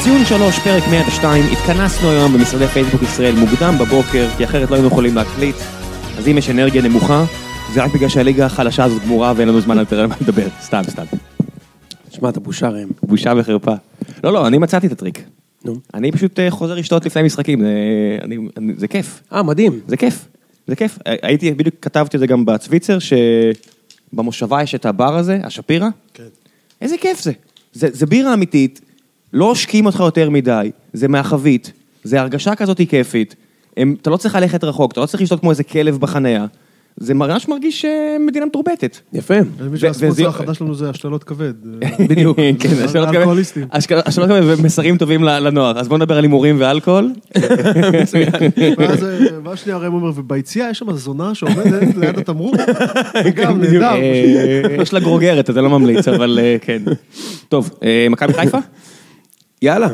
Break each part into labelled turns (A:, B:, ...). A: ספין 3, פרק 102, התכנסנו היום במשרדי פייסבוק ישראל מוקדם בבוקר, כי אחרת לא היינו יכולים להקליט, אז אם יש אנרגיה נמוכה, זה רק בגלל שהליגה החלשה הזאת גמורה ואין לנו זמן יותר על מה לדבר, סתם, סתם.
B: תשמע, אתה בושה ראם.
A: בושה וחרפה. לא, לא, אני מצאתי את הטריק.
B: נו.
A: אני פשוט אה, חוזר לשתות לפני משחקים, זה, אני, אני, זה כיף.
B: אה, מדהים.
A: זה כיף, זה כיף. הי- הייתי, בדיוק כתבתי את זה גם בצוויצר, שבמושבה יש את הבר הזה, השפירא. כן. איזה כיף זה. זה, זה בירה אמיתית, לא עושקים אותך יותר מדי, זה מהחבית, זה הרגשה כזאת היא כיפית. הם, אתה לא צריך ללכת רחוק, אתה לא צריך לשתות כמו איזה כלב בחניה. זה ממש מרגיש אה, מדינה מתורבטת.
B: יפה.
C: אני
A: ו-
C: מבין שהספונסר
A: וזה-
C: החדש שלנו זה השתלות כבד.
A: בדיוק. כן,
C: אל-
A: השאלות
C: אלכוהוליסטים.
A: השאלות כאלה ומסרים טובים ל- לנוער. אז בואו נדבר על הימורים ואלכוהול.
C: ואז אה, ואז שנייה ראם אומר, וביציאה יש שם זונה שעומדת ליד התמרור. גם
A: כן, בדיוק.
C: נהדר.
A: אה, יש לה גרוגרת, אז אני לא ממליץ, אבל אה, כן. טוב, אה, מכבי חיפה?
B: יאללה.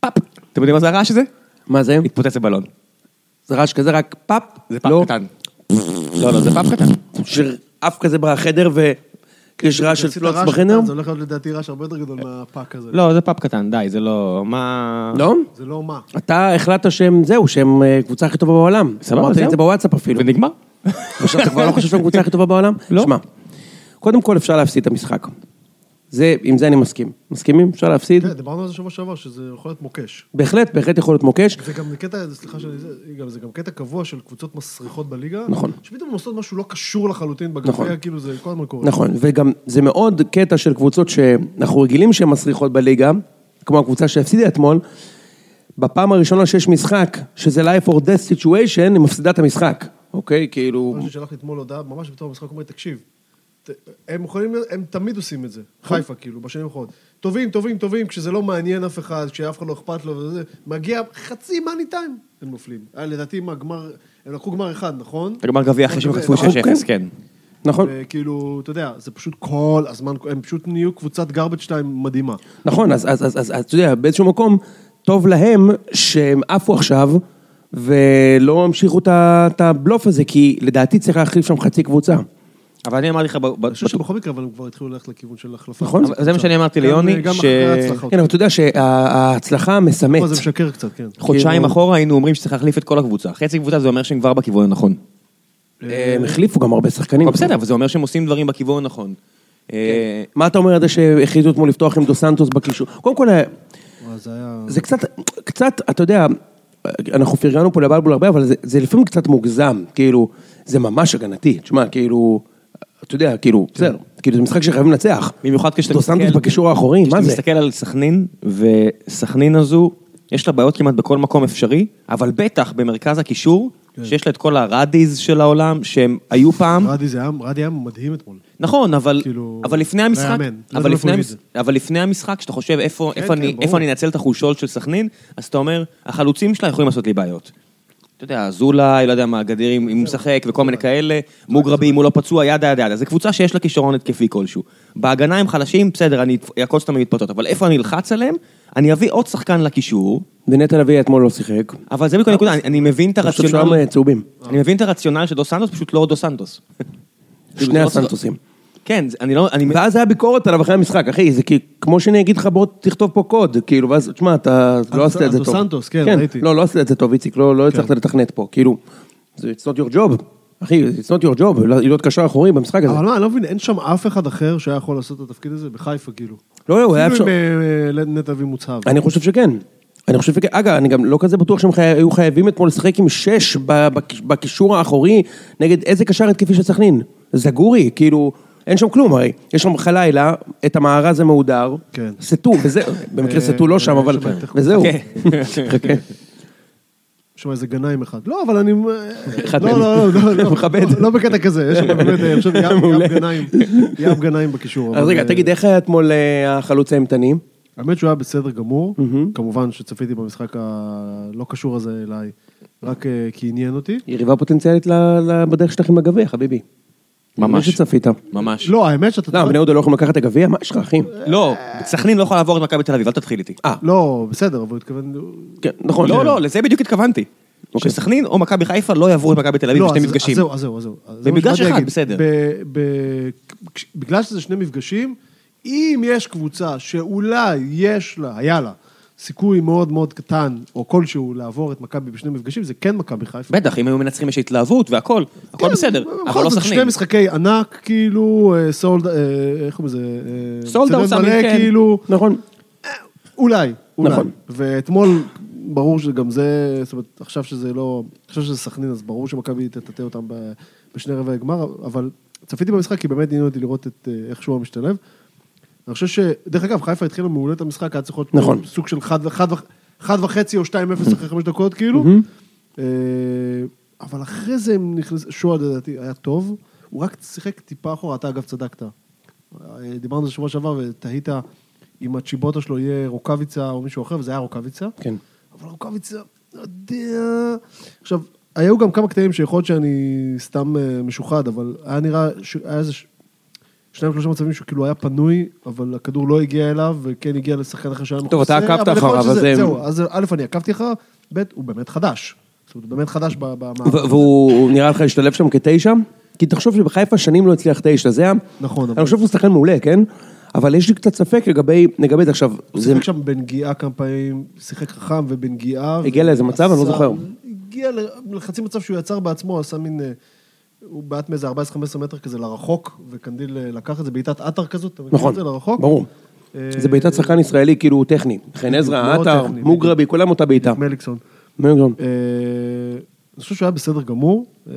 A: פאפ. אתם יודעים מה זה הרעש הזה?
B: מה זה?
A: התפוצץ לבלון.
B: זה רעש כזה, רק פאפ.
A: זה פאפ
B: לא,
A: קטן. לא, לא, זה פאפ קטן.
B: שעף כזה בחדר ו... יש רעש של
C: עשית
B: פלוץ
C: רעש
B: בחדר?
C: קטן, זה הולך להיות לדעתי רעש הרבה יותר גדול מהפאק הזה.
A: לא, זה פאפ קטן, די, זה לא... מה...
B: לא?
C: זה לא מה.
B: אתה החלטת שהם, זהו, שהם אה, קבוצה הכי טובה בעולם.
A: סבבה,
B: אמרת לי את
A: זהו.
B: זה בוואטסאפ אפילו.
A: ונגמר?
B: עכשיו אתה כבר לא חושב שהם הקבוצה הכי טובה בעולם?
A: לא.
B: שמע, קודם כל אפשר להפסיד את המשחק. זה, עם זה אני מסכים. מסכימים? אפשר להפסיד?
C: כן, דיברנו על זה שבוע שעבר, שזה יכול להיות מוקש.
B: בהחלט, בהחלט יכול להיות מוקש.
C: זה גם קטע, סליחה שאני... זה גם- זה גם קטע קבוע של קבוצות מסריחות בליגה.
B: נכון.
C: שפתאום הן עושות משהו לא קשור לחלוטין
B: נכון.
C: בגביע, כאילו זה כל הזמן קורה.
B: נכון, וגם זה מאוד קטע של קבוצות שאנחנו רגילים שהן מסריחות בליגה, כמו הקבוצה שהפסידה אתמול, בפעם הראשונה שיש משחק, שזה life or death situation, היא מפסידה את המשחק, אוקיי? כאילו...
C: מישהו שלח לי אתמול הודעה, ממש בתור המשחק, אומר לי, תקשיב, ת- הם יכולים, הם תמיד עושים את זה,
A: נכון.
C: חיפה כאילו, בשנים האחרונות. טובים, טובים, טובים, כשזה לא מעניין אף אחד, כשאף אחד לא אכפת לו וזה, מגיע חצי מאני טיים, הם נופלים. אה, לדעתי מהגמר, הם לקחו גמר אחד, נכון?
A: זה גמר גביע אחרי שהם
C: גביע,
A: חטפו
C: נכון.
A: 6-0, כן.
B: נכון,
C: וכאילו, אתה יודע, זה פשוט כל הזמן, הם פשוט נהיו קבוצת גרבג' 2 מדהימה.
B: נכון, אז- אז אז- אז- אז אתה יודע, באיזשהו מקום, טוב להם שהם עפו עכשיו, ולא המשיכו את ה- את הבלוף הזה, כי לדעתי צריך להחליף שם חצי קבוצה.
C: כן,
A: אבל אני אמרתי לך... ב- ב-
C: אני חושב שבכל מקרה, אבל הם כבר התחילו ללכת לכיוון של החלפה.
B: נכון.
A: אבל זה מה שאני אמרתי
C: גם-
A: ליוני,
C: גם
A: ש-
C: אחרי ההצלחה.
B: כן, אבל אתה יודע שההצלחה מסמת.
C: פה זה משקר קצת, כן.
A: חודשיים
B: כאילו-
A: אחורה היינו אומרים שצריך להחליף את כל הקבוצה. חצי קבוצה זה אומר שהם כבר בכיוון הנכון.
B: הם החליפו גם הרבה שחקנים.
A: אבל בסדר, אבל זה אומר שהם עושים דברים בכיוון הנכון. אה,
B: מה אתה אומר על זה שהחליטו אתמול לפתוח עם דו סנטוס בקישור? קודם כל,
C: וואי, זה היה...
B: זה קצת, קצת, אתה יודע, אנחנו פרגנו פה לבלבול הרבה, אבל זה, זה לפעמים קצת מוגזם, כאילו, זה ממש הגנתי, תשמע, כאילו, אתה יודע,
A: כן.
B: כאילו, בסדר, כאילו זה משחק שחייבים לנצח.
A: במיוחד כשאתה
B: דו סנטוס בקישור האחורי, מה
A: כשאתה
B: זה?
A: מסתכל על סכנין, וסכנין הזו, יש לה בעיות כמעט בכל מקום אפשרי, אבל בטח במרכז הקישור,
B: כן.
A: שיש לה את כל הרדיז של העולם, שהם היו פעם.
C: רדי זה היה, רדי היה מדהים אתמול.
A: נכון, אבל,
C: כאילו,
A: אבל לפני
C: לא
A: המשחק,
C: יאמן.
A: אבל
C: לא יודע
A: לפני,
C: מאיפה הוא
A: המש-
C: הביא
A: אבל לפני המשחק, כשאתה חושב איפה,
C: כן,
A: איפה,
C: כן,
A: אני,
C: ברור.
A: איפה אני אנצל את החולשות של סכנין, אז אתה אומר, החלוצים שלה יכולים לעשות לי בעיות. אתה יודע, אזולאי, לא יודע מה, גדיר אם אם הוא משחק וכל מיני כאלה, מוגרבי אם הוא לא פצוע, ידה ידה ידה. זו קבוצה שיש לה כישרון התקפי כלשהו. בהגנה הם חלשים, בסדר, אני אעקוץ אותם ומתפוצות, אבל איפה אני אלחץ עליהם? אני אביא עוד שחקן לקישור,
B: ונטע לביא אתמול לא שיחק.
A: אבל זה בדיוק הנקודה, אני- אני מבין את
B: אני חושב אה, שהוא
A: הרציונל,
B: היה צהובים,
A: אני מבין את הרציונל של דו סנטוס, פשוט לא דו סנטוס. כאילו,
B: שני
A: זה לא-
B: הסנטוסים.
A: כן, זה- אני לא, אני...
B: ואז היה ביקורת עליו אחרי המשחק, אחי, זה כי- כמו שאני אגיד לך, בוא תכתוב פה קוד, כאילו, ואז, תשמע, אתה לא
C: אנדו-
B: עשית את זה
C: אנדו
B: טוב.
C: סנטוס, כן, ראיתי. כן.
B: לא, לא עשית את זה טוב, איציק, לא לא הצלחת לתכנת פה, כאילו, זה it's not your job, אחי, it's not your job, לא- להיות קשר אחורי במשחק הזה.
C: אבל מה, אני לא מבין, אין שם אף אחד אחר שהיה יכול לעשות את התפקיד הזה בחיפה, כאילו.
B: לא, לא, הוא היה אפשר...
C: אפילו עם אה, נטע אבי מוצהב.
B: אני חושב שכן. אני חושב שכן. אגב, אני גם לא כזה בטוח שהם חי... היו חייבים אתמול לשחק עם שש ב- בק- בקישור האחורי נגד איזה קשר התקפי של סכנין. זגורי, כאילו, אין שם כלום הרי. יש שם חלילה, את המארז המהודר,
C: כן.
B: סטו, וזהו. במקרה סטו לא שם,
C: אה,
B: אבל...
C: יש שם את-
B: וזהו.
A: כן.
B: אוקיי. חכה.
C: יש שם איזה גנאים אחד. לא, אבל אני...
B: אחד
C: לא,
B: מהם.
C: לא, לא, לא.
B: מכבד.
C: לא בקטע כזה, יש שם באמת, אה, אני חושב, ים-
B: מעולה.
C: ים גנאים. ים גנאים בקישור.
B: אז
C: אבל,
B: רגע,
C: אה,
B: תגיד, איך היה אתמול אה, החלוץ האימתני?
C: האמת שהוא היה בסדר גמור. כמובן שצפיתי במשחק הלא קשור הזה אליי, רק אה, כי עניין אותי.
B: יריבה פוטנציאלית ל- ל- בדרך שלכם עם הגביע, חביבי.
A: ממש.
B: מה שצפית.
A: ממש.
C: לא, האמת שאתה...
B: למה, בני יהודה לא יכולים לקחת את הגביע? מה יש לך, אחי?
A: לא, סכנין לא יכולה לעבור את מכבי תל אביב, אל תתחיל איתי.
B: אה,
C: לא, בסדר, אבל הוא התכוון...
B: כן, נכון. אוקיי.
A: לא, לא, לזה בדיוק התכוונתי. שסכנין או מכבי חיפה לא יעברו את מכבי תל אביב
C: לא,
A: בשני
C: אז-
A: מפגשים.
C: אז זהו, אז זהו, אז זהו. אז זה מה
A: במפגש
C: שבאתי
A: אחד,
C: להגיד.
A: בסדר.
C: ב- ב- כש- בגלל שזה שני מפגשים, אם יש קבוצה שאולי יש לה, היה לה, סיכוי מאוד מאוד קטן, או כלשהו, לעבור את מכבי בשני מפגשים, זה כן מכבי חיפה.
A: בטח, אם היו מנצחים יש התלהבות והכל, הכל
C: כן,
A: בסדר,
C: בכל
A: אבל לא
C: זאת,
A: סכנין.
C: שני משחקי ענק, כאילו, אה, סולד, אה, איך קוראים לזה? אה,
A: סולד
C: צדד
A: אאוט סאמי,
C: מלא,
A: כן.
C: כאילו,
B: נכון.
C: אולי, אולי.
B: נכון.
C: ואתמול, ברור שגם זה, זאת אומרת, עכשיו שזה לא, עכשיו שזה סכנין, אז ברור שמכבי תטאטא אותם ב- בשני רבעי גמר, אבל צפיתי במשחק, כי באמת עניין אותי לראות את אה, איך שהוא המשתלב. אני חושב ש... דרך אגב, חיפה התחילה מעולה את המשחק, היה צריך להיות
B: נכון.
C: סוג של חד, ו- חד, ו- חד וחצי או 2-0 אחרי חמש דקות, כאילו. אה, אבל אחרי זה הם נכנסו, שועה לדעתי היה טוב, הוא רק שיחק טיפה אחורה, אתה אגב צדקת. אה, דיברנו על זה שבוע שעבר ותהית אם הצ'יבוטה שלו יהיה רוקאביצה או מישהו אחר, וזה היה רוקאביצה.
B: כן.
C: אבל רוקאביצה, לא יודע... עכשיו, היו גם כמה קטעים שיכול להיות שאני סתם אה, משוחד, אבל היה נראה שהיה איזה... ש- שניים שלושה מצבים שהוא כאילו היה פנוי, אבל הכדור לא הגיע אליו, וכן הגיע לשחקן אחר שהיה
B: טוב, אתה עקבת
C: אבל יכול
B: אחריו,
C: להיות
B: אז
C: שזה-
B: זה-
C: זהו, אז א', אני עקבתי אחריו, ב', הוא באמת חדש. זאת אומרת, הוא באמת חדש ב- במערכת.
B: ו- והוא הוא נראה לך השתלב שם כתשע? כי תחשוב שבחיפה שנים לא הצליח תשע, זה היה...
C: נכון, אבל-
B: אני חושב שהוא שחקן מעולה, כן? אבל יש לי קצת ספק לגבי, לגבי זה עכשיו.
C: הוא
B: זה-
C: שיחק שם בנגיעה כמה פעמים, שיחק חכם ובנגיעה.
B: הגיע לאיזה מצב? אני לא
C: ועשה-
B: זוכר.
C: הגיע ל- לחצי מצב שהוא יצר בעצמו, עשה מין... אה, הוא בעט מאיזה 14-15 מטר כזה לרחוק, וקנדיל אה, לקח את זה, בעיטת עטר כזאת, אתה מכיר
B: נכון,
C: את זה לרחוק?
B: ברור.
C: אה,
B: זה בעיטת שחקן ישראלי, כאילו טכני. חן עזרא,
C: מאוד
B: עטר,
C: טכני,
B: מוגרבי, כולם אותה בעיטה.
C: מליקסון.
B: מליקסון.
C: אה, אני חושב שהוא היה בסדר גמור, אה,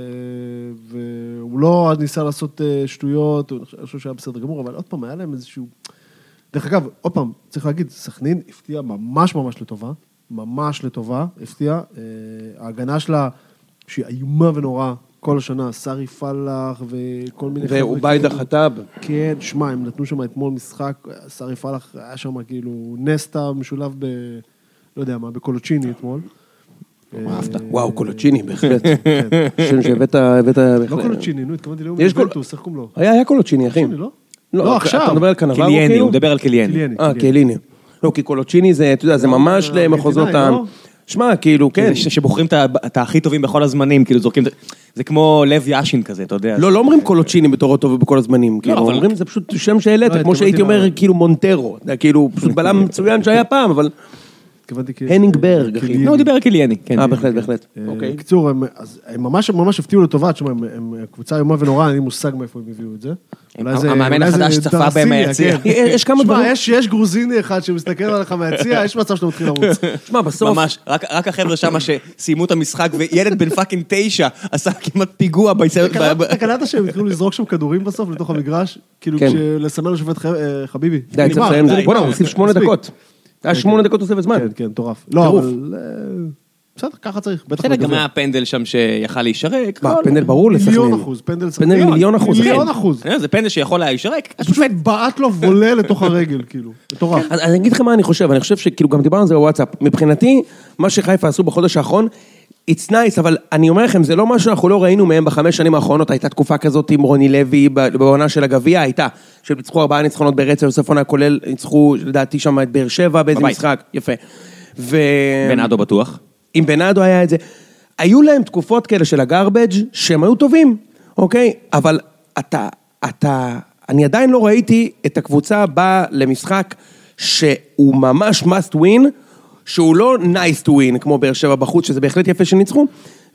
C: והוא לא ניסה לעשות אה, שטויות, הוא- אני חושב שהוא היה בסדר גמור, אבל עוד פעם, היה להם איזשהו... דרך אגב, עוד פעם, צריך להגיד, סכנין הפתיעה ממש ממש לטובה, ממש לטובה, הפתיעה. אה, ההגנה שלה, שהיא איומה ונוראה כל השנה, סארי פלאח וכל מיני... חבר'ה
B: ועוביידה
C: כאילו-
B: חטאב.
C: כן, שמע, הם נתנו שם אתמול משחק, סארי פלאח היה שם כאילו נסטה משולב ב... לא יודע מה, בקולוצ'יני אתמול.
A: אה,
B: אהבת.
C: אה,
B: וואו, קולוצ'יני, בהחלט. שם שהבאת, הבאת...
C: כן. לא
B: בהחלט.
C: קולוצ'יני, נו, התכוונתי לאום
B: יש קול-
C: יובנטוס, איך קוראים לו?
B: היה, היה קולוצ'יני, אחי.
C: קולוצ'יני, לא?
B: לא,
C: לא,
B: אתה-
C: עכשיו.
B: אתה מדבר על קנברו, כאילו?
A: קיליאני, הוא מדבר על קיליאני.
C: קיליאני,
B: אה, קיליני. לא, כי קולוצ'יני זה, אתה יודע, זה ממש
C: אה,
B: למחוזות
C: ארגנטינאי,
B: ה...
C: לא?
B: שמע, כאילו, כן.
A: ש- שבוחרים את ה- את הכי טובים בכל הזמנים, כאילו זורקים את זה. זה כמו לב יאשין כזה, אתה יודע.
B: לא, לא אומרים קולוצ'יני בתור הטוב בכל הזמנים. כאילו,
A: אבל-
B: אומרים זה פשוט שם שהעלית,
C: לא,
B: כמו שהייתי
C: התכוונתי
B: אומר,
C: ל-
B: כאילו מונטרו. אתה יודע, כאילו, פשוט בלם מצוין שהיה פעם, אבל...
C: התכוונתי כי...
B: הנינג ברג, אחי.
A: לא, הוא דיבר על קיליאני, כן.
B: אה, בהחלט, בהחלט.
C: אה,
B: אוקיי.
C: בקיצור, הם- אז הם ממש ממש הפתיעו לטובה, תשמע, הם- הם קבוצה איומה ונוראה, אין לי מושג מאיפה הם הביאו את זה. אולי זה-
A: המאמן
C: אולי זה
A: החדש צפה בהם
C: דרסיליה,
A: מהיציע.
C: כן.
B: יש- יש כמה
C: שמע,
B: דברים-
C: יש- יש גרוזיני אחד שמסתכל עליך מהיציע, יש מצב שאתה מתחיל לרוץ.
B: שמע, בסוף...
A: ממש, רק, רק החבר'ה שמה שסיימו את המשחק, וילד בן פאקינג תשע עשה כמעט פיגוע בישראל.
C: קלט- אתה קלטת שהם התחילו לזרוק שם כדורים בסוף לתוך המגרש? כאילו,
B: כן.
C: כש- לסמן לשופט ח- אה, חביבי.
B: די, צריך
C: נגמר,
B: לסיים את זה.
A: די,
B: בוא'נה,
A: די,
B: הוא הוסיף
A: די,
B: שמונה
C: מספיק.
B: דקות. היה שמונה דקות תוספת זמן.
C: כן, כן, מטורף. לא,
B: טירוף.
C: אבל... אה, בסדר, ככה צריך. בטח לא
A: בסדר, גם
C: בגביע.
A: היה פנדל שם שיכל להישרק.
B: מה,
A: כל-
B: פנדל ברור לסכנין.
C: לא, מיליון אחוז, פנדל סכנין.
B: פנדל מיליון אחוז, כן.
C: מיליון אחוז.
A: אני יודע, אה, זה פנדל שיכול היה להישרק.
C: הוא פשוט בעט לו וולה לתוך הרגל, כאילו. מטורף.
B: אז אז אני אגיד לך מה אני חושב, אני חושב שכאילו גם דיברנו על זה בוואטסאפ. מבחינתי, מה שחיפה עשו בחודש האחרון, it's nice, אבל אני אומר לכם, זה לא משהו שאנחנו לא ראינו מהם בחמש שנים האחרונות, הייתה תקופה כזאת עם רוני לוי ב- בעונה של הגביע, הייתה, שהם ניצחו ארבעה ניצחונות ברצף, בסוף עונה כולל, ניצחו לדעתי שם את באר שבע באיזה
A: בבית.
B: משחק, יפה. ו...
A: בנאדו בטוח.
B: אם בנאדו היה את זה. היו להם תקופות כאלה של הגארבג' שהם היו טובים, אוקיי? אבל אתה, אתה, אני עדיין לא ראיתי את הקבוצה באה למשחק שהוא ממש must win, שהוא לא nice to win כמו באר שבע בחוץ, שזה בהחלט יפה שניצחו,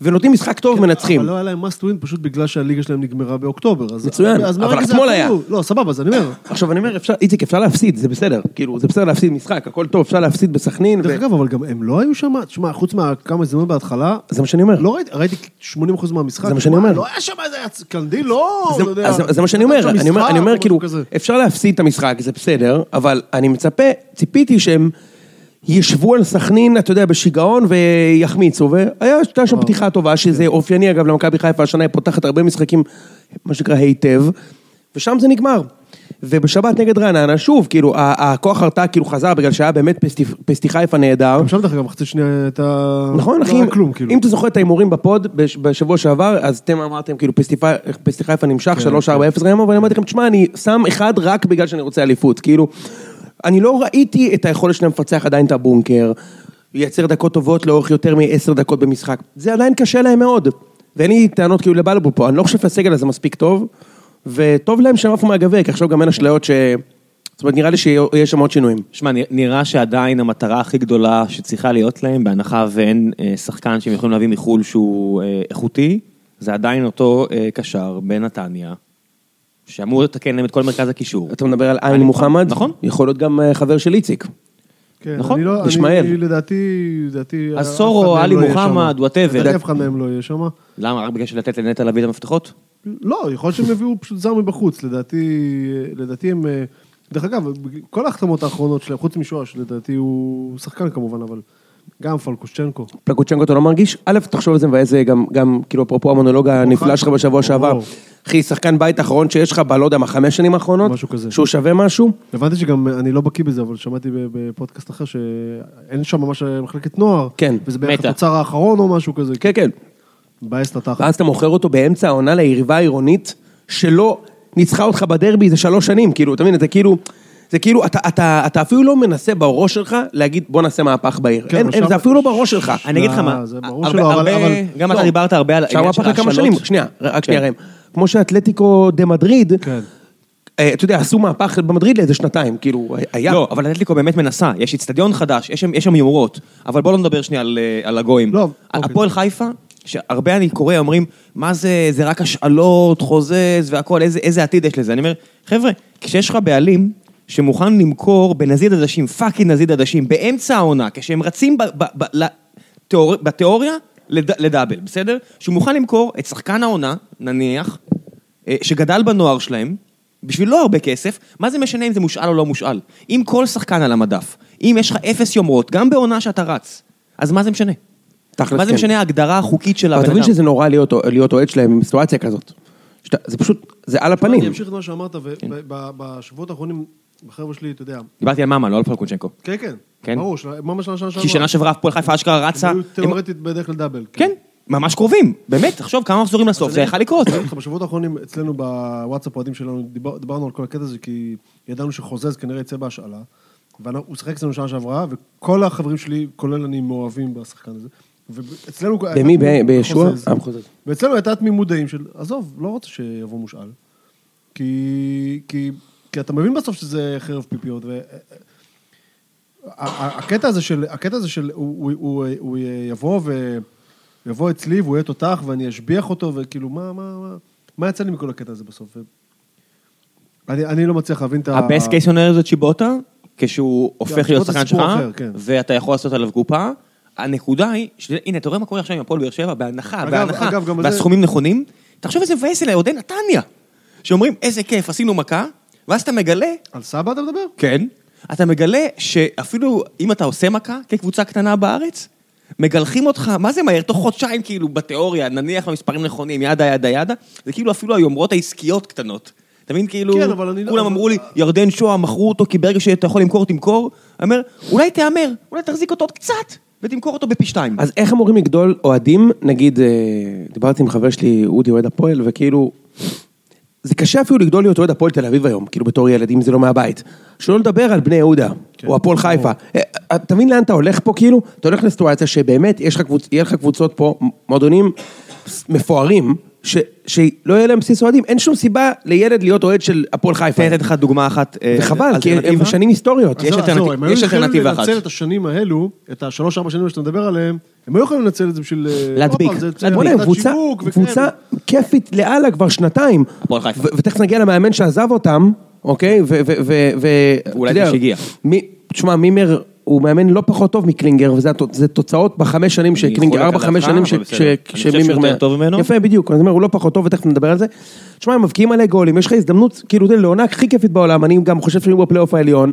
B: ונותנים משחק טוב,
C: אבל
B: מנצחים.
C: לא היה להם must win פשוט בגלל שהליגה שלהם נגמרה באוקטובר. אז-
B: מצוין,
C: אז
B: אבל
C: מהרגע זה
B: אתמול
C: אפילו-
B: היה.
C: לא, סבבה, אז אני אומר.
B: עכשיו אני אומר, אפשר, איציק, אפשר להפסיד, זה בסדר. כאילו, זה בסדר להפסיד משחק, הכל טוב, אפשר להפסיד בסכנין. ו-
C: דרך אגב, אבל גם הם לא היו שם, תשמע, חוץ מהכמה הזדמנות בהתחלה,
B: זה מה שאני אומר.
C: לא ראיתי, ראיתי 80% מהמשחק.
B: זה מה שאני
C: וואי,
B: אומר.
C: לא היה שם איזה יצ- קנדי, לא,
B: זה-
C: אתה יודע.
B: אז זה מה שאני אומר,
C: נתן שם
B: אני אומר,
C: משחק
B: אני
C: או
B: אומר
C: משהו
B: כאילו,
C: כזה.
B: אפשר להפסיד את המשחק, זה בסדר, אבל אני מצפה, ציפיתי שהם ישבו על סכנין, אתה יודע, בשיגעון ויחמיצו, והייתה
C: אה.
B: שם פתיחה טובה,
C: כן.
B: שזה אופייני אגב למכבי חיפה, השנה היא פותחת הרבה משחקים, מה שנקרא היטב, ושם זה נגמר. ובשבת נגד רעננה, שוב, כאילו, ה- הכוח הרתעה כאילו חזר בגלל שהיה באמת פסטי- פסטי חיפה נהדר.
C: גם שם דרך אגב, מחצית שנייה הייתה...
B: נכון, אחי,
C: לא
B: אם,
C: היה כלום, כאילו.
B: אם אתה זוכר את ההימורים בפוד בש, בשבוע שעבר, אז אתם אמרתם, כאילו, פסטיפי- פסטי חיפה
C: כן,
B: נמשך 3-4-0 ראם, אבל אני אמרתי לכם, תשמע, אני שם אחד רק בגלל שאני רוצה אליפות, כאילו, אני לא ראיתי את היכולת שלהם לפצח עדיין את הבונקר, לייצר דקות טובות לאורך יותר מ-10 דקות במשחק, זה עדיין קשה להם מאוד, ואין לי טענות כאילו לבלבול פה, אני לא חושב שהסגל הזה מספיק טוב, וטוב להם שהם עפו מהגביע, כי עכשיו גם אין אשליות ש... זאת זאת אומרת, נראה לי שיש שם עוד שינויים.
A: שמע, נרא- נראה שעדיין המטרה הכי גדולה שצריכה להיות להם, בהנחה ואין אה, שחקן שהם יכולים להביא מחו"ל שהוא אה, איכותי, זה עדיין אותו אה, קשר בנתניה, שאמור לתקן להם את כל מרכז הקישור.
B: אתה מדבר על עין מוחמד,
A: נכון.
B: יכול להיות גם אה, חבר של איציק.
C: כן,
A: נכון,
C: אני לא,
B: ישמעאל.
C: אני לדעתי, לדעתי...
A: אז
C: אף
A: סורו,
C: אחד מהם
A: עלי
C: לא יהיה
A: מוחמד,
C: שם.
A: whatever.
C: לדעתי אף אחד מהם לא יהיה שם.
A: למה? רק בגלל שלתת לנטע להביא את המפתחות?
C: לא, יכול להיות שהם יביאו פשוט זר מבחוץ, לדעתי, לדעתי הם... אה, דרך אגב, כל ההחתמות האחרונות שלהם, חוץ משואה, שלדעתי הוא שחקן כמובן, אבל גם פלקושצ'נקו.
B: פלקוצ'נקו אתה לא מרגיש? א', תחשוב על זה מבאס, זה גם, גם, כאילו, אפרופו המונולוג הנפלא שלך בשבוע שעבר.
C: ברור.
B: אחי, שחקן בית אחרון שיש לך ב, לא יודע מה, חמש שנים האחרונות?
C: משהו כזה.
B: שהוא שווה משהו?
C: הבנתי שגם, אני לא בקיא בזה, אבל שמעתי ב- בפודקאסט אחר שאין שם ממש אה, מחלקת נוער.
B: כן,
C: וזה בערך
A: מתה.
C: התוצר האחרון או משהו כזה.
B: כן, כן.
C: מבאס את התחת.
B: ואז אתה מוכר אותו באמצע העונה ליריבה העירונית, שלא ניצחה אותך בדרבי איזה שלוש שנים, כאילו, אתה מבין? זה כאילו... זה כאילו, אתה, אתה, אתה אפילו לא מנסה בראש שלך להגיד, בוא נעשה מהפך בעיר.
C: כן,
B: אין,
C: אבל
B: אין,
C: שם-
B: זה אפילו לא בראש שלך.
A: אני אגיד לך
C: לא,
A: מה,
C: זה ברור
A: הרבה-
C: שלא, אבל-
A: הרבה-
C: אבל-
A: גם אתה
B: לא.
A: דיברת הרבה על
B: אפשר
A: העניין של
B: מהפך לכמה
A: ההשאלות.
B: שנים, שנייה, רק שנייה
A: כן.
B: ראם. כמו שאתלטיקו דה מדריד,
C: כן.
B: אה, אתה יודע, עשו מהפך במדריד לאיזה שנתיים, כאילו, היה.
A: לא, אבל אתלטיקו באמת מנסה, יש איצטדיון חדש, יש שם- יש שם יומרות, אבל בואו לא נדבר שנייה על, אה, על הגויים.
C: לא, אוקיי.
A: הפועל חיפה, שהרבה אני קורא, אומרים, מה זה, זה רק השאלות, חוזז והכל, איזה, איזה עתיד יש לזה? אני אומר, חבר'ה, כשיש לך בעלים שמוכן למכור בנזיד עדשים, פאקינג נזיד עדשים, באמצע העונה, כשהם רצים ב, ב, ב, לתיאור, בתיאוריה לד, לדאבל, בסדר? שהוא מוכן למכור את שחקן העונה, נניח, אה, שגדל בנוער שלהם, בשביל לא הרבה כסף, מה זה משנה אם זה מושאל או לא מושאל? אם כל שחקן על המדף, אם יש לך אפס יומרות, גם בעונה שאתה רץ, אז מה זה משנה?
B: תכלס,
A: מה זה
B: כן.
A: משנה ההגדרה החוקית של
B: אבל
A: הבן
B: אתה
A: אדם?
B: מבין שזה נורא להיות- להיות אוהד שלהם עם סיטואציה כזאת. שאתה- זה פשוט, זה על
C: אני
B: הפנים.
C: אמשיך את מה שאמרת,
A: כן.
C: ובשבועות האחרונים, בחבר'ה שלי, אתה יודע,
A: דיברתי על ממה, לא על פלקונצ'נקו.
C: כן, כן.
A: כן.
C: ברור, של- ממש שנה שעברה.
A: כי שנה שעברה הפועל חיפה אשכרה רצה...
C: הם היו
A: הם-
C: תיאורטית בדרך כלל דאבל.
A: כן, ממש קרובים. באמת, תחשוב כמה מחזורים לסוף, זה יכל לקרות.
C: אני אגיד לך, בשבועות האחרונים אצלנו בוואטסאפ אוהדים שלנו, דיבר- דיברנו על כל הקטע הזה, כי ידענו שחוזז כנראה יצא בהשאלה. והוא שיחק אצלנו שנה שעברה, וכל החברים שלי, כולל אני, מאוהבים בשחקן הזה. ואצלנו...
B: במי? ב- בישוע?
C: בחוזז.
B: אה, בחוזז.
C: ואצלנו הייתה תמימות דעים של, עזוב, לא רוצה שיבוא מושאל. כי, כי, כי אתה מבין בסוף שזה חרב פיפיות. ו... ה- ה- הקטע הזה של, הקטע הזה של, הוא, הוא, הוא, הוא יבוא ו... יבוא אצלי והוא יהיה תותח ואני אשביח אותו וכאילו, מה, מה, מה, מה יצא לי מכל הקטע הזה בסוף? ו- אני, אני לא מצליח להבין את ה...
A: הבסט קייס סונארי זה צ'יבוטה, כשהוא הופך להיות
C: כן, צ'יבוטה
A: שחקן
C: סיפור
A: שלך,
C: אחר, כן.
A: ואתה יכול לעשות עליו קופה. הנקודה היא, ש- הנה, אתה רואה מה קורה עכשיו עם הפועל באר שבע, בהנחה,
C: אגב,
A: בהנחה,
C: אגב, גם זה-
A: והסכומים נכונים. תחשוב איזה מבאס אליי, אוהדי נתניה, שאומרים, איזה כיף, עשינו מכה, ואז אתה מגלה
C: על סבא אתה מדבר?
A: כן. אתה מגלה שאפילו אם אתה עושה מכה כקבוצה קטנה בארץ, מגלחים אותך, מה זה מהר? תוך חודשיים כאילו בתיאוריה, נניח המספרים נכונים, ידה ידה ידה, זה כאילו אפילו היומרות העסקיות קטנות. אתה מבין? כאילו,
C: כן, אבל אני לא-
A: כולם
C: אבל-
A: אמרו לי, ירדן שואה, מכרו אותו, כי ברגע שאתה יכול למכור, תמכור. אני אומר, אולי תהמר, אולי תחזיק אותו עוד קצת, ותמכור אותו בפי שתיים.
B: אז איך אמורים לגדול אוהדים, נגיד, אה, דיברתי עם חבר שלי, אודי אוהד הפועל, וכאילו, זה קשה אפילו לגדול להיות אוהד הפועל תל אביב היום, כאילו בתור ילד, אם זה לא מהבית. שלא לדבר על בני יהודה, או הפועל חיפה. אה, אה, אתה מבין לאן אתה הולך פה, כאילו? אתה הולך לסיטואציה שבאמת, יש לך קבוצ... יהיה לך קבוצות פה, מ- מועדונים מפוארים, ש... שלא יהיה להם בסיס אוהדים. אין שום סיבה לילד להיות אוהד של הפועל חיפה.
A: תן לתת לך דוגמה אחת. אה,
B: וחבל, כי הם- הם
A: אלטרנטיבה.
B: שנים היסטוריות.
A: יש
C: עזוב,
A: אלטרנטיב-
C: עזוב, הם היו
A: יש
C: יכולים
A: אלטרנטיבה אחת.
C: לנצל את השנים האלו, את השלוש-ארבע שנים שאתה מדבר עליהם, הם היו יכולים לנצל את זה בשביל... אה,
A: להדביק,
C: עוד פעם, זה- זה
A: להדביק.
B: בוא'נה,
C: קצת
B: קבוצה-
C: שיווק וכאלה.
B: קבוצה כיפית לאללה כבר שנתיים.
A: הפועל חיפה.
B: ו- ותכף נגיע למאמן שעזב אותם, אוקיי? ו... ו- ו- ו-
A: ואולי
B: אתה יודע,
A: זה שהגיע.
B: מי- תשמע, מימר הוא מאמן לא פחות טוב מקלינגר, וזה התוצ- זה תוצאות בחמש שנים
A: אני
B: שקלינגר,
A: חולק
B: ארבע,
A: עליך,
B: חמש שנים ש-
A: אבל
B: ש-
A: בסדר. אני חושב שהוא יותר
B: מה-
A: טוב ממנו.
B: יפה, בדיוק, אני אומר, הוא לא פחות טוב, ותכף נדבר על זה. תשמע, הם מבקיעים עלי גולים, יש לך הזדמנות, כאילו, זה לעונה הכי כיפית בעולם, אני גם חושב שהם יהיו בפלייאוף העליון.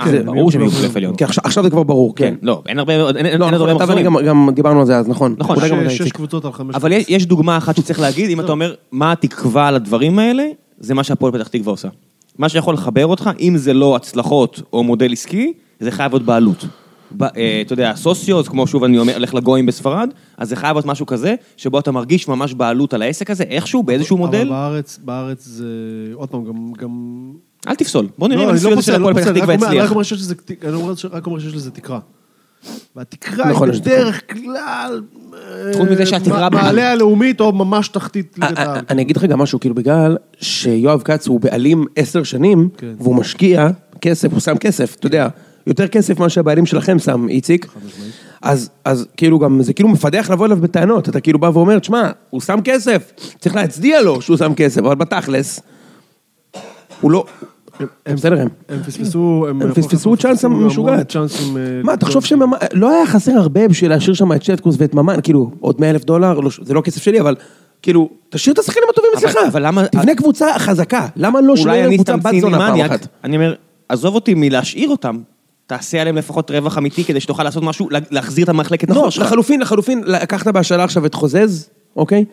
A: אה,
B: זה-
A: ברור שהם יהיו בפלייאוף העליון.
B: כי עכשיו- עכשיו זה כבר ברור, כן.
A: כן, לא, אין הרבה, אין- אין אין
B: לא,
A: עוד הרבה
B: נכון, אתה ואני
A: מחזורים.
B: גם- גם דיברנו על זה אז, נכון.
A: נכון,
B: אולי גם אתה,
C: שש- שש
B: איציק.
C: קבוצות על חמש...
A: אבל יש, יש דוגמה אחת שצריך להגיד, אם אתה אומר מה התקווה על הדברים האלה, זה מה שהפועל פתח תקווה עושה. מה שיכול לחבר אותך, אם זה לא הצלחות או מודל עסקי, זה חייב להיות בעלות. ב, אה, אתה יודע, סוציוס, כמו שוב אני אומר, הולך לגויים בספרד, אז זה חייב להיות משהו כזה, שבו אתה מרגיש ממש בעלות על העסק הזה, איכשהו, באיזשהו מודל.
C: אבל בארץ, בארץ זה... עוד פעם, גם... גם...
A: אל תפסול. בוא נראה
C: לא,
A: אם
C: אני לא
A: הניסוי הזה של
C: פוסל, לא
A: הפועל פתח
C: פוסל, רק
A: תקווה
C: אומר- רק
A: יצליח.
C: אומר שיש לזה תק- אני לא אומר ש- רק אומר שיש לזה תקרה. והתקרה
B: נכון,
C: היא
B: יש תקרה.
C: בדרך כלל... אה,
A: חוץ מזה שהתקרה
C: מע- מעלה הלאומית או ממש תחתית ליגת
B: אה, אה,
C: העל.
B: אני אגיד לך גם משהו, כאילו בגלל שיואב כץ הוא בעלים עשר שנים,
C: כן.
B: והוא משקיע, כסף, הוא שם כסף, אתה יודע, יותר כסף ממה שהבעלים שלכם שם, איציק. אז, אז כאילו גם, זה כאילו מפדח לבוא אליו בטענות, אתה כאילו בא ואומר, תשמע, הוא שם כסף, צריך להצדיע לו שהוא שם כסף, אבל בתכלס, הוא לא... הם בסדר הם.
C: הם פספסו, הם... לא
B: הם פספסו צ'אנס
C: פספסו המון
B: משוגעת.
C: צ'אנסים... אה,
B: מה, תחשוב שהם... לא היה חסר הרבה בשביל להשאיר שם את שטקוס ואת ממן, כאילו, עוד 100 אלף דולר, לא ש- זה לא כסף שלי, אבל כאילו, תשאיר את השחקנים הטובים
A: אבל-
B: אצלך.
A: אבל למה- אה-
B: תבנה קבוצה חזקה, למה לא שלא
A: אולי
B: יהיה להם
A: אני
B: קבוצה
A: סתם
B: בת
A: ציני
B: זונה פעם
A: מניאק,
B: אחת?
A: אני אומר, עזוב אותי מלהשאיר אותם, תעשה עליהם לפחות רווח אמיתי כדי שתוכל לעשות משהו, לה- להחזיר את המחלקת
B: לא,
A: נחור שלך.
B: לחלופין, לחלופין, לקחת בהשאלה עכשיו את חוזז, אוקיי?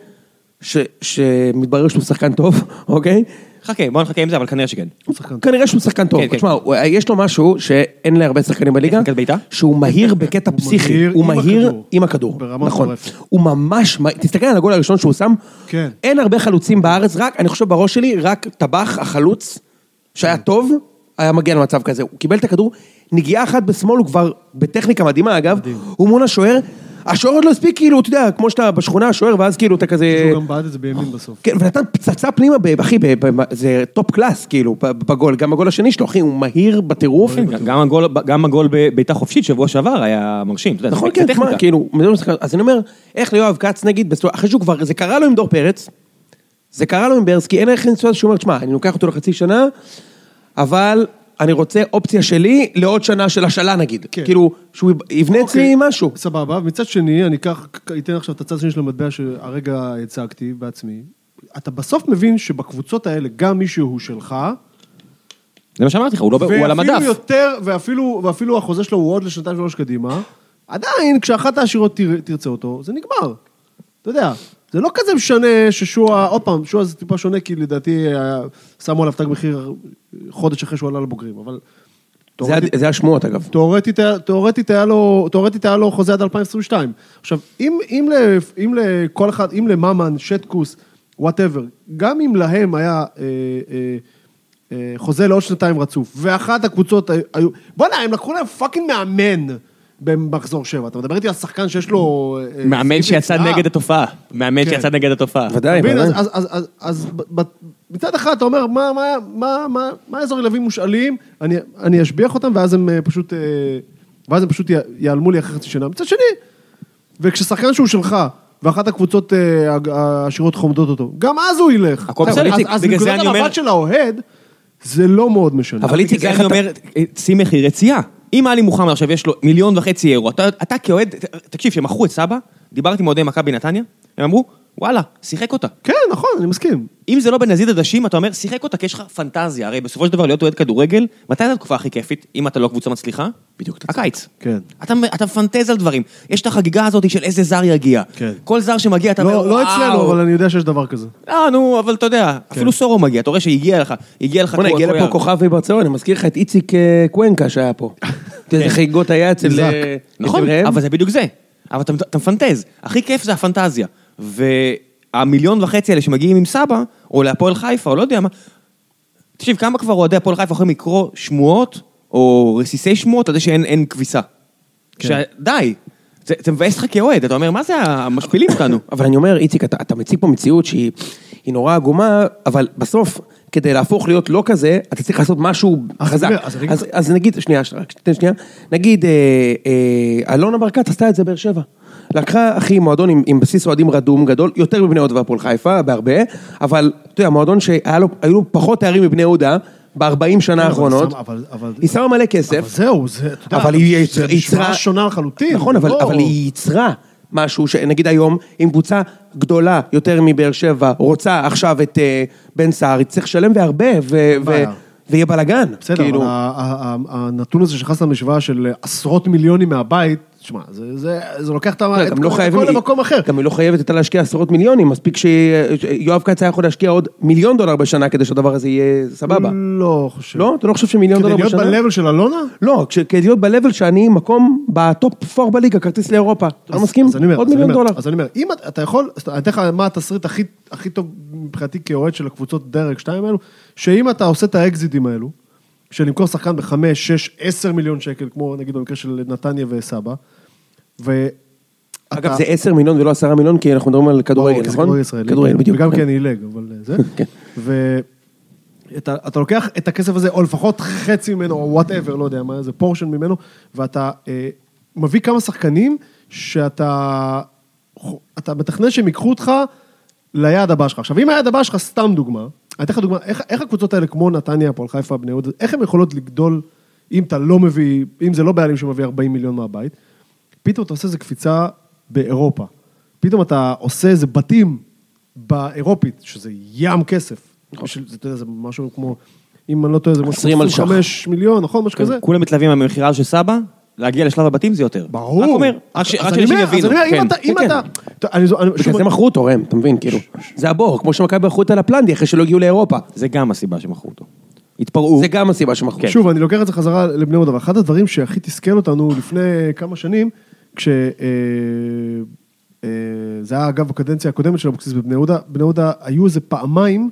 B: ש- שמתברר שהוא שחקן טוב, אוקיי?
A: חכה, בוא נחכה עם זה, אבל כנראה שכן.
C: שחקן.
B: כנראה שהוא שחקן טוב.
A: כן, כן.
B: תשמע, הוא- אה, יש לו משהו שאין להרבה שחקנים בליגה,
A: שחקן בעיטה?
B: שהוא מהיר בקטע
C: הוא
B: פסיכי.
C: מהיר
B: הוא
C: עם
B: מהיר
C: הכדור.
B: עם הכדור.
C: ברמה
B: נכון.
C: מטורפת.
B: הוא ממש, מה- תסתכל על הגול הראשון שהוא שם,
C: כן.
B: אין הרבה חלוצים בארץ, רק, אני חושב בראש שלי, רק טבח, החלוץ,
C: כן.
B: שהיה טוב, היה מגיע למצב כזה. הוא קיבל את הכדור, נגיעה אחת בשמאל, הוא כבר, בטכניקה מדהימה אגב, הוא מול השוער, השוער עוד לא הספיק, כאילו, אתה יודע, כמו שאתה בשכונה, השוער, ואז כאילו אתה כזה...
C: הוא גם בעד את זה בימין בסוף.
B: כן, ונתן פצצה פנימה, ב- אחי, ב- ב- זה טופ קלאס, כאילו, ב- בגול. גם הגול השני שלו, אחי, הוא מהיר בטירוף.
A: כן, גם הגול- גם הגול בביתה חופשית שבוע שעבר היה מרשים, אתה יודע,
B: נכון,
A: זה
B: כן,
A: טכניקה.
B: תשמע, כאילו, מדברים על שחקן- אז אני אומר, איך ליואב כץ, נגיד, בסוף- אחרי שהוא כבר, זה קרה לו עם דור פרץ, זה קרה לו עם ברסקי, אין איך לנסוע שהוא אומר, תשמע, אני לוקח אותו לחצי שנה, אבל אני רוצה אופציה שלי לעוד שנה של השאלה, נגיד.
C: כן.
B: כאילו, שהוא יב- יבנה אצלי
C: אוקיי,
B: משהו.
C: סבבה, ומצד שני, אני אקח, אתן עכשיו את הצד השני של המטבע שהרגע הצגתי בעצמי. אתה בסוף מבין שבקבוצות האלה גם מישהו שלך,
A: זה מה שאמרתי לך, הוא לא- הוא על
C: ואפילו
A: המדף.
C: יותר, ואפילו, ואפילו החוזה שלו הוא עוד לשנתיים שלוש קדימה, עדיין כשאחת העשירות תר, תרצה אותו, זה נגמר. אתה יודע, זה לא כזה משנה ששועה, עוד פעם, שועה זה טיפה שונה, כי לדעתי אה, שמו עליו תג מחיר חודש אחרי שהוא עלה לבוגרים, אבל...
B: זה ה- זה השמועות, אגב.
C: תאורטית, היה- תאורטית, היה לו, תאורטית היה לו חוזה עד 2022. עכשיו, אם, אם, ל, אם לכל אחד, אם לממן, שטקוס, וואטאבר, גם אם להם היה אה, אה, אה, חוזה לעוד שנתיים רצוף, ואחת הקבוצות היו- היו... בוא'נה, הם לקחו להם פאקינג מאמן במחזור שבע. אתה מדבר איתי על שחקן שיש לו... אה,
A: מאמן
C: סביב
A: שיצא
C: יציאה.
A: נגד התופעה. מאמן שיצא נגד התופעה.
B: כן. ודאי,
C: אתה מבין?
B: ודאי.
C: אז- אז- אז- אז- אז ב- ב- מצד אחד אתה אומר, מה- מה- מה- מה- מה איזה רגלבים מושאלים, אני- אני אשביח אותם ואז הם אה, פשוט, אה, ואז הם פשוט י- ייעלמו לי אחרי חצי שנה. מצד שני, וכששחקן שהוא שלך, ואחת הקבוצות אה, הג- העשירות חומדות אותו, גם אז הוא ילך.
A: הכל
C: אתה-
A: בסדר,
C: אז-
A: איציק,
C: אז
A: בגלל זה
C: נקודת
A: אני אומר-
C: המבט של האוהד, זה לא מאוד משנה.
B: אבל איציק,
A: בגלל
B: איך
A: זה
B: אתה...
A: אני אומר, שים מחיר יציאה. אם עלי מוחמד עכשיו יש לו מיליון וחצי אירו, אתה- אתה כאוהד, תקשיב, כשמכרו את סבא, דיברתי עם אוהדי מכבי נתניה, הם אמרו, וואלה, שיחק אותה.
C: כן, נכון, אני מסכים.
A: אם זה לא בנזיד עדשים, אתה אומר, שיחק אותה כי יש לך פנטזיה. הרי בסופו של דבר להיות אוהד כדורגל, מתי זו התקופה הכי כיפית, אם אתה לא קבוצה מצליחה?
B: בדיוק, אתה צודק.
A: הקיץ.
C: כן.
A: אתה, אתה מפנטז על דברים. יש את החגיגה הזאת של איזה זר יגיע.
C: כן.
A: כל זר שמגיע, אתה
C: לא לא אצלנו,
A: "וואו".
C: אבל כן. אני יודע שיש דבר כזה.
A: אה, נו, אבל אתה יודע, אפילו סורו מגיע, אתה רואה שהגיע לך, הגיע לך
B: בוא'נה,
A: קור-
B: הגיע לפה
A: קוריאר.
B: כוכב מברצלון, אני מזכיר לך את איציק אה, קוונקה שהיה פה. אתה יודע, איזה חגיגות היה אצל...
C: נזרק.
B: אה,
A: נכון,
B: אצל ראם.
A: אבל זה בדיוק זה. אבל אתה, אתה מפנטז. הכי כיף זה הפנטזיה. והמיליון וחצי האלה שמגיעים עם סבא, או להפועל חיפה, או לא יודע מה. תקשיב, כמה כבר אוהדי הפועל חיפה יכולים לקרוא שמועות, או רסיסי שמועות, על זה שאין אין כביסה.
C: כן.
A: ש- די. זה, זה מבאס לך כאוהד, אתה אומר, מה זה המשפילים אותנו?
B: אבל אני אומר, איציק, אתה, אתה מציג פה מציאות שהיא היא נורא עגומה, אבל בסוף, כדי להפוך להיות לא כזה, אתה צריך לעשות משהו
C: אה, אז
B: חזק.
C: אני אומר, אז אני אגיד
B: אז, אז נגיד, שנייה, ש- רק תן שנייה, נגיד, אה, אה, אלונה ברקת עשתה את זה באר שבע. לקחה, אחי, מועדון עם, עם בסיס אוהדים רדום גדול, יותר מבני יהודה והפועל חיפה, בהרבה, אבל, אתה יודע, מועדון שהיו לו, היו לו פחות תארים מבני יהודה, ב-40 שנה
C: אבל
B: האחרונות,
C: שם- אבל- אבל-
B: היא שמה מלא
C: אבל
B: כסף,
C: זהו, זה, אתה יודע,
B: אבל היא
C: זה
B: יצרה...
C: משוואה שונה לחלוטין.
B: נכון, אבל,
C: לא-
B: אבל היא ייצרה משהו, שנגיד היום, אם קבוצה גדולה יותר מבאר שבע רוצה עכשיו את אה, בן סער, היא צריך לשלם והרבה, ו- ו-
C: בעיה.
B: ויהיה בלאגן.
C: בסדר, כאילו... אבל ה- ה- ה- הנתון הזה שנכנס למשוואה של עשרות מיליונים מהבית, תשמע, זה, זה, זה לוקח את ה- את
B: גם לא
C: כל- את
B: חייבים,
C: הכל למקום אחר.
B: גם היא לא חייבת הייתה להשקיע עשרות מיליונים, מספיק שיואב כץ היה יכול להשקיע עוד מיליון דולר בשנה כדי שהדבר הזה יהיה סבבה.
C: לא חושב.
B: לא? אתה לא חושב שמיליון
C: כדי
B: דולר
C: להיות
B: בשנה?
C: ב-level של אלונה?
B: לא, כש- כדי להיות ב-level שאני מקום בטופ 4 בליגה, כרטיס לאירופה. אתה לא
C: אז-
B: מסכים?
C: אז אני אומר,
B: עוד
C: אז אני
B: מיליון
C: אומר,
B: דולר.
C: אז אני אומר, אם אתה- אתה יכול, אז אני אתן לך מה התסריט הכי, הכי טוב מבחינתי כאוהד של הקבוצות דרג 2 האלו, שאם אתה עושה את האקזיטים האלו, של למכור שחקן בחמש, שש, עשר מיליון שקל, כמו נגיד במקרה של נתניה וסבא, ו...
B: אגב, זה 10 מיליון ולא 10 מיליון, כי אנחנו מדברים על
C: אה. ברור, כן.
B: כדורגל, כן.
C: כי זה
B: נכון?
C: כדורגל ישראלי.
B: כדורגל, בדיוק.
C: וגם כי אני עילג, אבל אה, זה.
B: כן.
C: ו... אתה, אתה לוקח את הכסף הזה, או לפחות חצי ממנו, או וואטאבר, לא יודע מה, איזה פורשן ממנו, ואתה אה, מביא כמה שחקנים שאתה חו- אתה מתכנן שהם ייקחו אותך ליעד הבא שלך. עכשיו, אם היעד הבא שלך, סתם דוגמה, אני אתן לך דוגמה, איך, איך הקבוצות האלה, כמו נתניה, הפועל חיפה, בני יהודה, איך הן יכולות לגדול אם אתה לא מביא, אם זה לא בעלים שמביא 40 מיליון מהבית? פתאום אתה עושה איזה קפיצה באירופה. פתאום אתה עושה איזה בתים באירופית, שזה ים כסף. בשביל- זה, אתה יודע, זה משהו כמו, אם אני לא טועה, זה משהו
B: 20
C: כמו
B: על שח.
C: 25 מיליון, נכון? משהו כזה.
A: כולם מתלהבים מהמכירה של סבא, להגיע לשלב הבתים זה יותר.
C: ברור.
A: רק אומר, רק
C: אז
A: ש- רק
C: אני
A: שאנשים
C: אומר- אז
A: יבינו.
C: אני אומר, אם
A: כן.
C: אתה... אם
B: כן,
C: אתה... טוב, אני זו- אני-
B: בגלל
C: שוב,
B: זה מכרו אותו, ראם, אתה מבין, כאילו. זה הבור, כמו שמכבי מכרו את הלפלנדי אחרי שלא הגיעו לאירופה.
A: זה גם הסיבה שמכרו אותו. התפרעו.
B: זה גם הסיבה שמכרו.
A: כן.
C: שוב, אני לוקח את זה חזרה לבני יהודה, אבל אחד הדברים שהכי תסכל אותנו לפני כמה שנים, כש... אה, אה, זה היה אגב בקדנציה הקודמת של אבוקסיס בבני יהודה, בני יהודה היו איזה פעמיים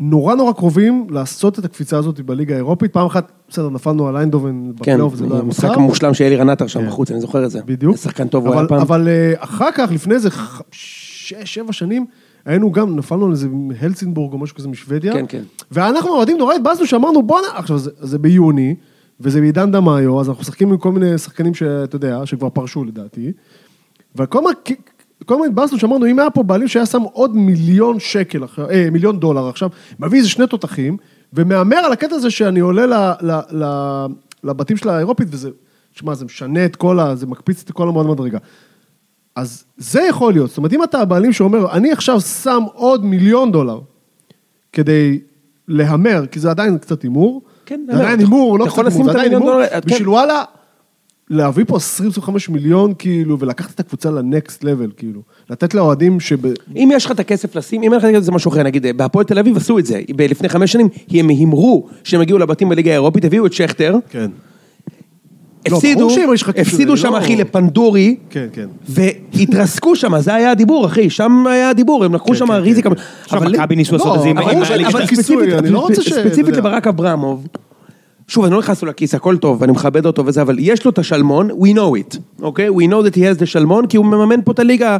C: נורא נורא קרובים לעשות את הקפיצה הזאת בליגה האירופית. פעם אחת, בסדר, נפלנו על איינדובן
B: כן,
C: בפלייאוף, זה לא היה
B: משחק
C: מוצר.
B: מושלם של אלי רנטר שם בחוץ, אני זוכר את זה.
C: בדיוק.
B: שחקן טוב הוא
C: אבל-
B: היה פעם.
C: אבל אה, אחר כך, לפני איזה ח- שש, שבע שנים, היינו גם, נפלנו על איזה הלצינבורג או משהו כזה משוודיה.
B: כן, כן.
C: ואנחנו אוהדים נורא התבאסנו שאמרנו בואנה, עכשיו זה, זה ביוני, וזה בעידן דמאיו, אז אנחנו משחקים עם כל מיני שחקנים שאתה יודע, שכבר פרשו לדעתי. וכל הזמן כל הזמן התבאסנו שאמרנו, אם היה פה בעלים שהיה שם עוד מיליון שקל, עכשיו- אה, מיליון דולר עכשיו, מביא איזה שני תותחים, ומהמר על הקטע הזה שאני עולה ל, ל, ל, לבתים של האירופית, וזה, שמע, זה משנה את כל ה... זה מקפיץ את כל המועד מדרגה. אז זה יכול להיות, זאת אומרת, אם אתה הבעלים שאומר, אני עכשיו שם עוד מיליון דולר כדי להמר, כי זה עדיין קצת הימור,
B: כן,
C: זה עדיין
B: אתה-
C: הימור, הוא
B: אתה
C: לא
B: יכול
C: קצת
B: לשים
C: הימור, זה
B: את
C: עדיין
B: המיליון
C: הימור,
B: דולר, כן.
C: בשביל וואלה, להביא פה 20-25 מיליון, כאילו, ולקחת את הקבוצה לנקסט לבל, כאילו, לתת לאוהדים שב...
B: אם יש לך את הכסף לשים, אם אין לך את הכסף זה משהו אחר, נגיד, בהפועל תל אביב עשו את זה, ב- לפני חמש שנים, הם הימרו שהם הגיעו לבתים בליגה האירופית, הביאו את שכטר,
C: כן. לא,
B: הפסידו,
C: ברור שהם יש לך כישור,
B: הפסידו
C: זה
B: שם
C: לא-
B: אחי לפנדורי,
C: כן, כן.
B: והתרסקו שם, זה היה הדיבור אחי, שם היה הדיבור, הם לקחו
C: כן,
B: שם
C: כן,
B: ריזיקה. לא,
C: כן.
A: עכשיו, מכבי ניסו לעשות את זה עם-
B: אבל
A: עם
B: ברור שאני-
A: הליגה.
B: אבל
C: הכיסוי,
B: ספציפית-
C: אני לא רוצה ש- אתה
B: ספציפית
C: יודע.
B: לברק אברמוב, שוב, אני לא נכנס לו לכיס, הכל טוב, אני מכבד אותו וזה, אבל יש לו את השלמון, we know it, אוקיי? we know that he has the שלמון, כי הוא מממן פה את הליגה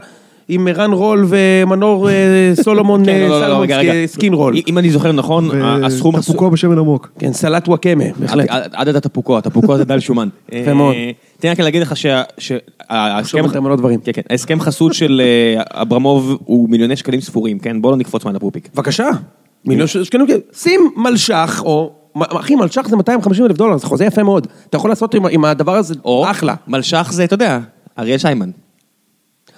B: עם רן רול ומנור אה, סולומון
A: כן, לא, לא, לא,
B: סלומון אה,
A: רגע, רגע.
B: סקין רול.
A: אם אני זוכר נכון, הסכום...
C: אה, תפוקו בשמן עמוק.
B: כן, סלט וואקמה. בהחלט.
A: עד עד התפוקו, התפוקו זה דל שומן.
B: יפה מאוד.
A: אה, תן לי רק להגיד לך שה- שה- ההסכם-
B: בינתיים על עוד דברים.
A: כן, כן. ההסכם חסות של אה, אברמוב הוא מיליוני שקלים ספורים, כן? בוא לא נקפוץ מעל הפופיק.
B: בבקשה. מיליון ש- שקלים, כן. שים מלש"ח, או... מ- אחי, מלש"ח זה 250 אלף דולר, זה חוזה יפה מאוד. אתה יכול לעשות עם, עם הדבר הזה,
A: או,
B: אחלה.
A: מלש"ח זה, אתה יודע, אריאל שיימן.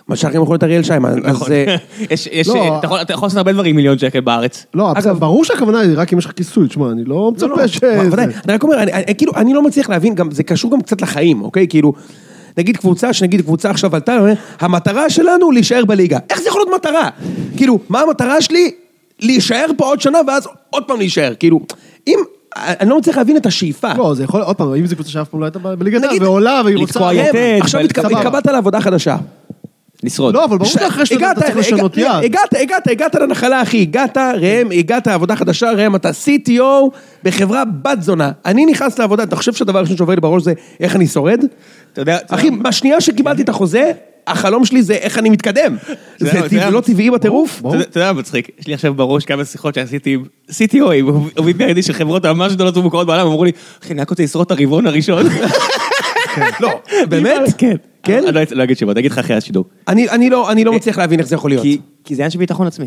B: מלש"ח יכול להיות אריאל שיימן,
A: נכון.
B: אז... אה,
A: יש- יש-
C: לא.
A: אתה יכול- אתה יכול לעשות הרבה דברים עם מיליון שקל בארץ.
C: לא,
B: אגב-
C: בסדר, ברור שהכוונה היא רק אם יש לך כיסוי, תשמע, אני לא מצפה ש...
B: מה, ודאי,
C: זה-
B: אני רק אומר, אני- אני- כאילו, אני לא מצליח להבין, גם, זה קשור גם קצת לחיים, אוקיי? כאילו, נגיד קבוצה, שנגיד קבוצה עכשיו עלתה, אני אומר, המטרה שלנו להישאר בליגה. איך זה יכול להיות מטרה? כאילו, מה המטרה שלי? להישאר פה עוד שנה ואז עוד פעם להישאר. כאילו, אם... אני לא מצליח להבין את השאיפה.
C: לא, זה יכול, עוד פעם, אם זו קבוצה שאף פעם לא הייתה בליגת העל,
B: נגיד-
C: ועולה, והיא רוצה...
A: לתקוע יתד,
B: ראם, עכשיו
A: ב-
B: התק-
A: סבבה.
B: התקבעת לעבודה חדשה.
A: לשרוד.
C: לא, אבל ברור שאחרי שאתה
B: הגעת,
C: אתה צריך
B: הגעת,
C: לשנות יד.
B: הגעת, הגעת, הגעת לנחלה, אחי, הגעת, ראם, הגעת, עבודה חדשה, ראם, אתה CTO בחברה בת זונה. אני נכנס לעבודה, אתה חושב שהדבר הראשון שעובר לי בראש זה איך אני שורד?
A: אתה יודע,
B: אחי, בשנייה שקיבלתי את החוזה, החלום שלי זה איך אני מתקדם. זה
A: אתה יודע-
B: טבעי- לא טבעי בטירוף?
A: אתה יודע- אתה יודע מה לא מצחיק? יש לי עכשיו בראש כמה שיחות שעשיתי עם CTOים, עובדים בידי של חברות הממש גדולות ומוכרות בעולם, אמרו לי, אחי, אני רק רוצה לשרוד את הרבעון הראשון.
B: לא, באמת?
A: כן.
B: כן?
A: אני לא- לא אגיד שמות, אני אגיד לך אחרי השידור.
B: אני- אני לא אני לא
C: אה,
B: מצליח להבין איך זה יכול להיות.
A: כי- כי זה עניין של ביטחון עצמי.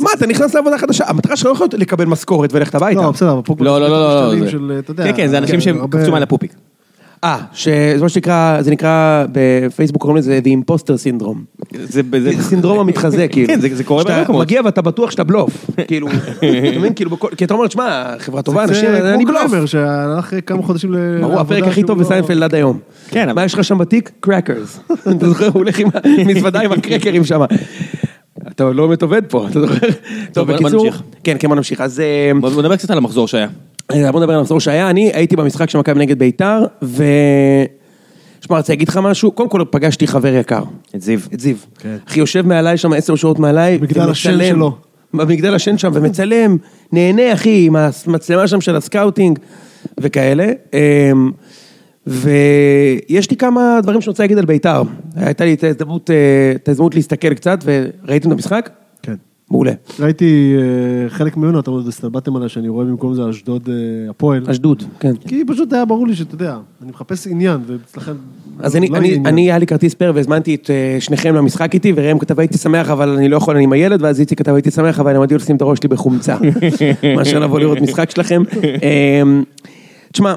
B: מה, אתה נכנס לעבודה חדשה, המטרה שלך לא יכולה להיות לקבל משכורת וללכת הביתה.
C: לא, בסדר, אבל פה...
A: לא, לא, לא, לא,
C: משתנים
A: לא.
C: של, אתה יודע,
A: כן, כן, זה אנשים שהם
C: הרבה-
A: קפצו מעל הפופיק.
B: אה, שזה מה שנקרא, זה נקרא, בפייסבוק קוראים לזה The Imposter Syndrome.
A: זה זה-
B: זה סינדרום המתחזה, כאילו.
A: כן, זה- זה קורה בהרבה
B: שאתה
A: מקומות.
B: מגיע ואתה בטוח שאתה בלוף. כאילו, אתה מבין? כאילו, בכל- כי אתה אומר, שמע, חברה טובה, אנשים,
C: זה
B: אני
C: כמו
B: בלוף.
C: קליימר, שהלך כמה חודשים לעבודה.
B: ברור, הפרק הכי
C: שהוא
B: טוב
C: לא-
B: בסיינפלד עד היום.
A: כן, אבל-
B: מה יש לך שם בתיק? קרקרס. אתה זוכר, הוא הולך עם המזוודה עם הקרקרים שם. אתה לא באמת עובד פה, אתה זוכר?
A: טוב, בוא- בוא נמשיך.
B: כן, כן, בוא נמשיך. אז... אה,
A: בוא בוא נדבר קצת על המחזור שהיה.
B: אה, בוא נדבר על המחזור שהיה, אני הייתי במשחק של מכבי נגד ביתר, ו... שמע, רציתי להגיד לך משהו, קודם כל פגשתי חבר יקר,
A: את זיו.
B: את זיו.
C: כן.
B: אחי יושב מעליי שם עשר שעות מעליי,
C: במגדל השן
B: ומצלם.
C: שלו.
B: במגדל השן שם, ומצלם, נהנה אחי, עם המצלמה שם של הסקאוטינג וכאלה. אמ, ויש לי כמה דברים שאני רוצה להגיד על ביתר. הייתה לי את ההזדמנות, אה, את ההזדמנות להסתכל קצת, וראיתם את המשחק?
C: כן.
B: מעולה.
C: ראיתי אה, חלק ממנו, אתם עוד הסתלבטתם עליי, שאני רואה במקום זה אשדוד אה, הפועל.
B: אשדוד, כן.
C: כי פשוט היה ברור לי שאתה יודע, אני מחפש עניין, ואצלכם...
B: אז אני,
C: לא
B: אני,
C: יהיה עניין.
B: אני, היה לי כרטיס פר והזמנתי את אה, שניכם למשחק איתי, וראם כתב הייתי שמח, אבל אני לא יכול, אני עם הילד, ואז איציק כתב הייתי שמח, אבל אני אמרתי לו לשים את הראש שלי בחומצה. מאשר לבוא לראות משחק שלכם. אה, תשמע,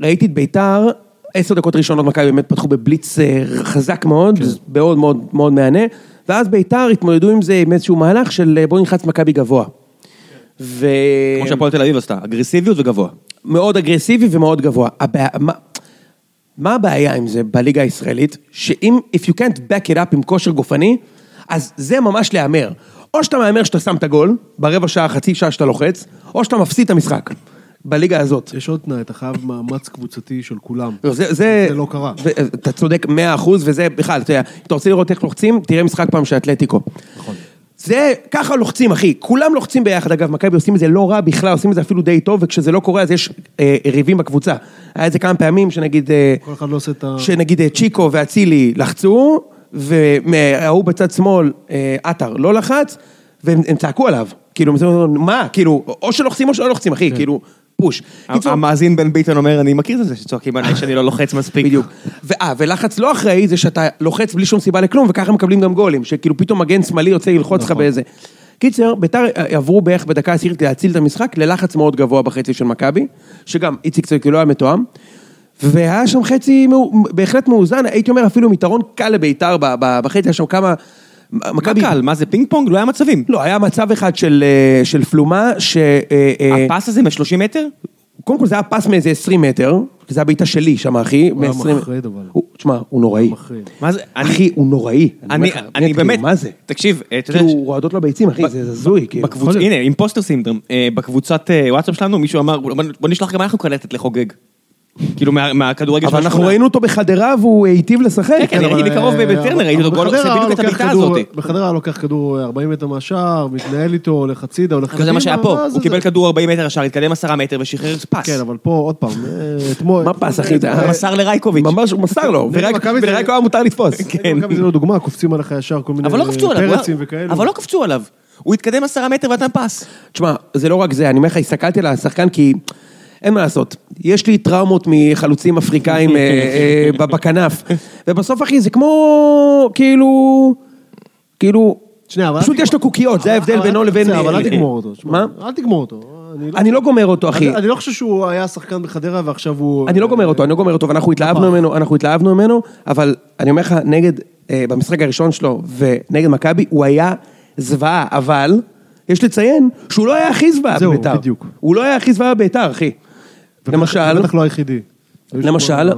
B: ראיתי את ביתר, עשר דקות ראשונות מכבי באמת פתחו בבליץ אה, חזק מאוד,
C: כן.
B: מאוד מאוד מאוד מהנה, ואז ביתר התמודדו עם זה עם איזשהו מהלך של אה, בוא נלחץ מכבי גבוה. ו...
A: כמו שהפועל תל אביב עשתה, אגרסיביות וגבוה.
B: מאוד אגרסיבי ומאוד גבוה. הבע... מה... מה הבעיה עם זה בליגה הישראלית? שאם, if you can't back it up עם כושר גופני, אז זה ממש להמר. או שאתה מהמר שאתה שם את הגול, ברבע שעה, חצי שעה שאתה לוחץ, או שאתה מפסיד את המשחק, בליגה הזאת.
C: יש עוד תנאי, אתה חייב מאמץ קבוצתי של כולם.
B: לא, זה, זה,
C: זה לא קרה.
B: ו- אתה צודק 100 אחוז, וזה בכלל, אתה יודע, אם אתה רוצה לראות איך לוחצים, תראה משחק פעם של אתלטיקו. נכון. זה, ככה לוחצים, אחי. כולם לוחצים ביחד, אגב, מכבי עושים את זה לא רע בכלל, עושים את זה אפילו די טוב, וכשזה לא קורה אז יש אה, ריבים בקבוצה. היה את זה כמה פעמים, שנגיד... אה,
C: כל אחד לא עושה את ה...
B: שנגיד אה, צ'יקו ואצילי לחצו, וההוא בצד שמאל, אה, עטר, לא לחץ, והם הם צעקו עליו. כאילו, הם אמרו, מה? כאילו, או שלוחצים או שלא לוחצים, אחי, כאילו, פוש.
A: אמ-
B: קיצור,
A: המאזין בן ביטון אומר, אני מכיר את זה שצועקים עליי שאני לא לוחץ מספיק.
B: בדיוק. ואה, ולחץ לא אחראי זה שאתה לוחץ בלי שום סיבה לכלום, וככה מקבלים גם גולים, שכאילו פתאום מגן שמאלי יוצא ללחוץ לך באיזה... קיצר, ביתר אה, עברו בערך בדקה עשירית כדי להציל את המשחק ללחץ מאוד גבוה בחצי של מכבי, שגם איציק צועק לא היה מתואם, והיה שם חצי מאו- בהחלט מאוזן, הייתי אומר אפילו עם יתרון קל לביתר ב- ב- בחצי, היה שם כמה...
A: מה
B: מכבי...
A: קל, מה זה פינג פונג? לא היה מצבים.
B: לא, היה מצב אחד של, אה, של פלומה, ש... אה, אה,
A: הפס הזה מ-30 מטר?
B: קודם כל זה היה פס מאיזה 20 מטר, כי זה היה בעיטה שלי שם, אחי.
C: הוא היה
B: מ-עשרים-
C: מחריד, אבל.
B: הוא- תשמע, הוא נוראי.
C: מחריד.
A: מה זה? אני-
B: אחי, הוא נוראי.
A: אני
B: אומר לך,
A: אני
B: כאילו,
A: באמת...
B: מה זה?
A: תקשיב, אה, אתה יודע...
B: כאילו,
A: ש-
B: רועדות לו ביצים, אחי, זה הזוי, כאילו.
A: בקבוצ... הנה, אימפוסטר סינדרום. אה, בקבוצת אה, וואטסאפ שלנו מישהו אמר, בוא בוא נשלח גם אנחנו קלטת לחוגג. כאילו מה- מהכדורגל של
B: אבל אנחנו
A: השכונה.
B: ראינו אותו בחדרה והוא היטיב לשחק.
A: כן, אני
B: אבל-
A: ראיתי מקרוב בטרנר, ראיתי אותו גול,
C: אה, בחדרה
A: עושה בדיוק את
C: לוקח
A: הבעיטה
C: כדור-
A: הזאת.
C: בחדרה היה לוקח כדור 40 מטר מהשער, מתנהל איתו, הולך הצידה, הולך
A: אבל זה מה שהיה פה,
C: מה זה
A: הוא קיבל
C: זה?
A: כדור 40 מטר השאר, התקדם 10 מטר ושחרר פס.
C: כן, אבל פה, עוד פעם, אה, אתמול...
B: מה פס, אחי? זה-
A: הוא מסר לרייקוביץ'.
B: ממש הוא מסר לו, ורק-
C: מכבי זה-
B: ורק היה מותר לתפוס.
C: כן. מכבי זה לא דוגמה, קופצים עליך ישר כל מיני
A: אבל לא
B: אה,
A: קפצו עליו, הוא
C: פרצים
A: היה-
C: וכאלו.
A: אבל לא קפצו עליו. הוא התקדם 10 מטר ונתן פס.
B: תשמע, זה לא רק זה, אני אומר לך, הסתכלתי על השחקן כי אין מה לעשות, יש לי טראומות מחלוצים אפריקאים אה, אה, ב- בכנף, ובסוף אחי זה כמו, כאילו, כאילו,
C: שנייה, אבל אל
B: פשוט
C: תגמור- אה,
B: יש לו קוקיות, זה ההבדל
C: אבל-
B: בינו
C: אבל-
B: לבין... אה,
C: בסדר, אבל אל תגמור אותו.
B: מה?
C: מה? אל תגמור אותו.
B: אני לא גומר אותו אחי,
C: אני- אני לא חושב שהוא היה שחקן בחדרה ועכשיו הוא...
B: אני לא גומר אותו, אני לא גומר אותו, ואנחנו התלהבנו
C: נכון.
B: ממנו, אנחנו התלהבנו ממנו, אבל אני אומר לך, נגד, אה, במשחק הראשון שלו ונגד מכבי, הוא היה זוועה, אבל יש לציין שהוא לא היה הכי זוועה
C: זהו,
B: בביתר.
C: בדיוק.
B: הוא לא היה הכי זוועה בביתר, אחי. למשל,
C: בטח לא היחידי.
B: למשל,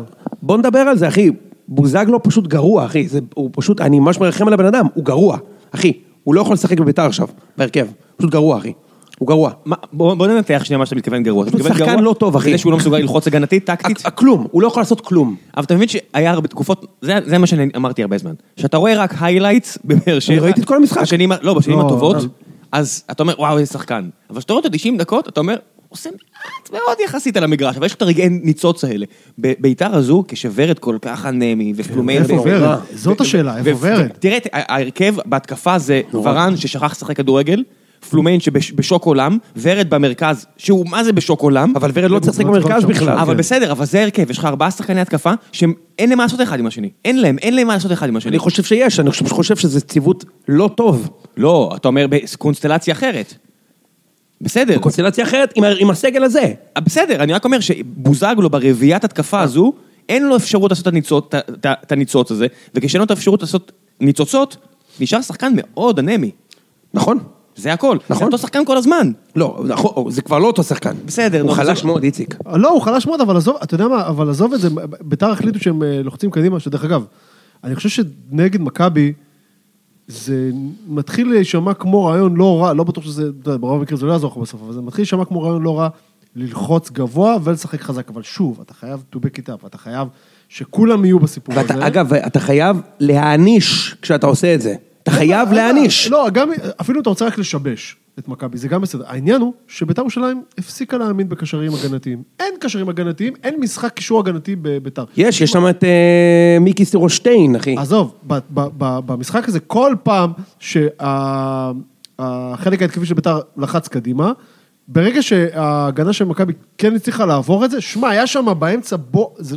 B: בוא נדבר על זה, אחי. בוזגלו פשוט גרוע, אחי. זה, הוא פשוט, אני ממש מרחם על הבן אדם, הוא גרוע. אחי, הוא לא יכול לשחק בביתר עכשיו, בהרכב. פשוט גרוע, אחי. הוא גרוע.
A: מה- בוא בוא ננתח שנייה מה שאתה מתכוון גרוע. אתה
B: הוא
A: מתכוון
B: שחקן
A: גרוע
B: לא טוב, אחי.
A: בגלל שהוא לא מסוגל ללחוץ הגנתית, טקטית.
B: הכ- כלום, הוא לא יכול לעשות כלום.
A: אבל אתה מבין שהיה הרבה תקופות, זה, זה מה שאני אמרתי הרבה זמן, שאתה רואה רק היילייטס בבאר שבע.
B: ראיתי את כל המשחק.
A: בשנים, ה- לא, בשנים
C: לא,
A: הטובות,
C: אבל-
A: אז אתה אומר, וואו, איזה שחקן. אבל כשאתה רואה אותו 90 דקות, אתה אומר, עושה מעט מאוד יחסית על המגרש, אבל יש לו את הרגעי ניצוץ האלה. ב- ביתר הזו, כשוורד כל כך אנמי, ופלומיין...
C: איפה
A: ו-
C: ורד?
B: ו-
C: זאת השאלה, איפה
A: ו-
C: ורד?
A: ו- תראה, ת- ה- ההרכב בהתקפה זה ורן ששכח לשחק כדורגל, פלומיין שבשוק עולם, ורד במרכז, שהוא מה זה בשוק עולם.
B: אבל ורד לא צריך לשחק במרכז בכלל.
A: אבל
B: כן.
A: בסדר, אבל זה הרכב, יש לך ארבעה שחקני התקפה שאין להם מה לעשות אחד עם השני. אין להם, אין להם מה לעשות אחד עם השני.
B: אני חושב שיש, אני חושב- חושב שזה ציוות לא טוב.
A: לא, אתה אומר בקונסטלציה אחרת. בסדר,
B: קונסטלציה אחרת עם ה- עם הסגל הזה.
A: בסדר, אני רק אומר שבוזגלו ברביעיית התקפה הזו, אין לו אפשרות לעשות את הניצוץ- את ה- את הניצוץ הזה, וכשאין לו את האפשרות לעשות ניצוצות, נשאר שחקן מאוד אנמי.
B: נכון?
A: זה הכל.
B: נכון.
A: זה אותו שחקן כל הזמן.
B: לא, נכון, זה כבר לא אותו שחקן.
A: בסדר,
B: הוא
A: נו,
B: חלש
A: זה-
B: מאוד, איציק.
C: לא, הוא חלש מאוד, אבל עזוב, אתה יודע מה, אבל עזוב את זה, ביתר החליטו שהם אה, לוחצים קדימה, שדרך אגב, אני חושב שנגד מכבי, זה מתחיל להישמע כמו רעיון לא רע, לא בטוח שזה, אתה יודע, ברוב המקרים זה לא יעזור לך בסוף, אבל זה מתחיל להישמע כמו רעיון לא רע ללחוץ גבוה ולשחק חזק, אבל שוב, אתה חייב to back it up, אתה חייב שכולם יהיו בסיפור הזה.
B: ואתה, אגב, אתה חייב להעניש כשאתה עושה את זה. אתה חייב
C: רגע,
B: להעניש.
C: לא, גם, אפילו אם אתה רוצה רק לשבש את מכבי, זה גם בסדר. העניין הוא שביתר ירושלים הפסיקה להאמין בקשרים הגנתיים. אין קשרים הגנתיים, אין משחק קישור הגנתי בביתר.
B: יש, יש שם את אה, מיקי סירושטיין, אחי.
C: עזוב, ב- ב- ב- במשחק הזה, כל פעם שה... החלק ההתקפי של ביתר לחץ קדימה. ברגע שההגנה של מכבי כן הצליחה לעבור את זה, שמע, היה שם באמצע בו... זה...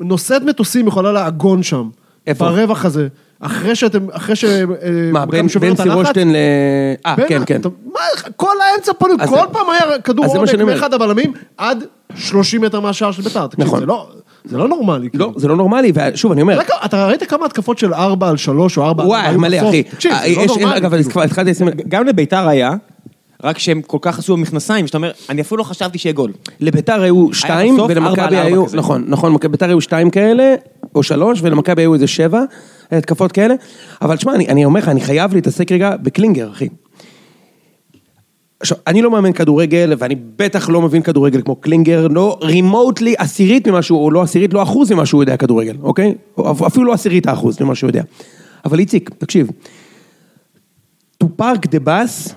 C: נושאת מטוסים יכולה לעגון שם.
B: איפה?
C: ברווח הזה. אחרי שאתם, אחרי ש... אה,
B: מה, בין בין סירושטיין ל... אה,
C: בין
B: כן,
C: ה-
B: כן.
C: אתה- מה, כל האמצע פנוי,
B: אז
C: כל
B: זה-
C: פעם היה כדור
B: אז זה מה
C: עומק
B: שאני אומר.
C: מאחד הבלמים עד 30 מטר מהשער של ביתר. תקשיב,
B: נכון.
C: זה לא- זה לא נורמלי.
B: לא,
C: כאילו.
B: זה לא נורמלי, ושוב, אני אומר,
C: רק- אתה ראית כמה התקפות של 4 על 3 או 4 על 4
B: וואי, מלא, אחי.
C: תקשיב,
B: אה,
C: זה לא
B: יש-
C: נורמלי.
B: אגב,
C: כאילו.
B: אז כבר התחלתי לשים...
A: גם לביתר היה, רק שהם כל כך עשו במכנסיים, שאתה אומר, אני אפילו לא חשבתי שיהיה גול.
B: לביתר היו שתיים,
A: בסוף ארבע על
B: ולמכבי
A: ארבע
B: היו,
A: כזה.
B: נכון, נכון, מכבי- ביתר היו שתיים כאלה, או שלוש, ולמכבי היו איזה שבע, אה, התקפות כאלה, אבל תשמע, אני, אני אומר לך, אני חייב להתעסק רגע בקלינגר, אחי. עכשיו, אני לא מאמן כדורגל, ואני בטח לא מבין כדורגל כמו קלינגר, לא רימוטלי עשירית ממה שהוא, או לא עשירית, לא אחוז ממה שהוא יודע כדורגל, אוקיי? או אפ- אפילו לא עשירית האחוז ממה שהוא יודע. אבל איציק, תקשיב, to park the bus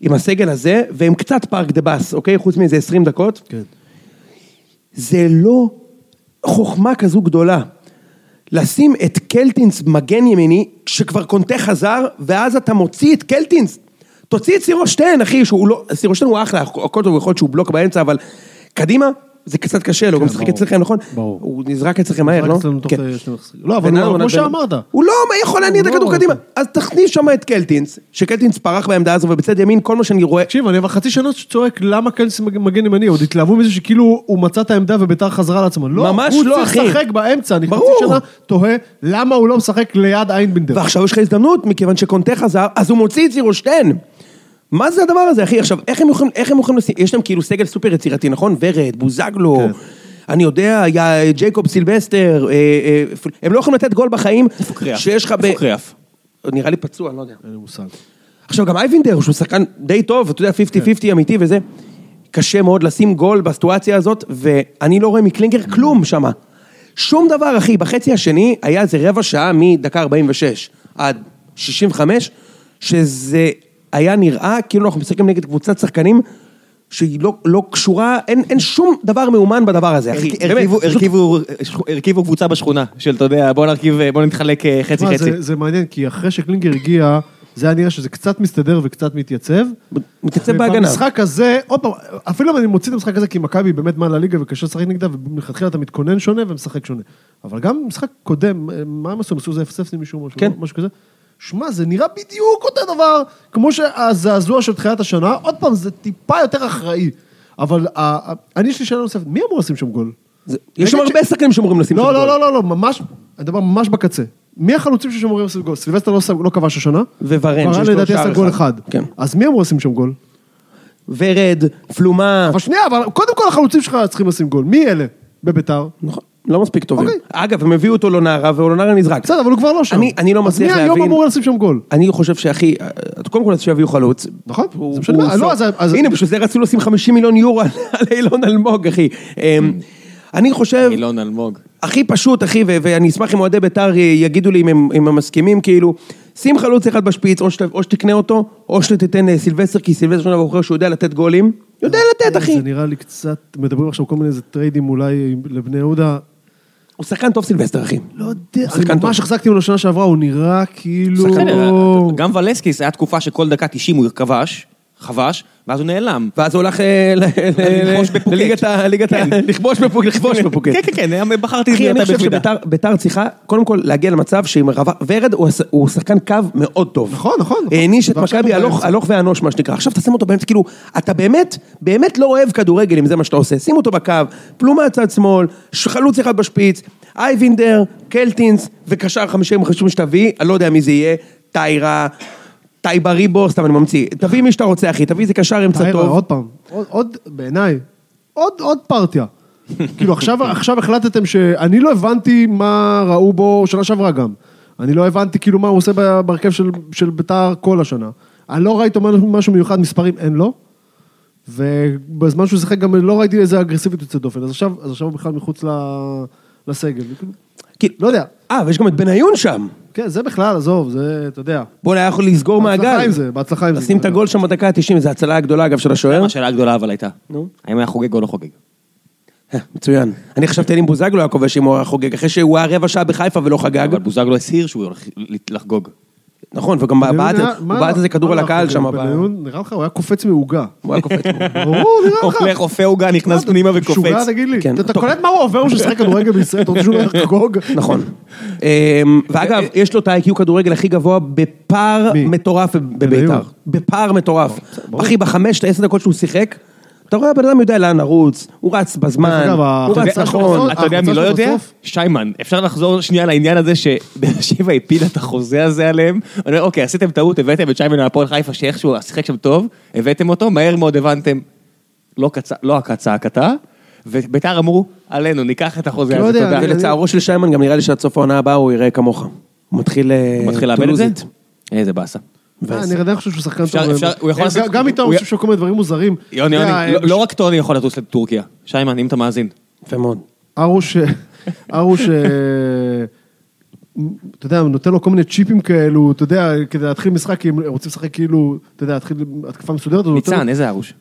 B: עם הסגל הזה, והם קצת park the bus, אוקיי? חוץ מאיזה 20 דקות.
C: כן.
B: זה לא חוכמה כזו גדולה. לשים את קלטינס מגן ימיני, שכבר קונטה חזר, ואז אתה מוציא את קלטינס. תוציא את סירושטיין, אחי, שהוא לא... סירושטיין הוא אחלה, הכל טוב, יכול להיות שהוא בלוק באמצע, אבל קדימה, זה קצת קשה לו, הוא גם משחק
C: כן, ברור.
B: אצלכם, נכון?
C: ברור.
B: הוא נזרק אצלכם מהר, לא?
C: רק אצלנו תוך
B: כן.
C: שני מחזורים. לא, אבל
B: בן
C: הוא-
B: אדם,
C: כמו
B: בן-
C: שאמרת.
B: הוא לא יכול להניע את
C: הוא
B: הכדור
C: לא-
B: קדימה. אז תכניס שם את קלטינס, שקלטינס פרח בעמדה הזו, ובצד ימין כל מה שאני רואה...
C: תקשיב, אני אבל חצי שנה צועק למה קלס מג- מגן ימני, עוד התלהבו מזה שכאילו הוא מצא את העמדה וביתר חזרה על עצמה. לא,
B: ממש לא,
C: הוא
B: אחי.
C: צריך לשחק באמצע, אני חצי
B: ברור.
C: שנה תוהה למה הוא לא משחק ליד איינבינדר.
B: ועכשיו יש לך הזדמנות, מכיוון שקונטה חזר, אז הוא מוציא את סירושטיין. מה זה הדבר הזה, אחי? עכשיו, איך הם יכולים, איך הם יכולים לשים, יש להם כאילו סגל סופר יצירתי, נכון? ורד, בוזגלו,
C: כן.
B: אני יודע, היה ג'ייקוב סילבסטר, אה, אה, פ- הם לא יכולים לתת גול בחיים,
A: איפה קריאף?
B: שיש לך ב...
A: איפה קריאף?
B: נראה לי פצוע, אני לא יודע.
C: אין לי מושג.
B: עכשיו, גם אייבינדר, שהוא שחקן די טוב, אתה יודע,
C: כן.
B: 50-50 אמיתי וזה, קשה מאוד לשים גול בסיטואציה הזאת, ואני לא רואה מקלינגר כלום שמה. שום דבר, אחי. בחצי השני היה איזה רבע שעה מדקה 46 עד 65, שזה היה נראה כאילו אנחנו משחקים נגד קבוצת שחקנים שהיא לא, לא קשורה, אין, אין שום דבר מאומן בדבר הזה, אחי. באמת,
A: הרכיבו-
B: פשוט-
A: הרכיבו- הרכיבו קבוצה בשכונה, של אתה יודע, בוא נרכיב, בוא נתחלק אה, חצי
C: תשמע,
A: חצי.
C: זה- זה מעניין, כי אחרי שקלינגר הגיע, זה היה נראה שזה קצת מסתדר וקצת מתייצב.
B: מתייצב בהגנה.
C: ובמשחק הזה, עוד פעם, אפילו אם אני מוציא את המשחק הזה, כי מכבי באמת מעל הליגה וקשה לשחק נגדה, ומלכתחילה אתה מתכונן שונה ומשחק שונה. אבל גם משחק קודם, מה הם עשו? הם עשו איזה 0-0 מישהו, משהו-
B: כן.
C: משהו כזה. שמע, זה נראה בדיוק אותו דבר, כמו שהזעזוע של תחילת השנה, עוד פעם, זה טיפה יותר אחראי. אבל ה- ה- אני, יש לי שאלה נוספת, מי אמור לשים שם גול?
B: זה- יש שם
C: נגד ש-
B: הרבה שחקנים שאומרים לשים שם
C: לא,
B: גול.
C: לא, לא, לא, לא, ממש, הדבר ממש בקצה. מי החלוצים ששומרים לשים גול? סילבסטר לא שם- לא כבש השנה?
B: וורן, שיש
C: ורן
B: לו
C: לדעתי
B: שער
C: עשה גול
B: אחד.
C: אחד.
B: כן.
C: אז מי אמור לשים שם גול?
B: ורד, פלומה.
C: אבל שנייה, אבל קודם כל החלוצים שלך צריכים לשים גול. מי אלה? בביתר.
B: נכון, לא מספיק טובים.
C: אוקיי.
B: אגב, הם הביאו אותו לונארה, ולונארה נזרק.
C: בסדר, אבל הוא כבר לא שם.
B: אני- אני לא מצליח
C: אז מי
B: להבין-
C: היום אמור לשים שם גול?
B: אני חושב שאחי, קודם כל אז שיביאו חלוץ.
C: נכון,
B: הוא-
C: זה משנה,
B: הוא
C: לא,
B: עושה-
C: אז- אז-
B: הנה, בשביל זה רצו לשים 50 מיליון יורו על על אילון אלמוג, אחי. אמ, אני חושב,
A: אילון אלמוג.
B: הכי פשוט, אחי, ו- ואני אשמח אם אוהדי בית"ר י- יגידו לי אם הם, אם הם מסכימים, כאילו, שים חלוץ אחד בשפיץ, או, שת, או שתקנה אותו, או שתיתן אה, סילבסטר, כי סילבסטר שנה בוחר שהוא יודע לתת גולים. יודע לתת, אחי.
C: לא, זה נראה לי קצת, מדברים עכשיו כל מיני איזה טריידים אולי עם- לבני יהודה.
B: הוא שחקן טוב סילבסטר, אחי.
C: לא יודע,
B: שחקן
C: אני ממש
B: טוב.
C: החזקתי ממנו שנה שעברה, הוא נראה כאילו...
A: בסדר, אה, גם ולסקיס היה תקופה שכל דקה 90 הוא כבש, חבש, ואז הוא נעלם.
B: ואז הוא הולך אה, ל- ל-
A: ללחוש בפוקט.
B: לליגת ה... ליגת ה...
C: כן.
B: לכבוש בפוקט. לכבוש בפוקט.
A: כן, כן, כן, היה- בחרתי את
B: אחי,
A: זה
B: אני
A: יותר
B: חושב
A: בשבילה.
B: שביתר ביתר צריכה, קודם כל, להגיע למצב שעם רבה... ורד הוא הש- הוא שחקן קו מאוד טוב.
C: נכון, נכון, נכון.
B: העניש אה, את
C: ועכשיו
B: מכבי
C: הוא
B: הלוך
C: באמצע.
B: הלוך ואנוש, מה שנקרא. עכשיו אתה שם אותו באמצע, כאילו, אתה באמת, באמת לא אוהב כדורגל אם זה מה שאתה עושה. שים אותו בקו, פלומה צד שמאל, ש- חלוץ אחד בשפיץ, אייבינדר, קלטינס, וקשר חמישים חשובים שתביא, אני לא יודע מי זה יהיה, טיירה. טייבה ריבו, סתם אני ממציא, תביא מי שאתה רוצה אחי, תביא איזה קשר אמצע
C: טיירה,
B: טוב.
C: עוד פעם, עוד- עוד, בעיניי, עוד עוד פרטיה. כאילו עכשיו עכשיו החלטתם ש... אני לא הבנתי מה ראו בו שנה שעברה גם. אני לא הבנתי כאילו מה הוא עושה ב- בהרכב של- של ביתר כל השנה. אני לא ראיתי משהו מיוחד, מספרים אין לו. ובזמן שהוא שיחק גם לא ראיתי איזה אגרסיביות יוצאת דופן. אז עכשיו אז עכשיו הוא בכלל מחוץ ל- לסגל. כאילו,
B: כאילו-
C: לא יודע.
B: אה, ויש גם את בניון שם.
C: כן, זה בכלל, עזוב, זה, אתה יודע.
B: בואנה, היה יכול לסגור מעגל.
C: בהצלחה עם זה, בהצלחה עם זה.
B: לשים את הגול שם בדקה ה-90, זו הצלה הגדולה אגב של השוער.
A: השאלה הגדולה אבל הייתה.
B: נו.
A: האם היה חוגג או לא חוגג?
B: אה, מצוין. אני חשבתי אם בוזגלו היה כובש אם הוא היה חוגג, אחרי שהוא היה רבע שעה בחיפה ולא חגג.
A: אבל בוזגלו הצהיר שהוא הולך לחגוג.
B: נכון, וגם בעט
C: בניון היה-
B: הוא
C: לא מה-
B: בעט איזה כדור
C: מה
B: על הקהל
C: הלך
B: שם.
C: לו?
B: ב-
C: בניון, נראה לך, הוא היה קופץ מעוגה.
B: הוא היה קופץ.
C: ברור, נראה לך.
A: הולך, אופה עוגה, נכנס פנימה
C: משוגע,
A: וקופץ.
C: תגיד לי.
B: כן,
C: אתה
B: טוב.
C: קולט מה הוא עובר בשביל לשחק כדורגל בישראל? אתה רוצה שהוא לא יחגוג?
B: נכון. אמ, ואגב, יש לו את ה-IQ כדורגל הכי גבוה בפער
C: אה, מי?
B: מטורף בביתר.
C: בניון.
B: בפער מטורף. אחי, בחמש, עשר דקות שהוא שיחק, אתה רואה, הבן אדם יודע לאן לרוץ, הוא רץ בזמן,
C: אגב,
B: הוא
C: אתה
B: רץ
C: יודע,
B: נכון.
A: אתה יודע מי
C: הקבוצה
A: לא
C: שלו
A: יודע?
C: בסוף?
A: שיימן. אפשר לחזור שנייה לעניין הזה שבאר שבע הפילה את החוזה הזה עליהם. אני אומר, אוקיי, עשיתם טעות, הבאתם את שיימן מהפועל חיפה, שאיכשהו שיחק שם טוב, הבאתם אותו, מהר מאוד הבנתם, לא קצ- לא הקצעקתה, וביתר אמרו, עלינו, ניקח את החוזה
C: לא
A: הזה,
C: יודע,
A: תודה.
C: אני-
B: ולצערו של שיימן, גם נראה לי שעד סוף העונה הבאה הוא יראה כמוך. הוא מתחיל... אה,
A: הוא מתחיל לאבד את זה?
B: טולוזית.
A: איזה באסה.
C: אה, אני עדיין חושב שהוא שחקן
A: אפשר-
C: טוב.
A: אפשר- הוא יכול
C: גם-
A: לעשות-
C: גם איתו
A: הוא-
C: הוא חושב שהוא כל מיני דברים מוזרים.
A: יוני,
C: אתה אה, יודע,
A: יוני, לא- לא רק טוני יכול לטוס לטורקיה. שיימן, אם אתה מאזין.
B: יפה מאוד.
C: אה, ארוש, ארוש, אה, אתה יודע, נותן לו כל מיני צ'יפים כאלו, אתה יודע, כדי להתחיל משחק, כי הם רוצים לשחק כאילו, אתה יודע, להתחיל התקפה מסודרת. אז הוא נותן לו-
A: ניצן, איזה ארוש.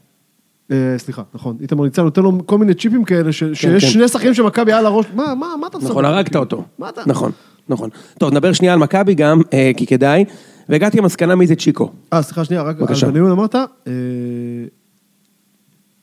C: אה, סליחה, נכון, איתמר ניצן נותן לו כל מיני צ'יפים כאלה, ש- שיש
B: כן.
C: שני שחקנים של מכבי על הראש, מה, מה, מה אתה צוחק?
B: נכון, הרגת אותו.
C: מה אתה?
B: נכון, נכון. טוב, נדבר שנייה על מכבי גם, אה, כי כדאי. והגעתי למסקנה מי זה צ'יקו.
C: אה, סליחה, שנייה, רק
B: בבקשה.
C: על בניון אמרת, אה,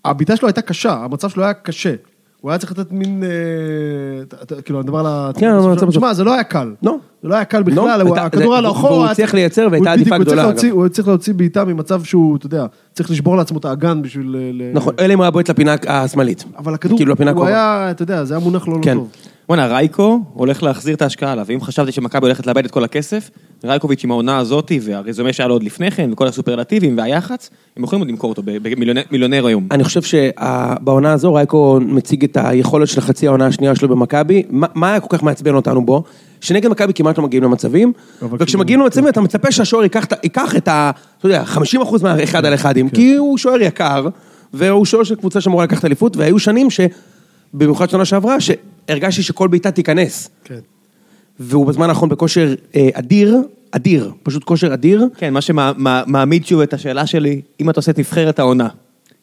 C: הבעיטה שלו הייתה קשה, המצב שלו היה קשה. הוא היה צריך לתת מין, אה, ת- ת- כאילו, אני מדבר על ה...
B: כן, אבל המצב-
C: תשמע, זה לא היה קל.
B: לא.
C: זה לא היה קל
B: לא,
C: בכלל, הוא-
B: הייתה-
C: הכדור
B: זה-
C: על
B: והוא
C: האחור. היה
B: הצליח
C: צריך-
B: לייצר
C: הוא
B: והייתה
C: בדיוק,
B: עדיפה
C: הוא צריך
B: גדולה,
C: להוציא-
B: אגב.
C: הוא צריך להוציא בעיטה ממצב שהוא, אתה יודע, צריך לשבור לעצמו את האגן בשביל... אה, ל- ל-
B: נכון, אלא אם הוא היה בועט לפינה השמאלית.
C: אבל הכדור,
B: כאילו לפינה
C: הוא
B: הקרובה.
C: היה, אתה יודע, זה היה מונח לא לא
B: כן.
C: טוב.
A: בואנה, רייקו הולך להחזיר את ההשקעה עליו. אם חשבתי שמכבי הולכת לאבד את כל הכסף, רייקוביץ' עם העונה הזאתי, והרזומה שהיה לו עוד לפני כן, וכל הסופרלטיבים והיח"צ, הם יכולים עוד למכור אותו במיליונר היום.
B: אני חושב שבעונה הזו רייקו מציג את היכולת של חצי העונה השנייה שלו במכבי. מה- מה היה כל כך מעצבן אותנו בו? שנגד מכבי כמעט לא מגיעים למצבים,
C: אבל
B: וכשמגיעים למצבים אתה מצפה שהשוער ייקח את ה- ייקח את ה... אתה יודע, 50% מהאחד על אחדים, כי הוא שוער יקר, והוא שוער של קבוצה שאמורה לקחת אליפות, והיו שנים ש... במיוחד שנה שעברה, שהרגשתי שכל בעיטה תיכנס.
C: כן.
B: והוא בזמן האחרון בכושר אה, אדיר, אדיר, פשוט כושר אדיר.
A: כן, מה שמעמיד שוב את השאלה שלי, אם אתה עושה את נבחרת העונה,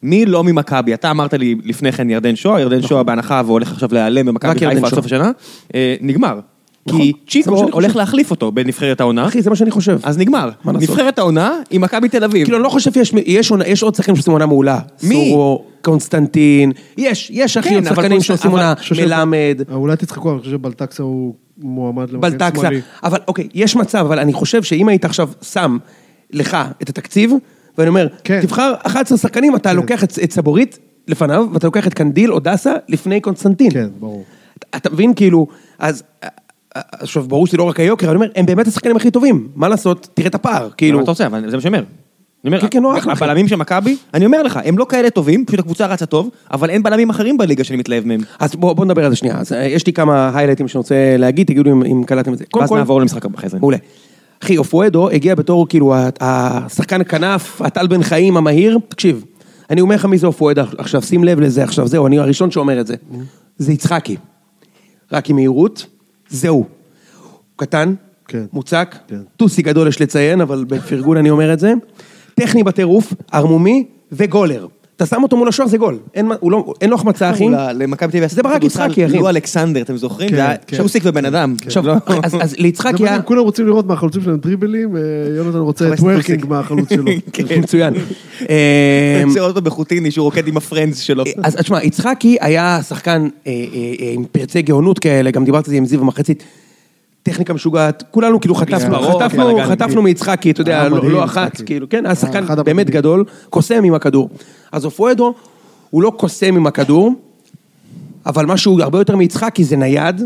A: מי לא ממכבי? אתה אמרת לי לפני כן ירדן שואה, ירדן שואה בהנחה והולך עכשיו להיעלם
B: נכון. רק
A: במכבי
B: ירדן
A: חיפה עד
B: שואה.
A: סוף השנה, אה, נגמר.
B: נכון,
A: כי
B: זה
A: צ'יקו
B: מה שאני חושב.
A: הולך להחליף אותו בנבחרת העונה,
B: אחי, זה מה שאני חושב.
A: אז נגמר.
B: מה לעשות?
A: נבחרת העונה עם מכבי תל אביב.
B: כאילו, אני לא חושב שיש, יש, עונה- יש עוד שחקנים שעושים עונה מעולה.
A: מי?
B: סורו, קונסטנטין, יש, יש אחי
A: כן,
B: עוד
A: אבל
B: שחקנים
A: קונסט-
B: שעושים
A: אבל
B: עונה,
C: שושלת-
B: מלמד,
C: אה, אולי תצחקו, אבל אני חושב שבלטקסה הוא מועמד למגן
B: בלטקסה,
C: שמאלי.
B: אבל אוקיי, יש מצב, אבל אני חושב שאם היית עכשיו שם לך את התקציב, ואני אומר,
C: כן.
B: תבחר 11 שחקנים,
A: כן.
B: אתה לוקח את את סבורית לפניו, ואתה לוקח את קנדיל או דסה לפני קונסטנטין.
C: כן, ברור.
B: אתה- אתה מבין, כאילו, אז... אה, אה, עכשיו, ברור שזה לא רק היוקר, אבל אני אומר, הם באמת השחקנים הכי טובים, מה לעשות, תראה את הפער,
A: כאילו...
B: כאילו.
A: אתה רוצה, אבל זה מה שאני אומר. אני אומר,
B: כן, כן, לא, אחלה, אחי.
A: הבלמים של מכבי, אני אומר לך, הם לא כאלה טובים, פשוט הקבוצה רצה טוב, אבל אין בלמים אחרים בליגה שאני מתלהב מהם.
B: אז בואו בוא נדבר על זה שנייה. אז אה, יש לי כמה היילייטים שאני רוצה להגיד, תגידו אם, אם קלטתם את זה.
A: ואז נעבור למשחק אחרי זה.
B: מעולה. אחי, אופואדו הגיע בתור כאילו ה- השחקן הכנף, הטל בן חיים המהיר, תקשיב, אני אומר לך מי זה אופואדו עכשיו, שים לב לזה עכשיו, זהו, אני הראשון שאומר את זה.
C: Mm-hmm.
B: זה יצחקי. רק עם מהירות, זהו. הוא קטן,
C: כן.
B: מוצק,
C: כן.
B: טוסי גדול יש לציין, אבל בפרגון אני אומר את זה. טכני בטירוף, ערמומי וגולר. אתה שם אותו מול השוער זה גול, אין, מה- הוא לא, אין לו החמצה אחי.
A: למכבי תל אביב.
B: זה ברק יצחקי, אחי.
A: לו אלכסנדר, אתם זוכרים?
C: כן,
A: זה היה
C: כן.
A: שוסיק ובן אדם.
B: עכשיו, אז, אז
C: זה
B: ליצחקי היה...
C: מדהים, כולם רוצים לראות מהחלוצים שלהם דריבלים, אה, יונתן רוצה את
A: חמש עשרה
C: וורקינג
A: פסיק.
C: מהחלוץ שלו.
A: כן.
B: מצוין.
A: אני
B: אמ, אה,
A: רוצה לראות אותו בחוטיני שהוא רוקד עם הפרנדס שלו.
B: אז תשמע, יצחקי היה שחקן אה, אה, אה, עם פרצי גאונות כאלה, גם דיברתי על זה עם זיו במחצית. טכניקה משוגעת, כולנו כאילו חטפנו,
A: מספרו,
B: חטפנו,
A: כן,
B: חטפנו מיצחקי, אתה יודע,
C: היה
B: לא
C: מדהים,
B: לא אחת,
C: יצחקי. אה,
B: כאילו, כן, היה שחקן
C: אחד
B: באמת
C: המדהים.
B: גדול, קוסם עם הכדור. אז אופואדו, הוא לא קוסם עם הכדור, אבל משהו הרבה יותר מיצחקי זה נייד,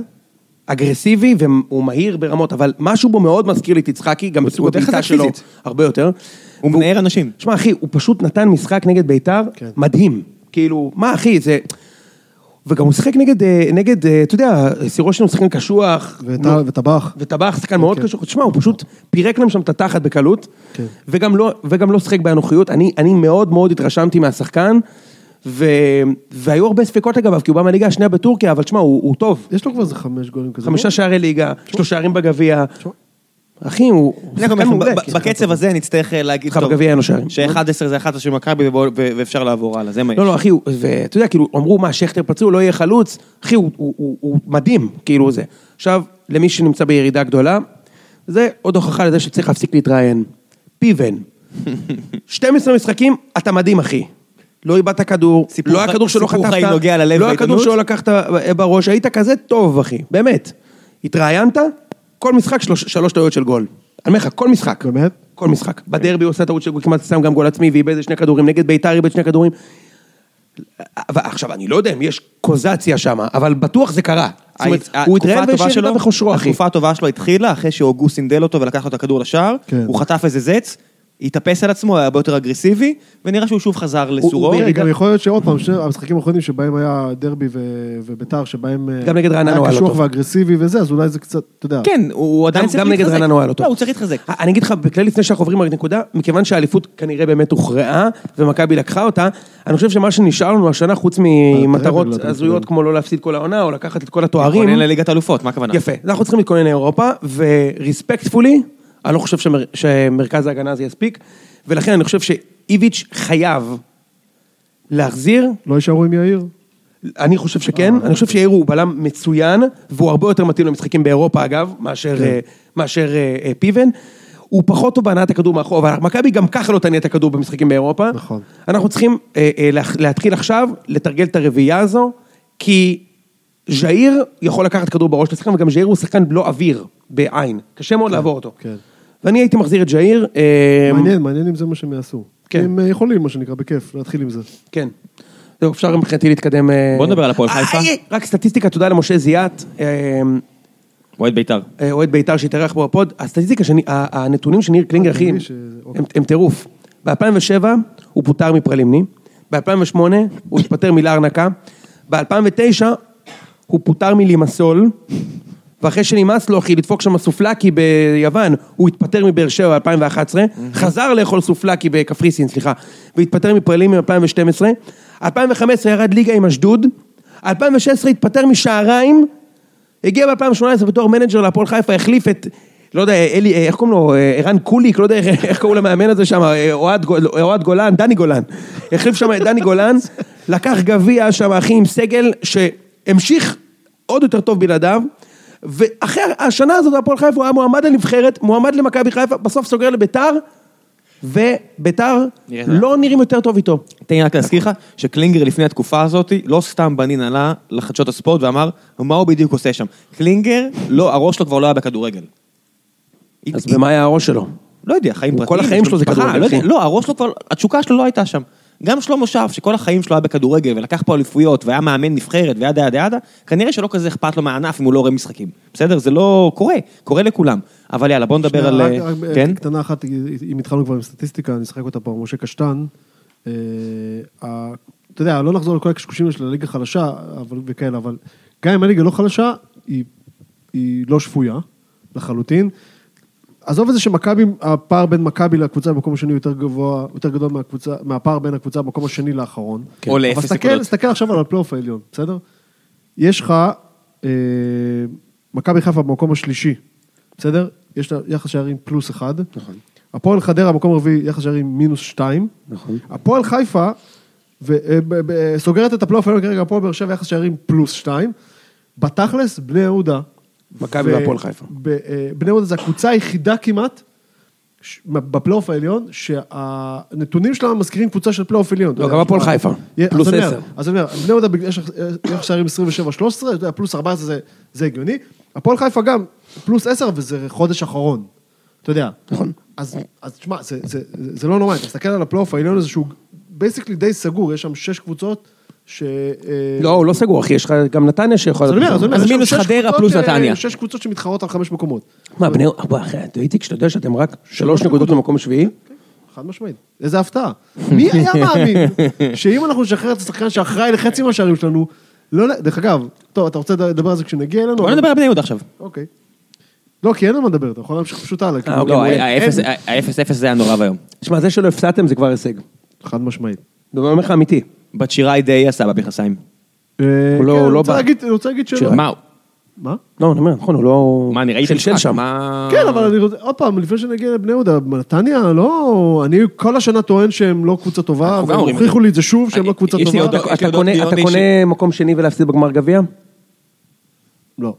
B: אגרסיבי והוא מהיר ברמות, אבל משהו בו מאוד מזכיר לי את יצחקי, גם בסוג
A: הוא יותר
B: הבעיטה
A: חזק
B: שלו,
A: פיזית.
B: הרבה יותר.
A: הוא
B: והוא-
A: מנער אנשים.
B: שמע, אחי, הוא פשוט נתן משחק נגד ביתר,
C: כן.
B: מדהים. כאילו, מה אחי, זה... וגם הוא שיחק נגד, אה, נגד, אה, אתה יודע, סירושין הוא שחקן קשוח.
C: ואת- וטבח.
B: וטבח, שחקן מאוד
C: כן.
B: קשוח. תשמע, הוא פשוט פירק להם שם את התחת בקלות,
C: כן.
B: וגם לא- וגם לא שיחק באנוכיות. אני אני מאוד מאוד התרשמתי מהשחקן, ו- והיו הרבה ספקות לגביו, כי הוא בא מהליגה השנייה בטורקיה, אבל תשמע, הוא הוא טוב.
C: יש לו כבר איזה חמש גולים כזה. לא?
B: חמישה שערי ליגה, שלושה שערים בגביע. אחי, הוא הוא
A: אני אומר,
B: שחקן
A: אנחנו
B: מעולה.
A: ב- בקצב הזה נצטרך אה, להגיד,
B: חב, בגביע אין לו שערים.
A: ש-11 זה 11 של מכבי ובוא- ו- ואפשר לעבור הלאה, זה מה יש.
B: לא, לא, אחי, הוא- ואתה יודע, כאילו, אמרו, מה, שכטר פצוע, לא יהיה חלוץ, אחי, הוא- הוא הוא- הוא מדהים, כאילו זה. עכשיו, למי שנמצא בירידה גדולה, זה עוד הוכחה לזה שצריך להפסיק להתראיין. פיבן. 12 משחקים, אתה מדהים, אחי. לא איבדת כדור,
A: סיפור
B: לא היה
A: חי-
B: כדור שלא
A: סיפור חיים
B: חטפת,
A: נוגע ללב
B: לא היה כדור
A: בעיתונות?
B: שלא לקחת אה, בראש, היית כזה טוב, אחי, באמת. התראיינת, כל משחק שלוש- שלוש טעויות של גול. אני אומר לך, כל משחק.
C: באמת?
B: כל משחק.
A: כן.
B: בדרבי הוא עושה טעות של גול, כמעט שם גם גול עצמי, ואיבד איזה שני כדורים, נגד ביתר איבד שני כדורים. אבל עכשיו, אני לא יודע אם יש קוזציה שם, אבל בטוח זה קרה. זאת אומרת, הוא
A: התקופה
B: התראיין
A: הטובה
B: והשאיר
A: שלו-
B: אותה בחושרו, אחי.
A: התקופה הטובה שלו התחילה אחרי שהוגו סינדל אותו ולקח לו את הכדור לשער,
C: כן.
A: הוא חטף איזה זץ, התאפס על עצמו, היה הרבה יותר אגרסיבי, ונראה שהוא שוב חזר לסורו.
B: הוא-
C: גם יכול להיות שעוד פעם, שני המשחקים האחרונים שבהם היה דרבי ו- וביתר, שבהם... אה,
B: גם נגד רעננה הוא היה
C: היה
B: לא
C: קשוח
B: טוב.
C: ואגרסיבי וזה, אז אולי זה קצת, אתה יודע.
A: כן, הוא עדיין
B: גם-
A: צריך
B: גם
A: להתחזק.
B: נגד רעננה הוא היה לא טוב.
A: לא, הוא צריך להתחזק.
B: אני אגיד לך, בכלל לפני שאנחנו עוברים על נקודה, מכיוון שהאליפות כנראה באמת הוכרעה, ומכבי לקחה אותה, אני חושב שמה שנשאר לנו השנה,
A: אה,
B: חוץ
C: לא,
B: ממטרות
C: אתה
B: הזויות כמו לא להפסיד כל העונה, או לקחת את כל התארים,
A: עולה לליגת אלופות, מה הכוונה?
B: יפה, אז אנחנו צריכים להתכונן לאירופה, ורספקטפולי, אני לא חושב שמר, שמרכז ההגנה הזה יספיק, ולכן אני חושב שאיביץ' חייב להחזיר,
C: לא יישארו עם יאיר?
B: אני חושב שכן,
C: אה,
B: אני חושב
C: אוקיי.
B: שיאיר הוא בלם מצוין, והוא הרבה יותר מתאים למשחקים באירופה אגב,
C: כן.
B: מאשר, אה, מאשר אה, אה, פיבן. הוא פחות טוב בהנעת הכדור מאחור, אבל מכבי גם ככה לא תניע את הכדור במשחקים באירופה.
C: נכון.
B: אנחנו צריכים אה, אה, לה- להתחיל עכשיו לתרגל את הרביעייה הזו, כי ז'איר יכול לקחת כדור בראש לשחקן, וגם ז'איר הוא שחקן בלא אוויר, בעין. קשה מאוד לעבור אותו.
C: כן.
B: ואני הייתי מחזיר את ז'איר. אה,
C: מעניין, מעניין אם זה מה שהם יעשו.
B: כן.
C: הם אה, יכולים, מה שנקרא, בכיף, להתחיל עם זה.
B: כן. זהו, אפשר מבחינתי להתקדם. אה,
A: בוא נדבר על הפועל
B: אה,
A: חיפה.
B: אה, רק סטטיסטיקה, תודה למשה זיאת, אה,
A: אוהד בית"ר.
B: אה, אוהד בית"ר שהתארח בו בפוד. הסטטיסטיקה, שאני- ה- הנתונים של ניר קלינגר, אחי,
C: אני
B: הם-
C: מבין שזה- אוקיי.
B: הם- הם טירוף. ב-2007 הוא פוטר מפרלימני, ב-2008 הוא התפטר מלארנקה, ב-2009 הוא פוטר מלימסול, ואחרי שנמאס לו, אחי, לדפוק שם סופלקי ביוון, הוא התפטר מבאר שבע ב-2011, חזר לאכול סופלקי בקפריסין, סליחה, והתפטר מפרלים ב-2012, 2015 ירד ליגה עם אשדוד, 2016 התפטר משעריים, הגיע ב-2018 בתור מנג'ר להפועל חיפה, החליף את, לא יודע, אלי, אה, איך קוראים לו, אה, ערן קוליק, לא יודע איך- איך קראו למאמן הזה שם, אה, אוהד גול- אוהד גולן, דני גולן. החליף שם את דני גולן, לקח גביע שם, אחי, עם סגל שהמשיך עוד יותר טוב בלעדיו. ואחרי השנה הזאת בהפועל חיפה הוא היה מועמד לנבחרת, מועמד למכבי חיפה, בסוף סוגר לביתר, וביתר
A: נראית
B: לא נראים יותר טוב איתו.
A: תן לי רק להזכיר לך שקלינגר לפני התקופה הזאת, לא סתם בנין עלה לחדשות הספורט ואמר, מה הוא בדיוק עושה שם? קלינגר, לא, הראש שלו כבר לא היה בכדורגל.
B: אז במה היה הראש שלו?
A: לא יודע, חיים
B: הוא-
A: פרטיים.
B: כל החיים
A: יש
B: שלו זה
A: משפחה,
B: כדורגל,
A: לא יודע,
B: אחי.
A: לא, הראש שלו כבר, התשוקה שלו לא הייתה שם. גם שלמה שרף, שכל החיים שלו היה בכדורגל, ולקח פה אליפויות, והיה מאמן נבחרת, וידה ידה ידה, כנראה שלא כזה אכפת לו מהענף אם הוא לא רואה משחקים. בסדר? זה לא קורה, קורה לכולם. אבל יאללה, בוא נדבר על...
C: רק- אה, רק
A: כן?
C: קטנה אחת, אם התחלנו כבר עם סטטיסטיקה, אני אשחק אותה פה, משה קשטן. אה, ה- אתה יודע, לא נחזור לכל הקשקושים של הליגה חלשה אבל- וכאלה, אבל גם אם הליגה לא חלשה, היא- היא לא שפויה לחלוטין. עזוב את זה שמכבי, הפער בין מכבי לקבוצה במקום השני יותר גבוה, יותר גדול מהקבוצה, מהפער בין הקבוצה במקום השני לאחרון.
A: כן. או לאפס
C: אבל תסתכל,
A: נקודות.
C: תסתכל עכשיו על הפלייאוף העליון, בסדר? יש לך, אה, מכבי חיפה במקום השלישי, בסדר? יש לה יחס שערים פלוס אחד. נכון. הפועל חדרה במקום רביעי, יחס שערים מינוס שתיים. נכון. הפועל חיפה, ו, אה, ב, ב, סוגרת את הפלייאוף העליון כרגע, הפועל באר שבע יחס שערים פלוס שתיים. בתכלס, בני יהודה.
B: מכבי
C: ו-
B: והפועל חיפה.
C: ב- אה, בני יהודה זו הקבוצה היחידה כמעט. ש- בפלייאוף העליון, שהנתונים שלה מזכירים קבוצה של פלייאוף עליון. אתה
B: לא,
C: יודע,
B: גם הפועל
C: שמע,
B: חיפה,
C: יה- אז
B: פלוס
C: אני אומר,
B: עשר.
C: אז אני אומר, בני יהודה בגלל שיש לך שערים 27-13, אתה יודע, פלוס 14 זה- זה הגיוני. הפועל חיפה גם, פלוס 10 וזה חודש אחרון, אתה יודע. נכון. אז אז תשמע, זה- זה- זה זה לא נורמלי, אתה מסתכל על הפלייאוף העליון הזה שהוא בייסיקלי די סגור, יש שם שש קבוצות ש... אה,
B: לא, הוא לא סגור, אחי, יש לך גם נתניה שיכולה...
C: אז אני אומר, אז אני אומר,
A: אז
C: יש שם
A: מינוס
C: שש
A: חדרה
C: קבוצות,
A: פלוס
C: אה,
A: נתניה.
C: שש קבוצות שמתחרות על חמש מקומות.
B: מה, בני... וואי, אחי, אתה איציק, שאתה יודע שאתם רק שלוש נקודות במקום שביעי?
C: חד משמעית. איזה הפתעה. מי היה מאמין שאם אנחנו נשחרר את השחקן שאחראי לחצי מהשערים שלנו, לא... נ- דרך אגב, טוב, אתה רוצה לדבר על זה כשנגיע אלינו?
A: בוא
C: אבל-
A: נדבר על בני יהודה עכשיו.
C: אוקיי. לא, כי אין על מה לדבר, אתה יכול להמשיך פשוט הלאה. כאילו,
B: אוקיי,
A: לא,
B: מעולה.
A: האפס- האפס אפס זה היה נורא ואיום.
B: שמע, זה שלא הפסדתם זה כבר הישג.
C: חד משמעית.
B: אני אומר לך אמיתי.
A: בת שיראי די עשה במכנסיים.
C: אה,
B: לא-
C: כן,
B: הוא
C: אני
B: לא
C: רוצה
B: בא.
C: להגיד- אני רוצה להגיד שלא.
A: מה, הוא-
C: מה?
B: לא, אני אומר, נכון, הוא לא...
A: מה, אני ראיתי
B: שלשל
A: משחק,
B: שם.
A: מה...
C: כן, אבל אני רוצה, עוד פעם, לפני שנגיע לבני יהודה, נתניה, לא... אני כל השנה טוען שהם לא קבוצה טובה,
A: אנחנו גם
C: והם
A: אומרים
C: הוכיחו
A: את זה.
C: לי את זה שוב, שהם
A: אני-
C: לא קבוצה
A: יש לי
C: טובה.
A: עוד
B: אתה-
A: יש לי
B: אתה
A: עוד
B: קונה-
A: דיון
B: אתה
A: אישי.
B: קונה מקום שני ולהפסיד בגמר גביע?
C: לא.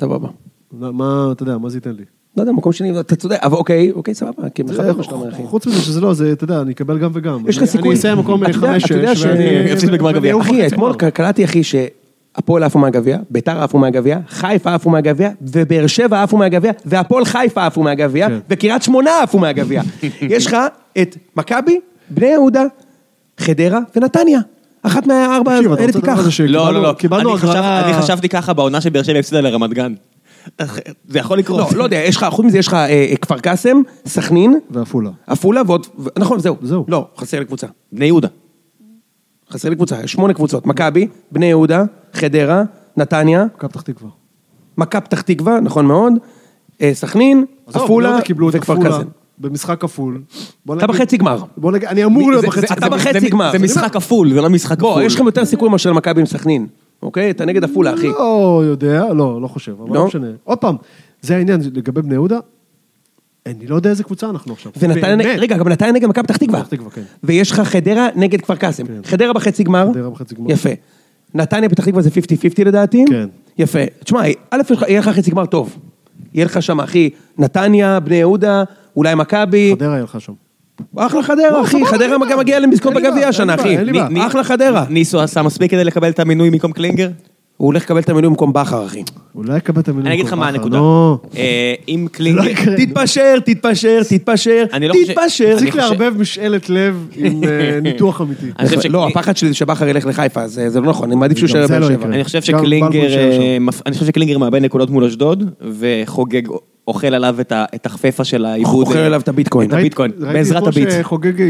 B: סבבה.
C: מה, אתה יודע, מה זה ייתן לי?
B: לא יודע, מקום שני, אתה צודק, אבל אוקיי, אוקיי, סבבה, כי
C: לא-
B: מכבד מה שאתה אומר, אחי.
C: חוץ מזה שזה לא, זה, אתה יודע, אני אקבל גם וגם.
B: יש לך
C: אני-
B: סיכוי.
C: אני אסיים מקום
B: אתה יודע- אתה יודע
C: 5-6,
B: ש-
C: ואני...
A: יפסיד בגמר גביע.
C: ואני אעוף
B: אחי,
C: לחצי
B: אתמול
C: גמר.
B: קלטתי, אחי, שהפועל עפו מהגביע, ביתר עפו מהגביע, חיפה עפו מהגביע, ובאר שבע עפו מהגביע, והפועל חיפה עפו מהגביע,
C: כן.
B: וקריית שמונה עפו מהגביע. יש לך את מכבי, בני יהודה, חדרה ונתניה. אחת מהארבע
C: תקשיב, אתה
B: האלה
C: רוצה לדבר
B: תיקח.
C: על זה ש-
A: לא, לא,
C: קיבלנו-
A: לא.
C: קיבלנו
A: אני
C: הגרלה-
A: חשב- אני חשבתי ככה בעונה שבאר שבע הפסידה לרמת גן. זה יכול
B: לא,
A: לקרות.
B: לא יודע, יש לך, חוץ מזה יש לך אה, אה, כפר קאסם, סכנין,
C: ועפולה.
B: עפולה ועוד, ו- נכון, זהו.
C: זהו.
B: לא, חסר לי קבוצה.
A: בני יהודה.
B: חסר לי קבוצה, יש שמונה קבוצות. מכבי, בני יהודה, חדרה, נתניה,
C: מכבי פתח תקווה.
B: מכה פתח תקווה, נכון מאוד, אה, סכנין,
C: עזוב, בני
B: עפולה
C: יהודה קיבלו את
B: וכפר
C: עפולה
B: לא,
C: לא,
B: קאסם.
C: במשחק כפול. בוא
B: אתה
C: נגיד-
B: בחצי גמר. לא,
C: בוא נגיד, אני אמור להיות
B: זה-
C: בחצי
B: זה- אתה
A: זה-
B: בחצי
A: זה-
B: גמר.
A: זה משחק כפול, זה לא משחק כפול.
B: בוא, יש לכם יותר סיכוי מאשר מכבי עם סכנין, אוקיי? אתה נגד עפולה, אחי.
C: לא יודע, לא, לא חושב, אבל
B: לא?
C: לא משנה. עוד פעם, זה העניין לגבי בני יהודה, אני לא יודע איזה קבוצה אנחנו עכשיו.
B: ונתניה,
C: באמת.
B: רגע, גם נתניה נגד מכבי פתח תקווה.
C: פתח תקווה, כן.
B: ויש לך חדרה נגד כפר קאסם.
C: כן.
B: חדרה בחצי גמר.
C: חדרה בחצי גמר.
B: יפה. נתניה פתח תקווה זה 50-50 לדעתי.
C: כן.
B: יפה. תשמע, א', יש לך- יהיה לך חצי גמר טוב. יהיה לך שם, אחי, נתניה, בני יהודה, אולי מכבי.
C: חדרה היה לך שם.
B: אחלה חדרה, אחי. חדרה גם מגיע לזכות
C: לא, אין לי
B: בגביע
C: בעיה,
B: השנה,
C: אין
B: אחי.
C: לי בעיה, אין לי
B: ני-
C: בעיה.
B: אחלה חדרה.
A: ניסו עשה מספיק כדי לקבל את המינוי במקום קלינגר?
B: הוא הולך לקבל את המינוי במקום בכר, אחי.
C: אולי לא יקבל את המינוי.
A: אני אגיד לך
C: במקום
A: מה
C: בכר,
A: הנקודה.
C: נו.
A: אה, אם
C: לא
A: קלינגר...
C: כן.
B: תתפשר, תתפשר, תתפשר,
A: אני לא חושב-
B: תתפשר.
A: אני
C: תפסיק
A: חושב-
C: לערבב משאלת לב עם אה, ניתוח אמיתי.
A: אני חושב ש-
B: לא, הפחד שלי זה שבכר ילך לחיפה, זה זה לא נכון, אני מעדיף שהוא
C: גם
B: יישאר
C: זה לא
B: בבאר שבע.
C: יקרה.
A: אני חושב
C: גם בלבול
A: שקלינגר...
C: שהיה שם.
A: אה, מפ- אני חושב שקלינגר מאבד נקודות מול אשדוד, וחוגג אוכל עליו את ה- את החפפה של העיבוד. אה,
B: אוכל עליו את הביטקוין.
A: את
C: ראיתי-
A: הביטקוין,
C: ראיתי
A: בעזרת
C: אתמול
A: הביט.
C: שחוגג אה,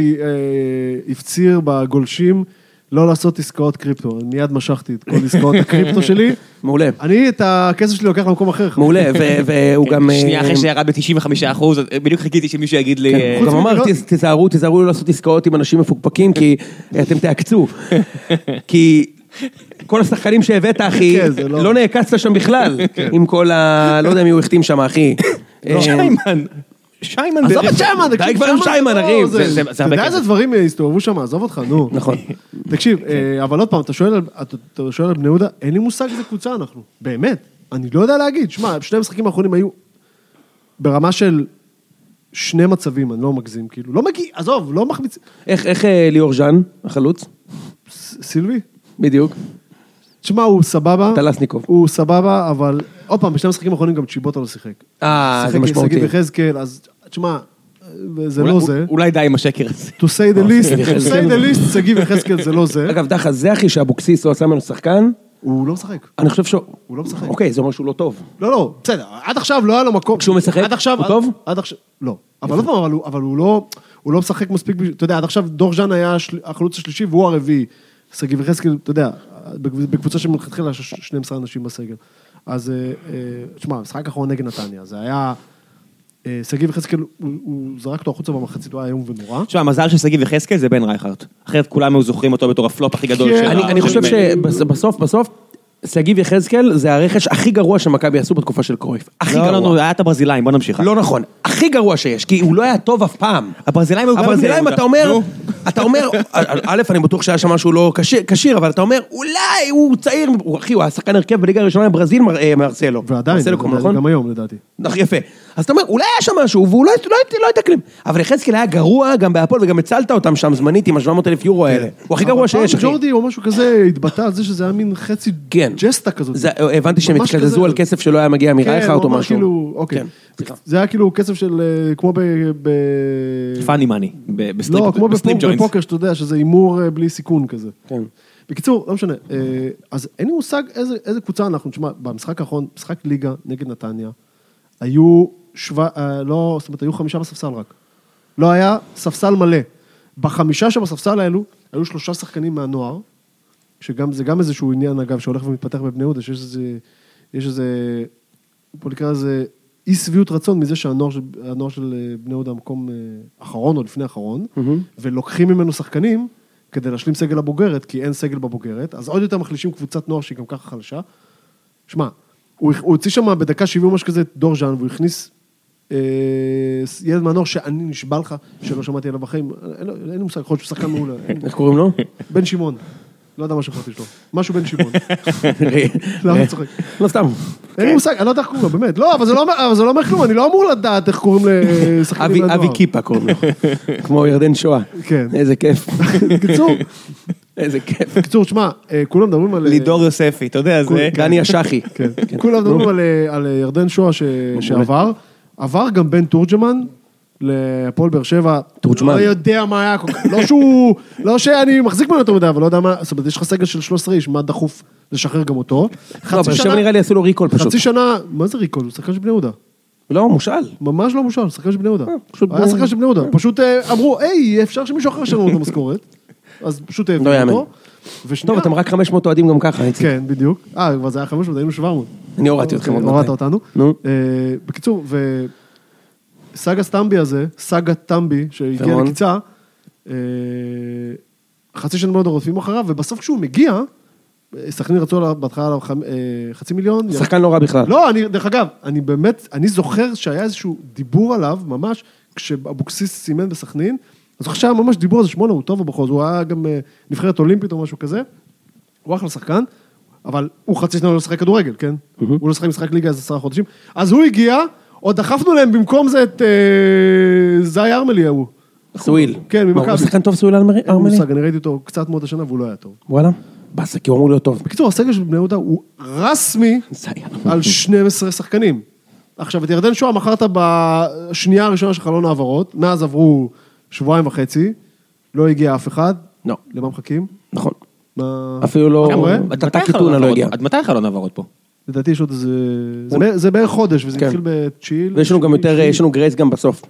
C: הפציר בגולשים לא לעשות עסקאות קריפטו. אני מיד משכתי את כל עסקאות הקריפטו שלי.
B: מעולה.
C: אני את הכסף שלי לוקח למקום אחר.
B: מעולה, ו- והוא גם...
A: שנייה
B: אה, כן,
A: אחרי שירד ב-95 אחוז, בדיוק חיכיתי שמישהו יגיד לי... אה,
B: הוא גם
C: חוץ
B: אמר,
C: מזה-
B: "תז- תיזהרו, תיזהרו לא לעשות עסקאות עם אנשים מפוקפקים, כי אתם תעקצו. כי כל השחקנים שהבאת, אחי,
C: כן, זה לא- כן.
B: לא נעקצת שם בכלל, עם כל ה... לא יודע מי הוא החתים שם, אחי.
C: לא.
B: אה,
A: שיימן. שיימן.
B: עזוב
A: זה-
B: את שיימן,
A: די
B: תקשיב,
A: כבר עם שיימן,
C: לא,
A: אחי.
C: זה-
A: זה- זה- זה
C: אתה
A: הרבה
C: יודע
A: כסף.
C: איזה דברים אה, הסתובבו שם, עזוב אותך, נו.
B: נכון.
C: תקשיב, אה, אבל עוד פעם, אתה שואל על- אתה- אתה שואל על בני יהודה, אין לי מושג איזה קבוצה אנחנו. באמת. אני לא יודע להגיד. שמע, שני המשחקים האחרונים היו ברמה של שני מצבים, אני לא מגזים, כאילו. לא מגיע, עזוב, לא מחמיץ...
B: איך איך, אה, ליאור ז'אן, החלוץ?
C: ס- סילבי?
B: בדיוק.
C: תשמע, הוא סבבה.
B: טלסניקוב.
C: הוא סבבה, אבל עוד פעם, בשני המשחקים האחרונים גם צ'יבוטה לא שיחק.
B: אה, זה
C: שיחק
B: משמעותי.
C: שגיב יחזקאל, אז תשמע, זה
A: אולי-
C: לא זה. כן?
A: אולי די עם השקר הזה.
C: To say the least,
B: אה, שגיב
C: to
B: יחזקאל.
C: say the least, שגיב יחזקאל זה לא זה.
B: אגב, דחה, זה אחי שאבוקסיס לא עשה ממנו שחקן,
C: הוא לא משחק.
B: אני חושב ש...
C: הוא לא משחק.
B: אוקיי, זה אומר שהוא לא טוב.
C: לא, לא, בסדר, עד עכשיו לא היה לו מקום.
B: כשהוא משחק,
C: עד עכשיו,
B: הוא טוב?
C: עד עכשיו, לא. אבל עוד פעם, אבל הוא- אבל הוא לא, הוא לא משחק מספיק, בשביל- אתה יודע, עד עכשיו דור ז'אן היה השל- החלוץ השלישי והוא הרביעי. שגיב יחזקאל, אתה יודע, בקב- בקבוצה שמלכתחילה יש 12 אנשים בסגל. אז, אה, אה, תשמע, המשחק האחרון נגד נתניה, זה היה... אה, שגיב יחזקאל, הוא- הוא זרק אותו החוצה במחצית, הוא היה איום ונורא.
A: תשמע, המזל של שגיב יחזקאל זה בן רייכרט. אחרת כולם היו זוכרים אותו בתור הפלופ הכי גדול
C: כן,
A: של...
B: אני
A: ה-
B: אני
A: של
B: חושב
A: מ-
B: שבסוף, בסוף, שגיב יחזקאל זה הרכש הכי גרוע שמכבי עשו בתקופה של קרויף. הכי
A: לא, לא,
B: גרוע.
A: לא, היה את הברזילאים, בוא נמשיך.
B: לא נכון, הכי גרוע שיש, כי הוא לא היה טוב אף פעם.
A: הברזילאים היו גם
B: הברזילאים,
A: בני
B: אתה
A: יהודה.
B: אומר,
A: נו.
B: אתה אומר, א', אני בטוח שהיה שם משהו לא כשיר- כשיר, אבל אתה אומר, אולי הוא צעיר, הוא- אחי, הוא היה שחקן הרכב בליגה הראשונה בברזיל, מר- אה, מרסלו.
C: ועדיין,
B: מרסלו קוראים לו,
C: זה- זה
B: נכון?
C: גם היום לדעתי.
B: נכון, יפה. אז אתה אומר, אולי היה שם משהו, והוא לא, לא, לא הייתה כלום. אבל יחזקאל היה גרוע גם בהפועל, וגם הצלת אותם שם זמנית עם ה-700 אלף יורו האלה. הוא הכי גרוע שיש,
C: אחי.
B: אחי.
C: כן. ג'ורדי או משהו כזה התבטא על זה שזה היה מין חצי
B: כן.
C: ג'סטה כזאת.
B: זה- הבנתי שהם
C: ממש
B: התקזזו
C: כזה. כן,
B: על כסף שלא היה מגיע מרייכרט
C: הוא
B: או
C: אמר
B: משהו.
C: כאילו, אוקיי.
B: כן, סליחה.
C: זה היה כאילו כסף של, אה, כמו ב... ב-
A: פאני מאני. ב- בסטריפ-
C: לא, כמו
A: בסטריפ
C: בפוק-
A: ג'וינטס.
C: בפוקר, שאתה יודע, שזה הימור אה, בלי סיכון כזה.
B: כן.
C: בקיצור, לא משנה. אה, אז אין לי מושג איזה איזה קבוצה אנחנו. תשמע, במשחק האחרון, משחק ליגה נגד נתניה, היו שבע... אה, לא, זאת אומרת, היו חמישה בספסל רק. לא היה ספסל מלא. בחמישה שבספסל האלו, היו שלושה שחקנים מהנוער, שגם, זה גם איזשהו עניין, אגב, שהולך ומתפתח בבני יהודה, שיש איזה, יש איזה, בוא נקרא לזה, אי שביעות רצון מזה שהנוער של, הנוער של אה, בני יהודה המקום אה, אחרון או לפני אחרון, ולוקחים ממנו שחקנים כדי להשלים סגל לבוגרת, כי אין סגל בבוגרת, אז עוד יותר מחלישים קבוצת נוער שהיא גם ככה חלשה. שמע, הוא הוא הוציא שם בדקה 70 משהו כזה את דור ז'אן, והוא הכניס אה, ילד מהנוער שאני נשבע לך שלא שמעתי עליו בחיים, אה, אין לו- אין לי מושג, יכול להיות שהוא שחקן מעולה, אין-
B: איך קוראים לו?
C: בן
B: כן.
C: שמעון. לא יודע מה שפרטי שלו, משהו בן שמעון. למה אתה צוחק?
B: לא סתם.
C: אין לי מושג, אני לא יודע איך קוראים לו, באמת. לא, אבל זה לא אומר- אבל זה לא אומר כלום, אני לא אמור לדעת איך קוראים לשחקנים
B: אבי,
C: מהנוער.
B: אבי קיפה קוראים לו, כמו ירדן שואה.
C: לא כן.
B: איזה כיף.
C: בקיצור,
B: איזה כיף.
C: בקיצור, שמע, אה, כולם מדברים על... אה,
A: לידור יוספי, אתה יודע, זה...
B: דני השחי.
C: כן. כולם מדברים על, אה, על אה, ירדן שואה ש- שעבר. עבר גם בן תורג'מן להפועל באר שבע.
B: תורג'מן.
C: לא יודע מה היה כל כך. לא שהוא... לא שאני מחזיק ממנו יותר מדי, אבל לא יודע מה... זאת אומרת, יש לך סגל של 13 איש, מה דחוף לשחרר גם אותו?
B: לא,
C: חצי
B: באר שבע
C: שנה...
B: נראה לי עשו לו ריקול פשוט.
C: חצי שנה... מה זה ריקול? הוא שחקן של בני יהודה.
B: לא, מושאל.
C: ממש לא מושל, שחקן של בני יהודה.
B: אה, פשוט
C: היה
B: בוא-
C: שחקן של בני יהודה. פשוט אה, אמרו, היי, אפשר שמישהו אחר ישלם לנו את המשכורת. אז פשוט העבירו
B: לא יאמן.
C: אותו. ושנייה-
B: טוב, אתם רק 500 אוהדים גם ככה, איציק.
C: כן, בדיוק. אה, כבר זה היה 500, היינו 700.
B: אני הורדתי אתכם עוד
C: אוקיי, הורדת
B: מאתיים.
C: אותנו.
B: נו.
C: אה, בקיצור, ו... סאגה סטמבי הזה, סאגה טמבי, שהגיע
B: תמון.
C: לקיצה, אה, חצי שנה מאוד רודפים אחריו, ובסוף כשהוא מגיע, אה, סכנין רצו עליו בהתחלה עליו חמ- אה, חצי מיליון.
B: שחקן לא רע בכלל.
C: לא, אני, דרך אגב, אני באמת, אני זוכר שהיה איזשהו דיבור עליו, ממש, כשאבוקסיס סימן בסכנין, אני זוכר שהיה ממש דיבור על זה, שמונה, הוא טוב בכל זאת, הוא היה גם אה, נבחרת אולימפית או משהו כזה, הוא אחלה שחקן, אבל הוא חצי שנה לא שחק כדורגל, כן? הוא לא שחק משחק ליגה איזה עשרה חודשים, אז הוא הגיע, עוד דחפנו להם במקום זה את אה, זי ארמלי ההוא.
B: סוויל.
C: כן,
B: מה,
C: ממכבי.
B: הוא לא שחקן טוב סוויל ארמלי?
C: אין לי מושג, אני ראיתי אותו קצת מאוד השנה והוא לא היה טוב.
B: וואלה. באסה, כי הוא אמור להיות טוב.
C: בקיצור, הסגל של בני יהודה הוא רסמי
B: זה היה.
C: על 12 שחקנים. עכשיו, את ירדן שואה מכרת בשנייה הראשונה של חלון העברות, מאז עברו שבועיים וחצי, לא הגיע אף אחד.
B: לא.
C: למה מחכים?
B: נכון.
C: מה...
B: אפילו לא...
C: אתה רואה?
A: עד מתי
B: טאטה
A: חלון
B: קיטונה לא
A: העברות-
B: הגיע.
A: עד מתי חלון העברות פה?
C: לדעתי יש עוד איזה... זה בערך- זה בערך חודש, וזה
B: כן.
C: התחיל בתשיעי.
B: ויש לנו גם יותר, יש לנו גרייס גם בסוף.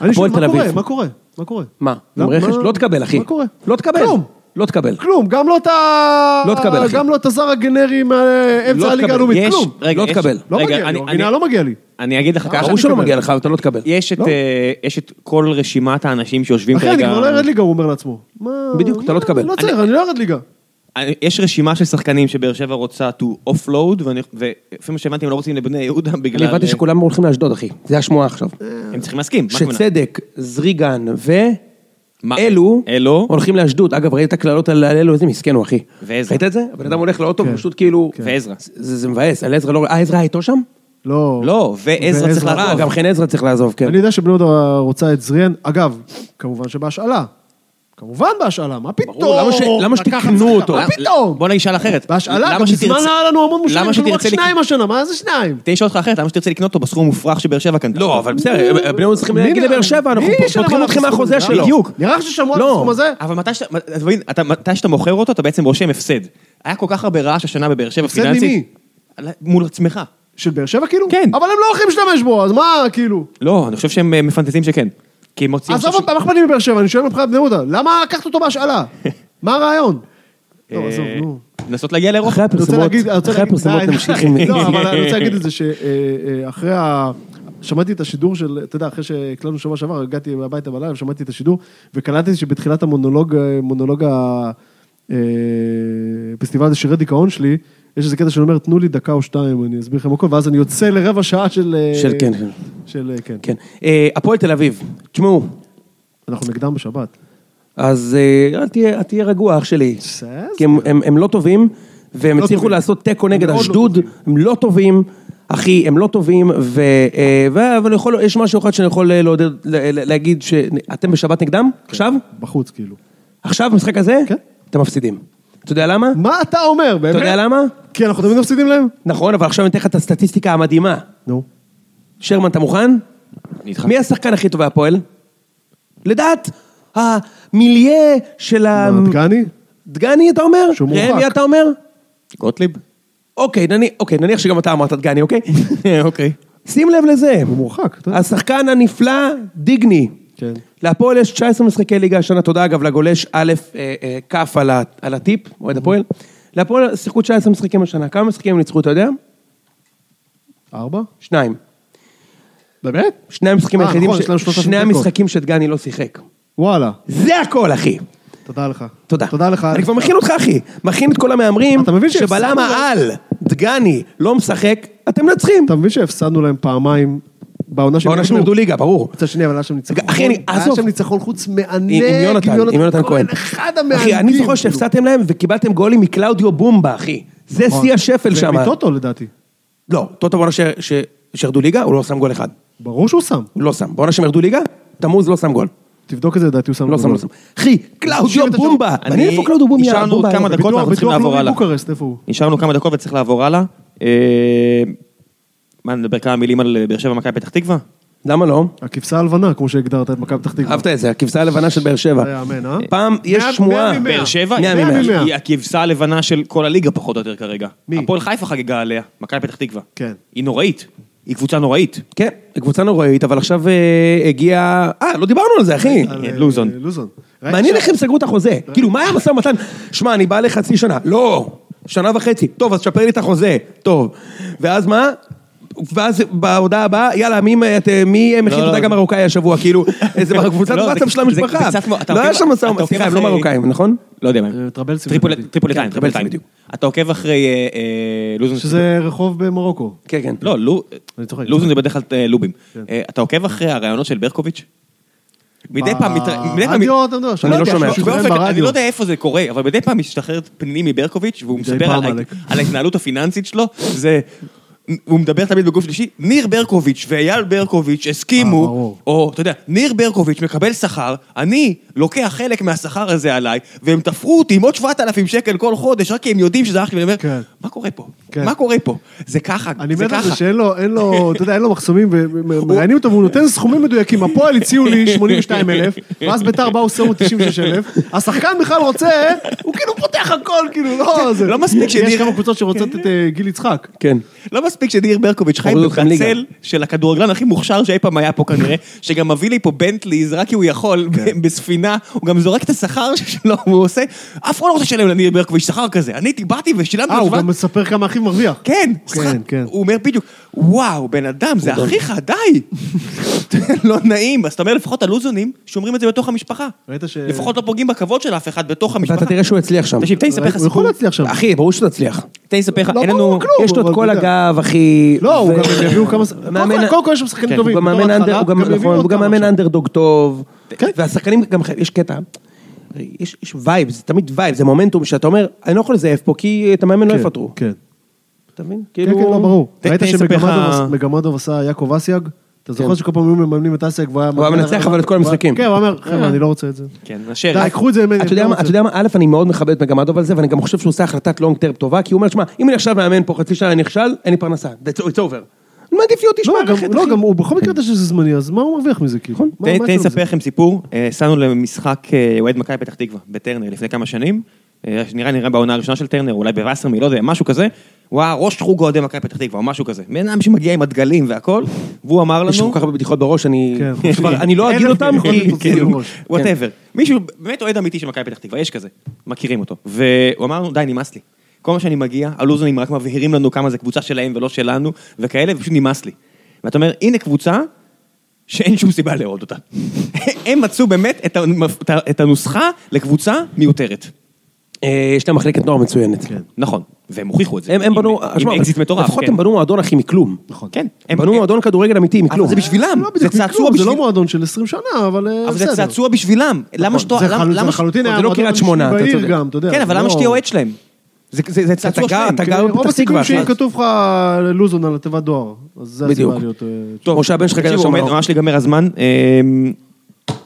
C: אני שואל,
B: הפועל
C: מה
B: תל
C: קורה?
B: אביב.
C: מה קורה? מה קורה?
B: מה?
C: למה-
B: עם רכש?
C: מה-
B: לא תקבל, אחי.
C: מה קורה?
B: לא תקבל.
C: כלום.
B: לא תקבל.
C: כלום, גם לא את ה...
B: לא תקבל, אחי.
C: גם לא את הזר הגנרי מאמצע
B: לא
C: הליגה
B: תקבל.
C: הלאומית,
A: יש-
C: כלום.
A: רגע,
B: לא
A: יש-
B: תקבל.
C: לא
A: רגע,
C: מגיע לי,
A: אני-
C: אורגינל
A: אני-
C: לא מגיע לי.
A: אני אגיד לך ככה,
B: ברור שלא
C: תקבל.
B: מגיע לך, אתה לא תקבל.
A: יש את,
C: לא.
A: אה, יש את כל רשימת האנשים שיושבים
C: אחי, אני
A: כרגע...
C: כבר לא ירד ליגה, הוא אומר לעצמו. מה...
B: בדיוק, אתה לא
C: מה-
B: תקבל.
C: לא צריך, אני לא ירד ליגה.
A: אני- יש רשימה של שחקנים שבאר שבע רוצה to offload, ואני- ולפי מה שהבנתי הם לא רוצים לבני יהודה בגלל... אה,
B: אני הבנתי
C: אה,
B: שכולם הולכים לאשדוד, אחי. זה השמועה עכשיו.
A: הם צריכים להסכים. מה הכוונה?
B: שצדק, זריגן
A: מה?
B: ואלו
A: אלו.
B: הולכים לאשדוד. אגב, ראית את הקללות על על אלו, איזה מסכן הוא, אחי.
A: ועזרא.
B: ראית את זה? הבן אדם הולך לאוטו,
C: כן.
B: פשוט כאילו...
A: ועזרא.
B: זה זה מבאס, על עזרא לא... אה, עזרא היה איתו שם?
C: לא.
A: לא, ועזרא צריך
C: ועזרא.
B: אה,
A: לעזוב.
B: גם חן עזרא צריך לעזוב, כן.
C: אני יודע שבני יהודה רוצה את זריאן, אגב, כמובן שבהשאלה. כמובן בהשאלה, מה פתאום?
B: למה ש- למה שתקנו
C: לקחת שחקן,
B: אותו?
C: מה פתאום?
A: בוא נשאל אחרת.
C: בהשאלה,
A: למה
C: גם
A: שתרצה-
C: מזמן היה לנו המון מושלמים,
A: למה
C: יש לנו רק
A: שתרצה לק-
C: שניים השנה, מה זה שניים?
A: תשאל אותך אחרת, למה שתרצה לקנות אותו בסכום המופרך שבאר שבע קנתה?
B: לא, אבל בסדר,
A: אה,
B: בני יהודה צריכים
C: מי
B: להגיד
C: נראה-
B: לבאר שבע, אנחנו
C: מי
B: פה-
C: ישלם
B: פותחים
C: עליו לא.
B: אתכם
C: את הסכום
B: מהחוזה
C: הזה?
B: שלו.
A: בדיוק.
C: נראה לך ששמעו על
B: לא.
C: הסכום הזה?
A: אבל מתי שאתה, מה- אתה מבין, אתה- מתי שאתה מוכר אותו, אתה בעצם רושם הפסד. היה כל כך הרבה רעש השנה בבאר שבע
C: הפסד
A: פיננסית. על- מול עצמך.
C: של באר שבע כאילו?
A: כן.
C: אבל הם לא הולכים להשתמש בו, אז מה, כאילו?
A: לא, אני חושב שהם אה, מפנטזים שכן. כי הם מוציאים...
C: עזוב
A: עכשיו-
C: עוד פעם, מה אכפת לי מבאר שבע, אני שואל מבחינת בני יהודה, למה לקחת אותו בהשאלה? מה הרעיון? לא, עזוב,
A: אה,
C: נו.
A: לנסות להגיע לאירופה.
B: אחרי
C: אני רוצה
B: הפרסומות,
C: להגיד- אני רוצה
B: אחרי
C: להגיד-
B: הפרסומות
C: די, די.
B: נמשיך עם...
C: לא, אבל אני רוצה להגיד את זה שאחרי ה... שמעתי את השידור של, אתה יודע, אחרי שהקלטנו שבוע שעבר, הגעתי הביתה בלילה ושמעתי את השידור, וקלטתי שבתחילת המונולוג, אה, מונולוג הפסטיבל הזה שירי דיכאון שלי, יש איזה קטע שאומר, תנו לי דקה או שתיים, אני אסביר לכם הכל, ואז אני יוצא לרבע שעה של... אה,
B: של כן, כן.
C: של אה, כן.
B: כן. אה, הפועל תל אביב, תשמעו,
C: אנחנו נגדם בשבת.
B: אז אה, אל תהיה- אל תהיה רגוע, אח שלי.
C: בסדר.
B: כי הם- הם הם לא טובים, והם
C: לא
B: הצליחו
C: טובים.
B: לעשות תיקו נגד
C: מאוד לא
B: אשדוד,
C: טובים.
B: הם לא טובים, אחי, הם לא טובים, ו- אה, ו- אבל יכול- יש משהו אחד שאני יכול אה, לעודד, ל- ל- להגיד שאתם בשבת נגדם? עכשיו?
C: בחוץ, כאילו.
B: עכשיו, במשחק הזה?
C: כן.
B: אתם מפסידים. אתה יודע למה?
C: מה אתה אומר, באמת?
B: אתה יודע למה?
C: כי אנחנו תמיד מפסידים להם?
B: נכון, אבל עכשיו אני אתן לך את הסטטיסטיקה המדהימה.
C: נו.
B: שרמן, אתה מוכן?
A: אני איתך.
B: מי השחקן הכי טוב בהפועל? לדעת המיליה של ה...
C: מה, דגני?
B: דגני, אתה אומר?
C: שהוא מורחק.
B: ראם, מי אתה אומר?
A: גוטליב?
B: אוקיי, נניח, אוקיי, נניח שגם אתה אמרת דגני, אוקיי?
A: אוקיי.
B: שים לב לזה.
C: הוא מורחק, אתה יודע.
B: השחקן הנפלא, דיגני.
C: כן.
B: להפועל יש 19 משחקי ליגה השנה, תודה אגב לגולש א', אה, אה, כ' על ה- על הטיפ, אוהד הפועל. להפועל שיחקו 19 משחקים השנה, כמה משחקים הם ניצחו, אתה יודע?
C: ארבע?
B: שניים.
C: באמת?
B: שני המשחקים
C: אה,
B: היחידים,
C: נכון,
B: ש-
C: יש לנו שלושה
B: שני
C: תיקו.
B: המשחקים שדגני לא שיחק.
C: וואלה.
B: זה הכל, אחי.
C: תודה לך.
B: תודה.
C: תודה לך.
B: אני כבר מכין אותך, אחי. מכין את כל המהמרים,
C: אתה מבין אה? שהפסדנו
B: שבלם
C: לו?
B: העל, דגני, לא משחק, אתם מנצחים.
C: אתה מבין שהפסדנו להם פעמיים בעונה שהם
B: בעונה שהם ירדו ליגה, ברור.
C: מצד שני, אבל היה שם ניצחון.
B: אחי, אני-
C: היה
B: עזוב.
C: שם ניצחון חוץ מענג.
B: עם עם יונתן, עם יונתן כהן.
C: כאילו אחד כאילו. המענגים.
B: אחי, אני זוכר
C: נכון.
B: שהפסדתם להם וקיבלתם גולים מקלאודיו בומבה, אחי. זה שיא השפל שם.
C: מטוטו לדעתי.
B: לא, טוטו בעונה ש- ש- שירדו ליגה, הוא לא שם גול אחד.
C: ברור שהוא שם.
B: הוא לא שם. בעונה שהם ירדו ליגה, תמוז לא שם גול.
C: תבדוק את זה, לדעתי הוא שם.
B: לא שם, לא שם. אחי, קלאודיו
C: 93.
A: אה,
B: בומבה! מעניין איפה קלאודיו בומבה?
A: נשארנו
B: בומבה
A: כמה
B: היה?
A: דקות ואנחנו צריכים לעבור הלאה.
C: בוקרשט, איפה הוא?
A: נשארנו כמה דקות וצריך לעבור הלאה. אה, מה, נדבר כמה מילים על אה, באר שבע מכבי פתח תקווה?
B: למה לא?
C: הכבשה הלבנה, כמו שהגדרת את מכבי פתח תקווה.
B: אהבת את זה, הכבשה הלבנה של באר
C: זה
B: שבע.
C: יאמן, אה?
B: פעם יש
C: מאה-
B: שמועה.
C: מאה ממאה.
A: באר שבע
B: מאה
A: היא-
B: ממאה.
A: היא- היא הכבשה הלבנה של כל הליגה פחות או יותר כרגע.
C: מי?
A: הפועל חיפה חגגה עליה, מכבי פתח תקווה.
C: כן.
A: היא נוראית. היא קבוצה נוראית.
B: כן, קבוצה נוראית, אבל עכשיו אה, הגיע... אה, לא דיברנו על זה, אחי.
C: על,
A: כן,
C: אה,
A: לוזון.
C: לוזון. ראית
B: מעניין
C: ש-
B: איך הם סגרו את החוזה. כאילו, מה היה המשא ומתן? שמע, אני בא לחצי שנה. לא, שנה וחצי. טוב, אז תשפר לי את החוזה. טוב. ואז מה? ואז בהודעה הבאה, יאללה, מי את- מי מכין
A: לא,
B: את
A: לא,
B: הדג
A: זה-
B: המרוקאי השבוע? כאילו, איזה קבוצת
A: לא, זה-
B: וואטסאפ של
A: זה- זה
B: המשפחה.
A: קצת כמו- אתה
B: לא
A: עוקב-
B: היה שם משא
A: אתה
B: ומתן.
A: עוקב
B: סליחה, הם לא
A: אחרי-
B: מרוקאים, נכון?
A: לא יודע מה.
C: אה, טרבלסים,
A: טריפול-
C: לדעתי.
A: טריפוליטאים,
B: כן, טרבלסים,
A: טריפוליטאים.
B: בדיוק.
A: אתה עוקב אחרי אה, אה, לוזון?
C: שזה רחוב במרוקו.
B: כן, כן.
A: לא, לו-
C: אני צוחק.
A: לוזון זה בדרך כלל אה, לובים.
C: כן.
A: אה, אתה עוקב אחרי הרעיונות של ברקוביץ'? מדי פעם, מתר- מדי פעם...
C: ברדיו אתה מדבר,
B: אני לא
A: יודע,
B: שומע.
A: באופן-
C: שומעים
A: אני
C: ברדיו.
A: לא יודע איפה זה קורה, אבל מדי פעם משתחררת פנימי ברקוביץ', והוא
C: מדי
A: מספר
C: פעם,
A: על-
C: עלק.
A: על ההתנהלות הפיננסית שלו, זה... הוא מדבר תמיד בגוף שלישי, ניר ברקוביץ' ואייל ברקוביץ'
C: אה,
A: הסכימו,
C: ברור.
A: או, אתה יודע, ניר ברקוביץ' מקבל שכר, אני לוקח חלק מהשכר הזה עליי, והם תפרו אותי עם עוד 7,000 שקל כל חודש, רק כי הם יודעים שזה אח שלי, ואני אומר,
C: כן.
A: מה קורה פה?
C: כן.
A: מה קורה פה? זה ככה,
C: אני
A: זה
C: מת על זה
A: ככה.
C: שאין לו, אין לו, אתה יודע, אין לו מחסומים, ומראיינים אותו והוא נותן סכומים מדויקים. הפועל הציעו לי 82 אלף, ואז ביתר באו שמו 96 אלף, השחקן בכלל רוצה, הוא כאילו פותח הכל, כאילו, לא, זה...
A: לא מספיק
C: יש
A: שניר-
C: כמה קבוצות שרוצות את אה, גיל יצחק.
B: כן.
A: לא מספיק שניר ברקוביץ' חי
B: הורידו אתכם
A: בבצל
B: ליגה.
A: של הכדורגלן הכי מוכשר שאי פעם היה פה כנראה, שגם מביא לי פה בנטליז רק כי הוא יכול
C: כן.
A: ב- בספינה, הוא גם זורק את השכר שלו, הוא עושה, אף אחד לא רוצה לשלם לניר ברקוביץ' שכר כזה, אני באתי ושילמתי
C: אה,
A: לו
C: הוא
A: שבע-
C: גם מספר כמה אחיו מרוויח.
A: כן,
C: כן,
A: שכר-
C: כן.
A: הוא אומר בדיוק, וואו, בן אדם, זה אחיך, די. לא נעים, אז אתה אומר לפחות הלוזונים שומרים את זה בתוך המשפחה.
C: ראית ש-
A: לפחות לא פוגעים בכבוד של אף אחד בתוך המשפחה.
B: ואתה תראה שהוא יצליח שם.
A: תקשיב, תן לי לספר לך
C: אה, הוא יכול
A: סיפור.
C: להצליח שם.
B: אחי, ברור שתצליח.
A: תן לי לספר לך,
C: לא
A: אין
C: ברור
A: לנו...
C: כלום. לא,
B: יש לו את
C: אבל
B: כל
C: אתה יודע.
B: הגב, אחי.
C: לא, הוא
B: ו-
C: גם הם יביאו כמה... קודם
B: מאמן-
C: כל- קודם כל יש שם שחקנים
A: כן,
C: טובים.
B: הוא גם
C: בתור
B: מאמן
C: התחלה,
B: אנדר, הוא גם
C: הביאו
B: נכון,
C: עוד
B: הוא גם
C: כמה
B: מאמן
C: עכשיו.
B: אנדרדוג טוב.
C: כן.
B: והשחקנים גם, חי- יש קטע, יש יש וייב, זה תמיד וייב, זה מומנטום שאתה אומר, אני לא יכול לזייף פה כי את המאמן לא
C: כן,
B: יפטרו.
C: כן.
B: אתה מבין? כאילו-
C: כן, כן, לא, ברור.
A: ת-
C: ראית
A: כאילו- תן לי לספר לך- כן.
C: שמגמדוב עשה יעקב אסיאג? אתה זוכר שכל פעם היו מממנים את אסיאג והוא היה...
B: הוא היה מנצח, אבל את כל המשחקים.
C: כן, הוא אומר, חבר'ה, אני לא רוצה את זה.
A: כן,
C: די,
A: נשאר.
C: קחו את זה ממני.
B: אתה
C: אני
B: יודע
C: לא
B: מה,
C: רוצה.
B: אתה יודע מה, א', אני מאוד מכבד את מגמדוב על זה, ואני גם חושב שהוא עושה החלטת לונג טרם טובה, כי הוא אומר, שמע, אם אני עכשיו מאמן פה חצי שנה אני נכשל, אין לי פרנסה, That's- it's over. מה עדיף להיות איש
C: לא, גם-
B: מערכת,
C: לא,
B: אחי? נכון.
C: גם הוא בכל מקרה יודע שזה זמני, אז מה הוא מרוויח מזה, כאילו? מה- מה
A: תן
C: יש
A: תן
C: לו
A: לי
C: מזה?
A: לספר לכם סיפור, אה, סענו למשחק אה, אוהד מכבי פתח תקווה בטרנר לפני כמה שנים, אה, נראה נראה בעונה הראשונה של טרנר, אולי בווסרמי, לא יודע, משהו כזה, הוא היה ראש חוג אוהדי מכבי פתח תקווה, או משהו כזה, בן אדם שמגיע עם הדגלים והכל, והוא אמר לנו...
B: יש כל כך הרבה בדיחות בראש, אני...
C: כן.
B: כבר- אני לא
C: אין
B: אגיד
C: לך
B: אותם,
C: בדיחות
B: כי...
C: בראש.
A: כן,
B: כאילו,
A: וואטאבר. מישהו באמת אוהד אמיתי של מכבי פתח תקווה, יש כזה, מכירים אותו. והוא אמר לנו, די, נמאס לי. כל מה שאני מגיע, הלוזונים רק מבהירים לנו כמה זה קבוצה שלהם ולא שלנו, וכאלה, ופשוט נמאס לי. ואתה אומר, הנה קבוצה שאין שום סיבה לאהוד אותה. הם מצאו באמת את הנפ- את ה- את הנוסחה לקבוצה מיותרת. כן.
B: אה, יש להם מחלקת נוער מצוינת.
A: נכון, והם הוכיחו את זה.
B: הם הם
A: עם-
B: בנו,
A: עם
B: שמע,
A: אקזיט מטורף,
B: לפחות
A: כן.
B: הם בנו מועדון אחי מכלום.
C: נכון.
A: כן,
B: הם
A: הם
B: בנו מועדון כדורגל אמיתי מכלום.
A: אבל זה בשבילם,
C: לא
A: זה
C: בדיוק,
A: צעצוע
C: מכלום, זה לא
A: בשבילם.
C: מועדון של 20 שנה, אבל אה, בסדר.
A: אבל זה נכון. צעצוע בשבילם. למה שאתה...
C: זה
A: למה-
C: חל-
A: למה
C: זה
A: ש-
C: לחלוטין
B: זה
C: היה
B: לא
C: מועדון
B: קריית שמונה, אתה
C: שלי
B: צודק.
C: בעיר גם, אתה יודע.
A: כן, אבל
C: לא-
A: למה שתהיה אוהד שלהם? זה- זה זה צעצוע
B: גר-
A: שלהם.
B: אתה
A: כן.
B: גר-
C: רוב
B: פתח תקווה,
C: הסיכויים שאם
B: אחי.
C: כתוב לך לוזון על התיבת דואר, אז זה
B: בדיוק.
C: הסיבה להיות... אה,
B: או שהבן שלך גר
A: תקשיבו,
B: שם.
A: עומד-
B: לא.
A: ממש להיגמר הזמן. אמ,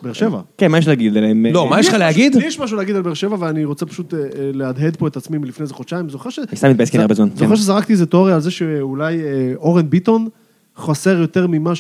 C: באר שבע.
A: כן, מה יש להגיד עליהם?
B: לא, מה יש לך
C: לי
B: להגיד?
C: לי יש משהו להגיד על באר שבע, ואני רוצה פשוט אה, אה, להדהד פה את עצמי מלפני איזה חודשיים. זוכר ש...
A: אני סתם מתבאס כי אני הרבה זמן,
C: זוכר
A: כן.
C: שזרקתי איזה תיאוריה על זה שאולי אה, אורן ביטון חסר יותר ממה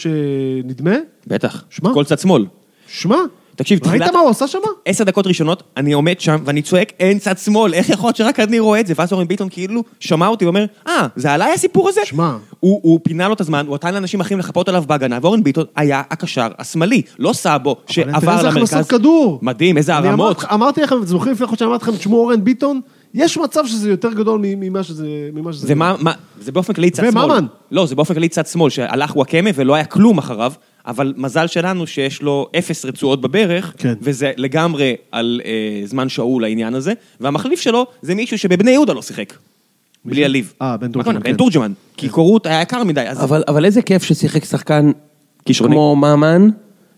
C: שנדמה?
A: בטח.
C: שמע.
A: כל צד שמאל.
C: שמע,
A: תקשיב,
C: ראית
A: תחילת-
C: מה הוא עשה שם?
A: עשר דקות ראשונות, אני עומד שם ואני צועק, אין צד שמאל, איך יכול להיות שרק אני רואה את זה? ואז אורן ביטון כאילו שמע אותי ואומר, אה, זה עליי הסיפור הזה?
C: שמע.
A: הוא הוא פינה לו את הזמן, הוא נתן לאנשים אחרים לחפות עליו בהגנה, ואורן ביטון היה הקשר השמאלי, לא סאבו,
C: אבל תראה
A: שעבר
C: איזה
A: למרכז.
C: הכנסות כדור.
A: מדהים, איזה
C: אני
A: הרמות.
C: אמרתי- אמרתי לכם, זוכרים לפני חודשיים, אמרתי לכם, תשמעו אורן ביטון, יש מצב שזה יותר גדול מ- ממה שזה... ממה שזה-
A: זה מה, מה, זה באופן כללי צד שמאל.
C: וממן.
A: לא, זה באופן כללי צד שמאל, שהלך וואקמה ולא היה כלום אחריו, אבל מזל שלנו שיש לו אפס רצועות בברך,
C: כן.
A: וזה לגמרי על אה, זמן שאול העניין הזה, והמחליף שלו זה מישהו שבבני יהודה לא שיחק. בלי עליב.
C: אה, בן
A: מה
C: תורג'מן,
A: הכוונה? בן
C: כן.
A: תורג'מן, כי קורות היה יקר מדי, אז
B: אבל אבל איזה כיף ששיחק שחקן
A: כישרוני.
B: כמו ממן,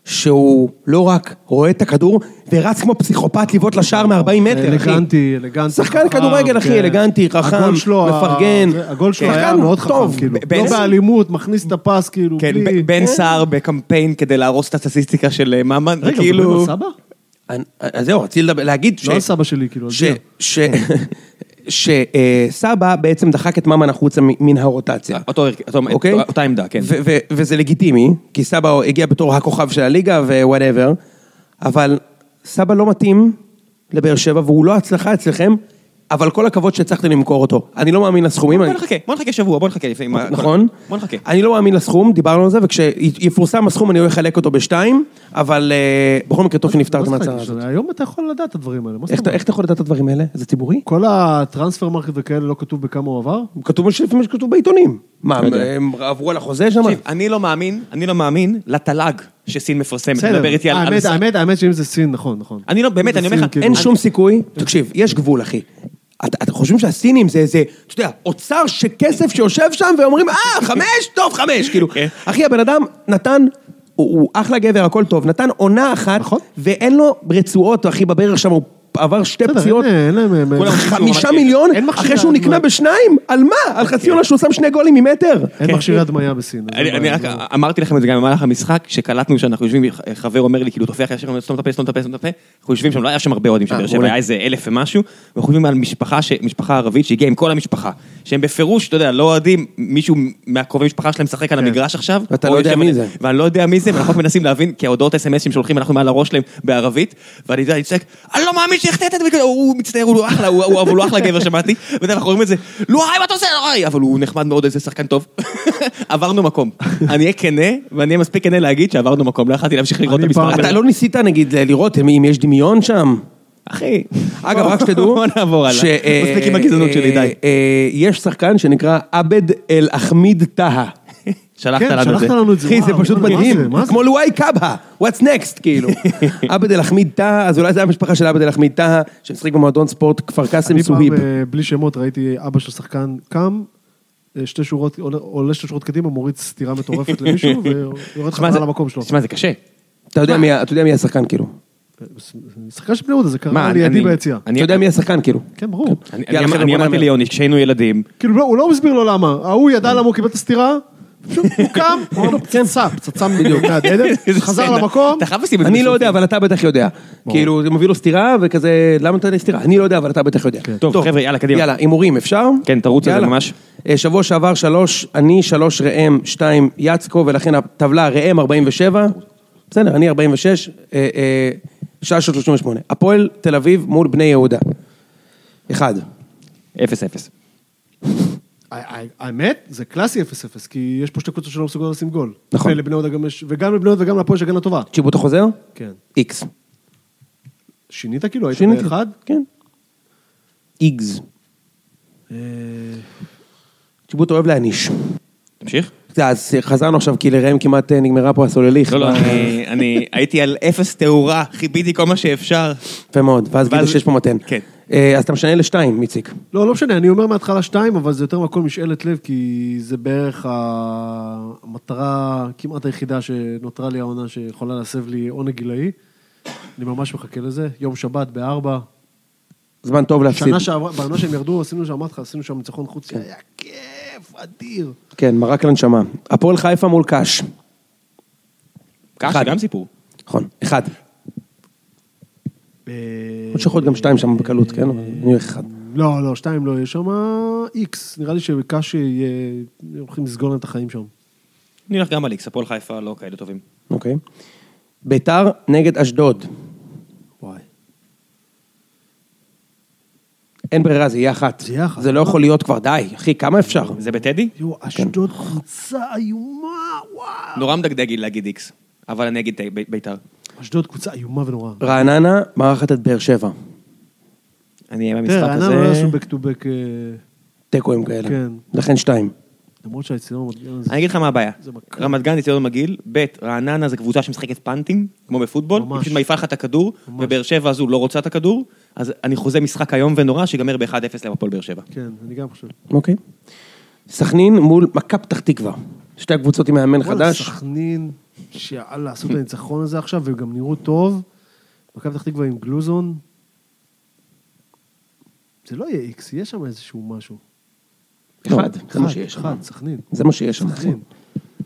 B: שהוא לא רק רואה את הכדור, ורץ כמו פסיכופת לבעוט לשער מ-40 מטר, אחי.
C: אלגנטי, אלגנטי,
B: שחקן
C: חכם,
B: כדורגל,
C: כן.
B: אחי, אלגנטי, חכם,
C: הגול שלו, ה-
B: מפרגן.
C: זה- הגול שלו
B: שחקן
C: היה מאוד חכם,
B: טוב,
C: כאילו.
B: ב-
C: לא
B: בעצם-
C: באלימות, מכניס את הפס, כאילו,
A: כן,
C: בלי...
A: ב- בן סער בקמפיין כדי להרוס את הסטטיסטיקה של אה, ממן,
C: רגע, הוא מדבר
A: כאילו...
C: על סבא?
B: אני- אז זהו, רציתי לדבר- להגיד ש...
C: לא על סבא שלי, כאילו, על
B: ש-
C: דיה.
B: ש- שסבא בעצם דחק את ממן החוצה מ- מן הרוטציה.
A: אותו הרכב, אותו-
B: אוקיי?
A: אותה עמדה, כן.
B: ו- ו- וזה לגיטימי, כי סבא הגיע בתור הכוכב של הליגה ווואטאבר, אבל סבא לא מתאים לבאר שבע והוא לא הצלחה אצלכם, אבל כל הכבוד שהצלחתם למכור אותו. אני לא מאמין לסכומים.
A: בוא
B: אני-
A: נחכה, בוא נחכה שבוע, בוא נחכה לפעמים.
C: אוקיי,
B: נכון?
A: בוא נחכה.
B: אני לא מאמין לסכום, דיברנו על זה, וכשיפורסם הסכום אני לא אחלק אותו בשתיים, אבל אה, בכל מקרה טוב
C: מה
B: שנפטרתם
C: זאת אומרת,
B: מהצרה הזאת.
C: היום אתה יכול לדעת את הדברים האלה, מה
B: איך
C: זאת
B: אתה-
C: אומרת?
B: איך אתה יכול לדעת את הדברים האלה? זה ציבורי?
C: כל הטרנספר מרקט וכאלה לא כתוב בכמה הוא עבר?
B: כתוב מה שלפעמים שכתוב בעיתונים. מה,
A: לא יודע.
B: הם עברו על החוזה שם?
A: תקשיב, אני לא מאמין, אני לא מאמין לתל"ג שסין מפרסמת. בסדר. מדבר איתי על... על
C: האמת,
A: ס-
C: האמת, האמת שאם זה סין, נכון, נכון.
A: אני לא, באמת,
C: זה
A: אני אומר
C: סין,
A: לך,
C: כאילו.
B: אין שום סיכוי. תקשיב, יש גבול, אחי. אתה- אתם חושבים שהסינים זה איזה, אתה יודע, אוצר של כסף שיושב שם ואומרים, אה, חמש, טוב, חמש, כאילו.
A: כן.
B: אחי, הבן אדם נתן, הוא הוא אחלה גבר, הכל טוב, נתן עונה אחת,
C: נכון.
B: ואין לו רצועות, אחי, בברך שם, הוא עבר שתי
C: בסדר,
B: פציעות.
C: אין- אין להם... אה,
A: כולם
C: אין-
A: חושבים שהוא
B: חמישה
A: ממש-
B: מיליון,
C: אין מכשיר
B: אחרי שהוא
C: להדמיה.
B: נקנה בשניים, על מה? על חצי עונה שהוא שם שני גולים ממטר.
C: אין מכשירי הדמיה בסין. אז
A: כן, אני-
C: אין
A: אני
C: בעיה,
A: רק
C: לא.
A: אמרתי לכם את זה גם במהלך המשחק, שקלטנו שאנחנו יושבים, חבר אומר לי, כאילו, תופח ישר, סתום את הפה, סתום את הפה, סתום את הפה, אנחנו יושבים שם, לא היה שם הרבה אוהדים של
B: אה,
A: באר שבע,
B: מעולה.
A: היה איזה אלף ומשהו, ואנחנו יושבים על משפחה, ש- משפחה ערבית שהגיעה עם כל המשפחה, שהם בפירוש, אתה יודע, לא אוהדים, מישהו מהקרובי משפחה שלהם משחק
C: כן.
A: על המגרש עכשיו,
B: ואתה
A: או
B: לא יודע
A: יושב-
B: מי זה.
A: ואני לא יודע מי זה, ואנחנו רק מנסים להבין, כי ההודעות אס.אם.אס שהם שולחים, אנחנו מעל הראש שלהם בערבית, ואני יודע, אני צועק, אני לא מאמין שהחטאת, את זה", וכאילו, הוא מצטער, הוא לא אחלה, הוא- הוא- אבל הוא לא אחלה גבר, שמעתי, ואתה יודע, אנחנו רואים את זה, לא, היי, מה אתה עושה, לא, היי", אבל הוא נחמד מאוד, איזה שחקן טוב. עברנו מקום. אני אהיה כנה, ואני אהיה מספיק כנה להגיד שעברנו מקום, לא יכלתי להמשיך לראות את
C: אני
A: המשחק.
C: פעם-
A: הזה.
B: אתה לא ניסית, נגיד, לראות אם אם יש דמיון שם?
A: אחי,
B: אגב, רק שתדעו,
A: בוא נעבור הלאה.
B: ש-
A: מספיק עם הגזענות שלי,
B: אה,
A: די.
B: אה, יש שחקן שנקרא עבד אל אחמיד טהא.
A: שלחת
C: כן,
A: לנו את זה.
C: שלחת לנו את זה.
B: אחי, זה
C: וואו,
B: פשוט
C: מה
B: מדהים,
C: זה, מה זה?
B: כמו לואי קאבה, what's next, כאילו. עבד אל אחמיד טהא, אז אולי זה המשפחה של עבד אל אחמיד טהא, שמשחק במועדון ספורט כפר קאסם
C: אני
B: סוהיב.
C: פעם, אה, בלי שמות, ראיתי אבא של שחקן קם, אה, שתי שורות, עולה- עולה שתי שורות קדימה, מוריד סטירה מטורפת למישהו, ויורד
A: תשמע,
C: חזרה
A: זה-
C: למקום שלו.
A: תשמע, אה, זה קשה.
B: אתה יודע מי ה- אתה יודע מי השחקן, כאילו.
C: שחקן של בני יהודה,
A: מה,
C: זה קרה
A: אני-
C: לידי
A: אני-
C: ביציאה.
A: אני-
B: אתה יודע מי השחקן, כאילו.
C: כן, ברור.
A: אני- אני
B: יאללה,
A: אמר-
B: חבר'ה,
A: אני
B: בוא
A: אמרתי
B: נעבור.
A: ליוני, כשהיינו ילדים,
C: כאילו, לא- הוא לא מסביר לו למה. ההוא ידע למה הוא קיבל את הסטירה, פשוט הוא קם, הוא אמר לו
A: כן,
C: פצצה, פצצה בדיוק,
A: איזה
C: חזר
A: סצנה.
C: למקום,
A: אתה חייב לשים את זה.
B: אני לא
A: בסוף.
B: יודע, אבל אתה בטח יודע. כאילו, זה מביא לו סטירה, וכזה, למה אתה נותן לי סטירה? אני לא יודע, אבל אתה בטח יודע.
A: כן. טוב, חבר'ה, יאללה, קדימה.
B: יאללה, הימורים, אפשר?
A: כן, תרוץ על זה
B: יאללה.
A: ממש.
B: אה, שבוע שעבר שלוש, אני שלוש ראם, שתיים יצקו, ולכן הטבלה ראם 47, בסדר, אני 46, אה, אה, שעה של 38. הפועל תל אביב מול בני יהודה. אחד.
A: אפס אפס.
C: ה- ה- האמת, זה קלאסי 0-0, כי יש פה שתי קבוצות שלא מסוגלות לשים גול.
B: נכון.
C: ולבני יהודה גם יש, וגם לבני יהודה וגם להפועל יש הגנה טובה.
B: צ'יבוטה חוזר?
C: כן.
B: איקס.
C: שינית כאילו, היית
B: שיניתי.
C: באחד?
B: כן. איגז.
C: אה,
B: צ'יבוטה אוהב להעניש.
A: תמשיך.
B: אתה יודע, אז חזרנו עכשיו, כי לראם כמעט אה, נגמרה פה הסולליך. אה,
A: לא, לא, אני- אני הייתי על אפס תאורה, חיביתי כל מה שאפשר.
B: יפה מאוד, ואז גילינו
A: ואז-
B: שיש פה מתן.
A: כן.
B: אה, אז אתה משנה לשתיים, איציק.
C: לא, לא משנה, אני אומר מההתחלה שתיים, אבל זה יותר מהכל משאלת לב, כי זה בערך ה- המטרה כמעט היחידה שנותרה לי העונה שיכולה להסב לי עונג גילאי. אני ממש מחכה לזה. יום שבת בארבע,
B: זמן טוב להפסיד.
C: שנה שעברה, בעונה שהם ירדו, עשינו שם, אמרתי לך, עשינו שם ניצחון חוץ, היה כיף, אדיר.
B: כן, מרק לנשמה. הפועל חיפה מול קאש.
A: ככה,
B: אחד.
A: גם סיפור.
B: נכון, אחד.
C: אה,
B: עוד שיכול להיות גם שתיים שם בקלות, כן? אבל אני הולך אחד.
C: לא, לא, שתיים לא, יש שם איקס. נראה לי שבקשי יהיה- הולכים לסגור להם את החיים שם.
A: אני הולך גם על איקס, הפועל חיפה לא כאלה טובים.
B: אוקיי. ביתר נגד אשדוד.
C: וואי.
B: אין ברירה, זה יהיה אחת.
C: זה יהיה אחת.
B: זה לא יכול להיות כבר, די. אחי, כמה אפשר?
A: זה בטדי?
C: יואו,
B: כן.
C: אשדוד קבוצה איומה, וואו.
A: נורא מדגדג להגיד איקס, אבל אני אגיד ב- בית"ר.
C: אשדוד קבוצה איומה ונוראה.
B: רעננה מארחת את באר שבע.
A: אני אהיה במשחק
C: תראה, רעננה לא
A: הזה.
C: יעשו back to back, אה,
B: תיקואים כאלה.
C: כן.
B: לכן שתיים.
C: למרות שהאצטדיון לא המדגן הזה.
A: אני אגיד לך מה הבעיה.
C: זה מכ-
A: רמת גן זה ציון מגעיל, ב', רעננה זה קבוצה שמשחקת פאנטים, כמו בפוטבול, היא
C: ממש.
A: פשוט מעיפה לך את הכדור, ובאר שבע הזו לא רוצה את הכדור, אז אני חוזה משחק איום ונורא שיגמר ב-1-0 להפועל באר שבע.
C: כן, אני גם חושב.
B: אוקיי. סכנין מול מכה פתח תקווה. שתי הקבוצות עם מאמן
C: וואלה,
B: חדש.
C: סכנין. שיאללה, עשו
B: כן.
C: את הניצחון הזה עכשיו, והם גם נראו טוב. מכבי פתח תקווה עם גלוזון. זה לא יהיה איקס, יהיה שם איזשהו משהו.
B: אחד, זה מה שיש שם.
C: אחד, סכנין.
B: זה מה שיש שם.
C: סכנין.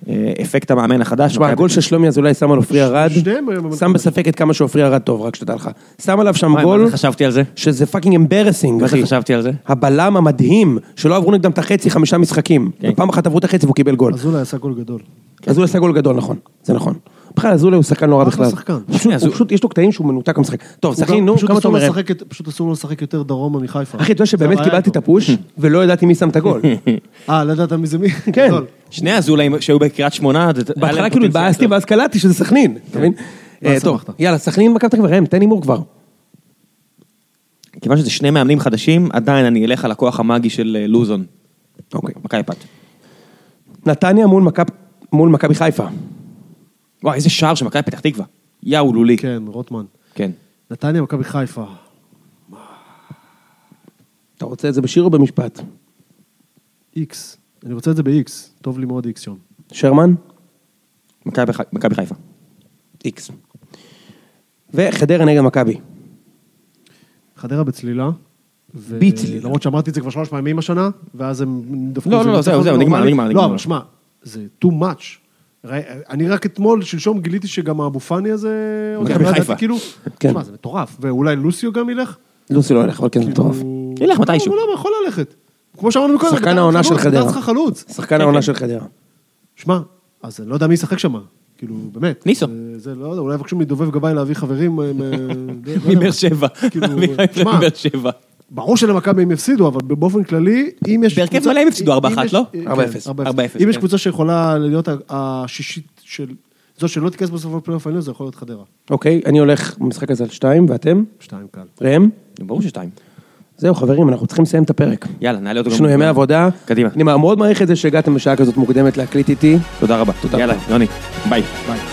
A: אה, אפקט המאמן החדש.
B: תשמע,
A: מכבי-
B: הגול של שלומי אזולאי שם על עופרי ארד,
C: שניהם היו במקום.
B: שם בספק את כמה שעופרי ארד טוב, רק שתדע לך. שם עליו שם
A: וואי, מה
B: גול,
A: זה חשבתי על זה?
B: שזה פאקינג אמברסינג,
A: מה זה
B: אחי.
A: חשבתי על זה?
B: הבלם המדהים, שלא עברו נגדם את החצי חמישה משחקים.
A: כן.
B: פעם אחת עברו את החצי והוא קיבל גול.
C: אזולאי עשה גול גדול.
B: אזולאי עשה גול גדול, נכון. זה נכון. בכלל, אזולאי הוא שחקן נורא
C: אחלה
B: בכלל.
C: שחקן.
B: פשוט-
A: שנייה,
B: הוא
A: אז-
B: פשוט, יש לו קטעים שהוא מנותק מהמשחק. טוב,
C: הוא
B: סכין,
C: גם-
B: נו,
C: פשוט לא
B: כמה אתה
C: אסור לו
B: אומר?
C: לשחק את- פשוט אסור לו לשחק יותר דרומה מחיפה.
B: אחי, אתה יודע שבאמת
C: זה לא הבעיה
B: קיבלתי את
C: איתו.
B: הפוש, ולא ידעתי מי שם את הגול.
C: אה, לא ידעת מי זה מי?
B: כן.
C: גדול.
A: שני הזולאים שהיו בקריית שמונה, זה- היה
B: בהתחלה
A: להם
B: כאילו
A: פוטנציאל
B: התבאסתי,
A: טוב.
B: ואז קלטתי שזה סכנין, אתה מבין?
C: לא
B: אה, טוב,
C: שמחת.
B: יאללה, סכנין מכבי תקווה, ראם, תן הימור כבר.
A: כיוון שזה שני מאמנים חדשים, עדיין אני אלך על הכוח המאגי של אה, לוזון.
B: אוקיי.
A: מכבי פת.
B: נתניה מול מכב- מול מכבי חיפה.
A: וואי, איזה שער של מכבי פתח תקווה. יאו, לולי.
C: כן, רוטמן.
A: כן.
C: נתניה, מכבי חיפה.
B: אתה רוצה את זה בשיר או במשפט?
C: איקס. אני רוצה את זה באיקס. טוב לי מאוד איקס שם.
B: שרמן?
A: מכבי ח- מכבי חיפה.
B: איקס. וחדרה נגד מכבי.
C: חדרה בצלילה. ו-
B: בצלילה.
C: למרות שאמרתי את זה כבר שלוש פעמים השנה, ואז הם דפקו
A: לא,
C: איזה
A: לא, לא, זהו,
C: ניצחון
A: זהו,
C: לא
A: נגמר,
C: נורמלי.
A: נגמר,
C: לא,
A: נגמר.
C: אבל שמע, זה too much. ראי- אני רק אתמול, שלשום, גיליתי שגם אבו פאני הזה... עוד
A: מכבי
C: לא ידעתי,
A: חיפה.
C: כאילו,
B: כן.
C: שמע, זה מטורף. ואולי לוסיו גם ילך?
B: לוסי לא ילך, אבל כן זה מטורף.
C: הוא-
A: ילך מתישהו.
C: הוא לא יכול ללכת. כמו שאמרנו מקודם,
B: שחקן
C: אתה
B: העונה של
C: חלוץ,
B: חדרה.
C: אתה צריך חלוץ.
B: שחקן העונה של חדרה.
C: שמע, אז אני לא יודע מי ישחק שם. כאילו, באמת.
A: ניסו.
C: זה- זה לא יודע, אולי יבקשו מדובב גבאי להביא חברים. אה, מ- לא יודע.
A: מבאר שבע.
C: כאילו, שמע,
A: מבאר שבע.
C: ברור שלמכבי הם יפסידו, אבל באופן כללי, אם יש
A: בהרכב מלא הם יפסידו,
C: אם
A: 4-1,
C: יש-
A: לא?
C: כן,
B: 4-0.
A: 4-0,
C: אם יש
A: כן.
C: קבוצה שיכולה להיות ה- השישית של... זו שלא תיכנס בסוף לפלייאוף העליון, זה יכול להיות חדרה.
B: אוקיי, אני הולך במשחק הזה על שתיים, ואתם?
C: שתיים קל.
B: ראם?
A: ברור ששתיים.
B: זהו חברים, אנחנו צריכים לסיים את הפרק.
A: יאללה, נעלה אותו.
B: יש לנו
A: גם-
B: ימי עבודה.
A: קדימה.
B: אני מאוד מעריך את זה שהגעתם בשעה כזאת מוקדמת להקליט איתי.
A: תודה רבה.
B: תודה
A: יאללה,
B: רבה.
A: יוני, ביי.
C: ביי.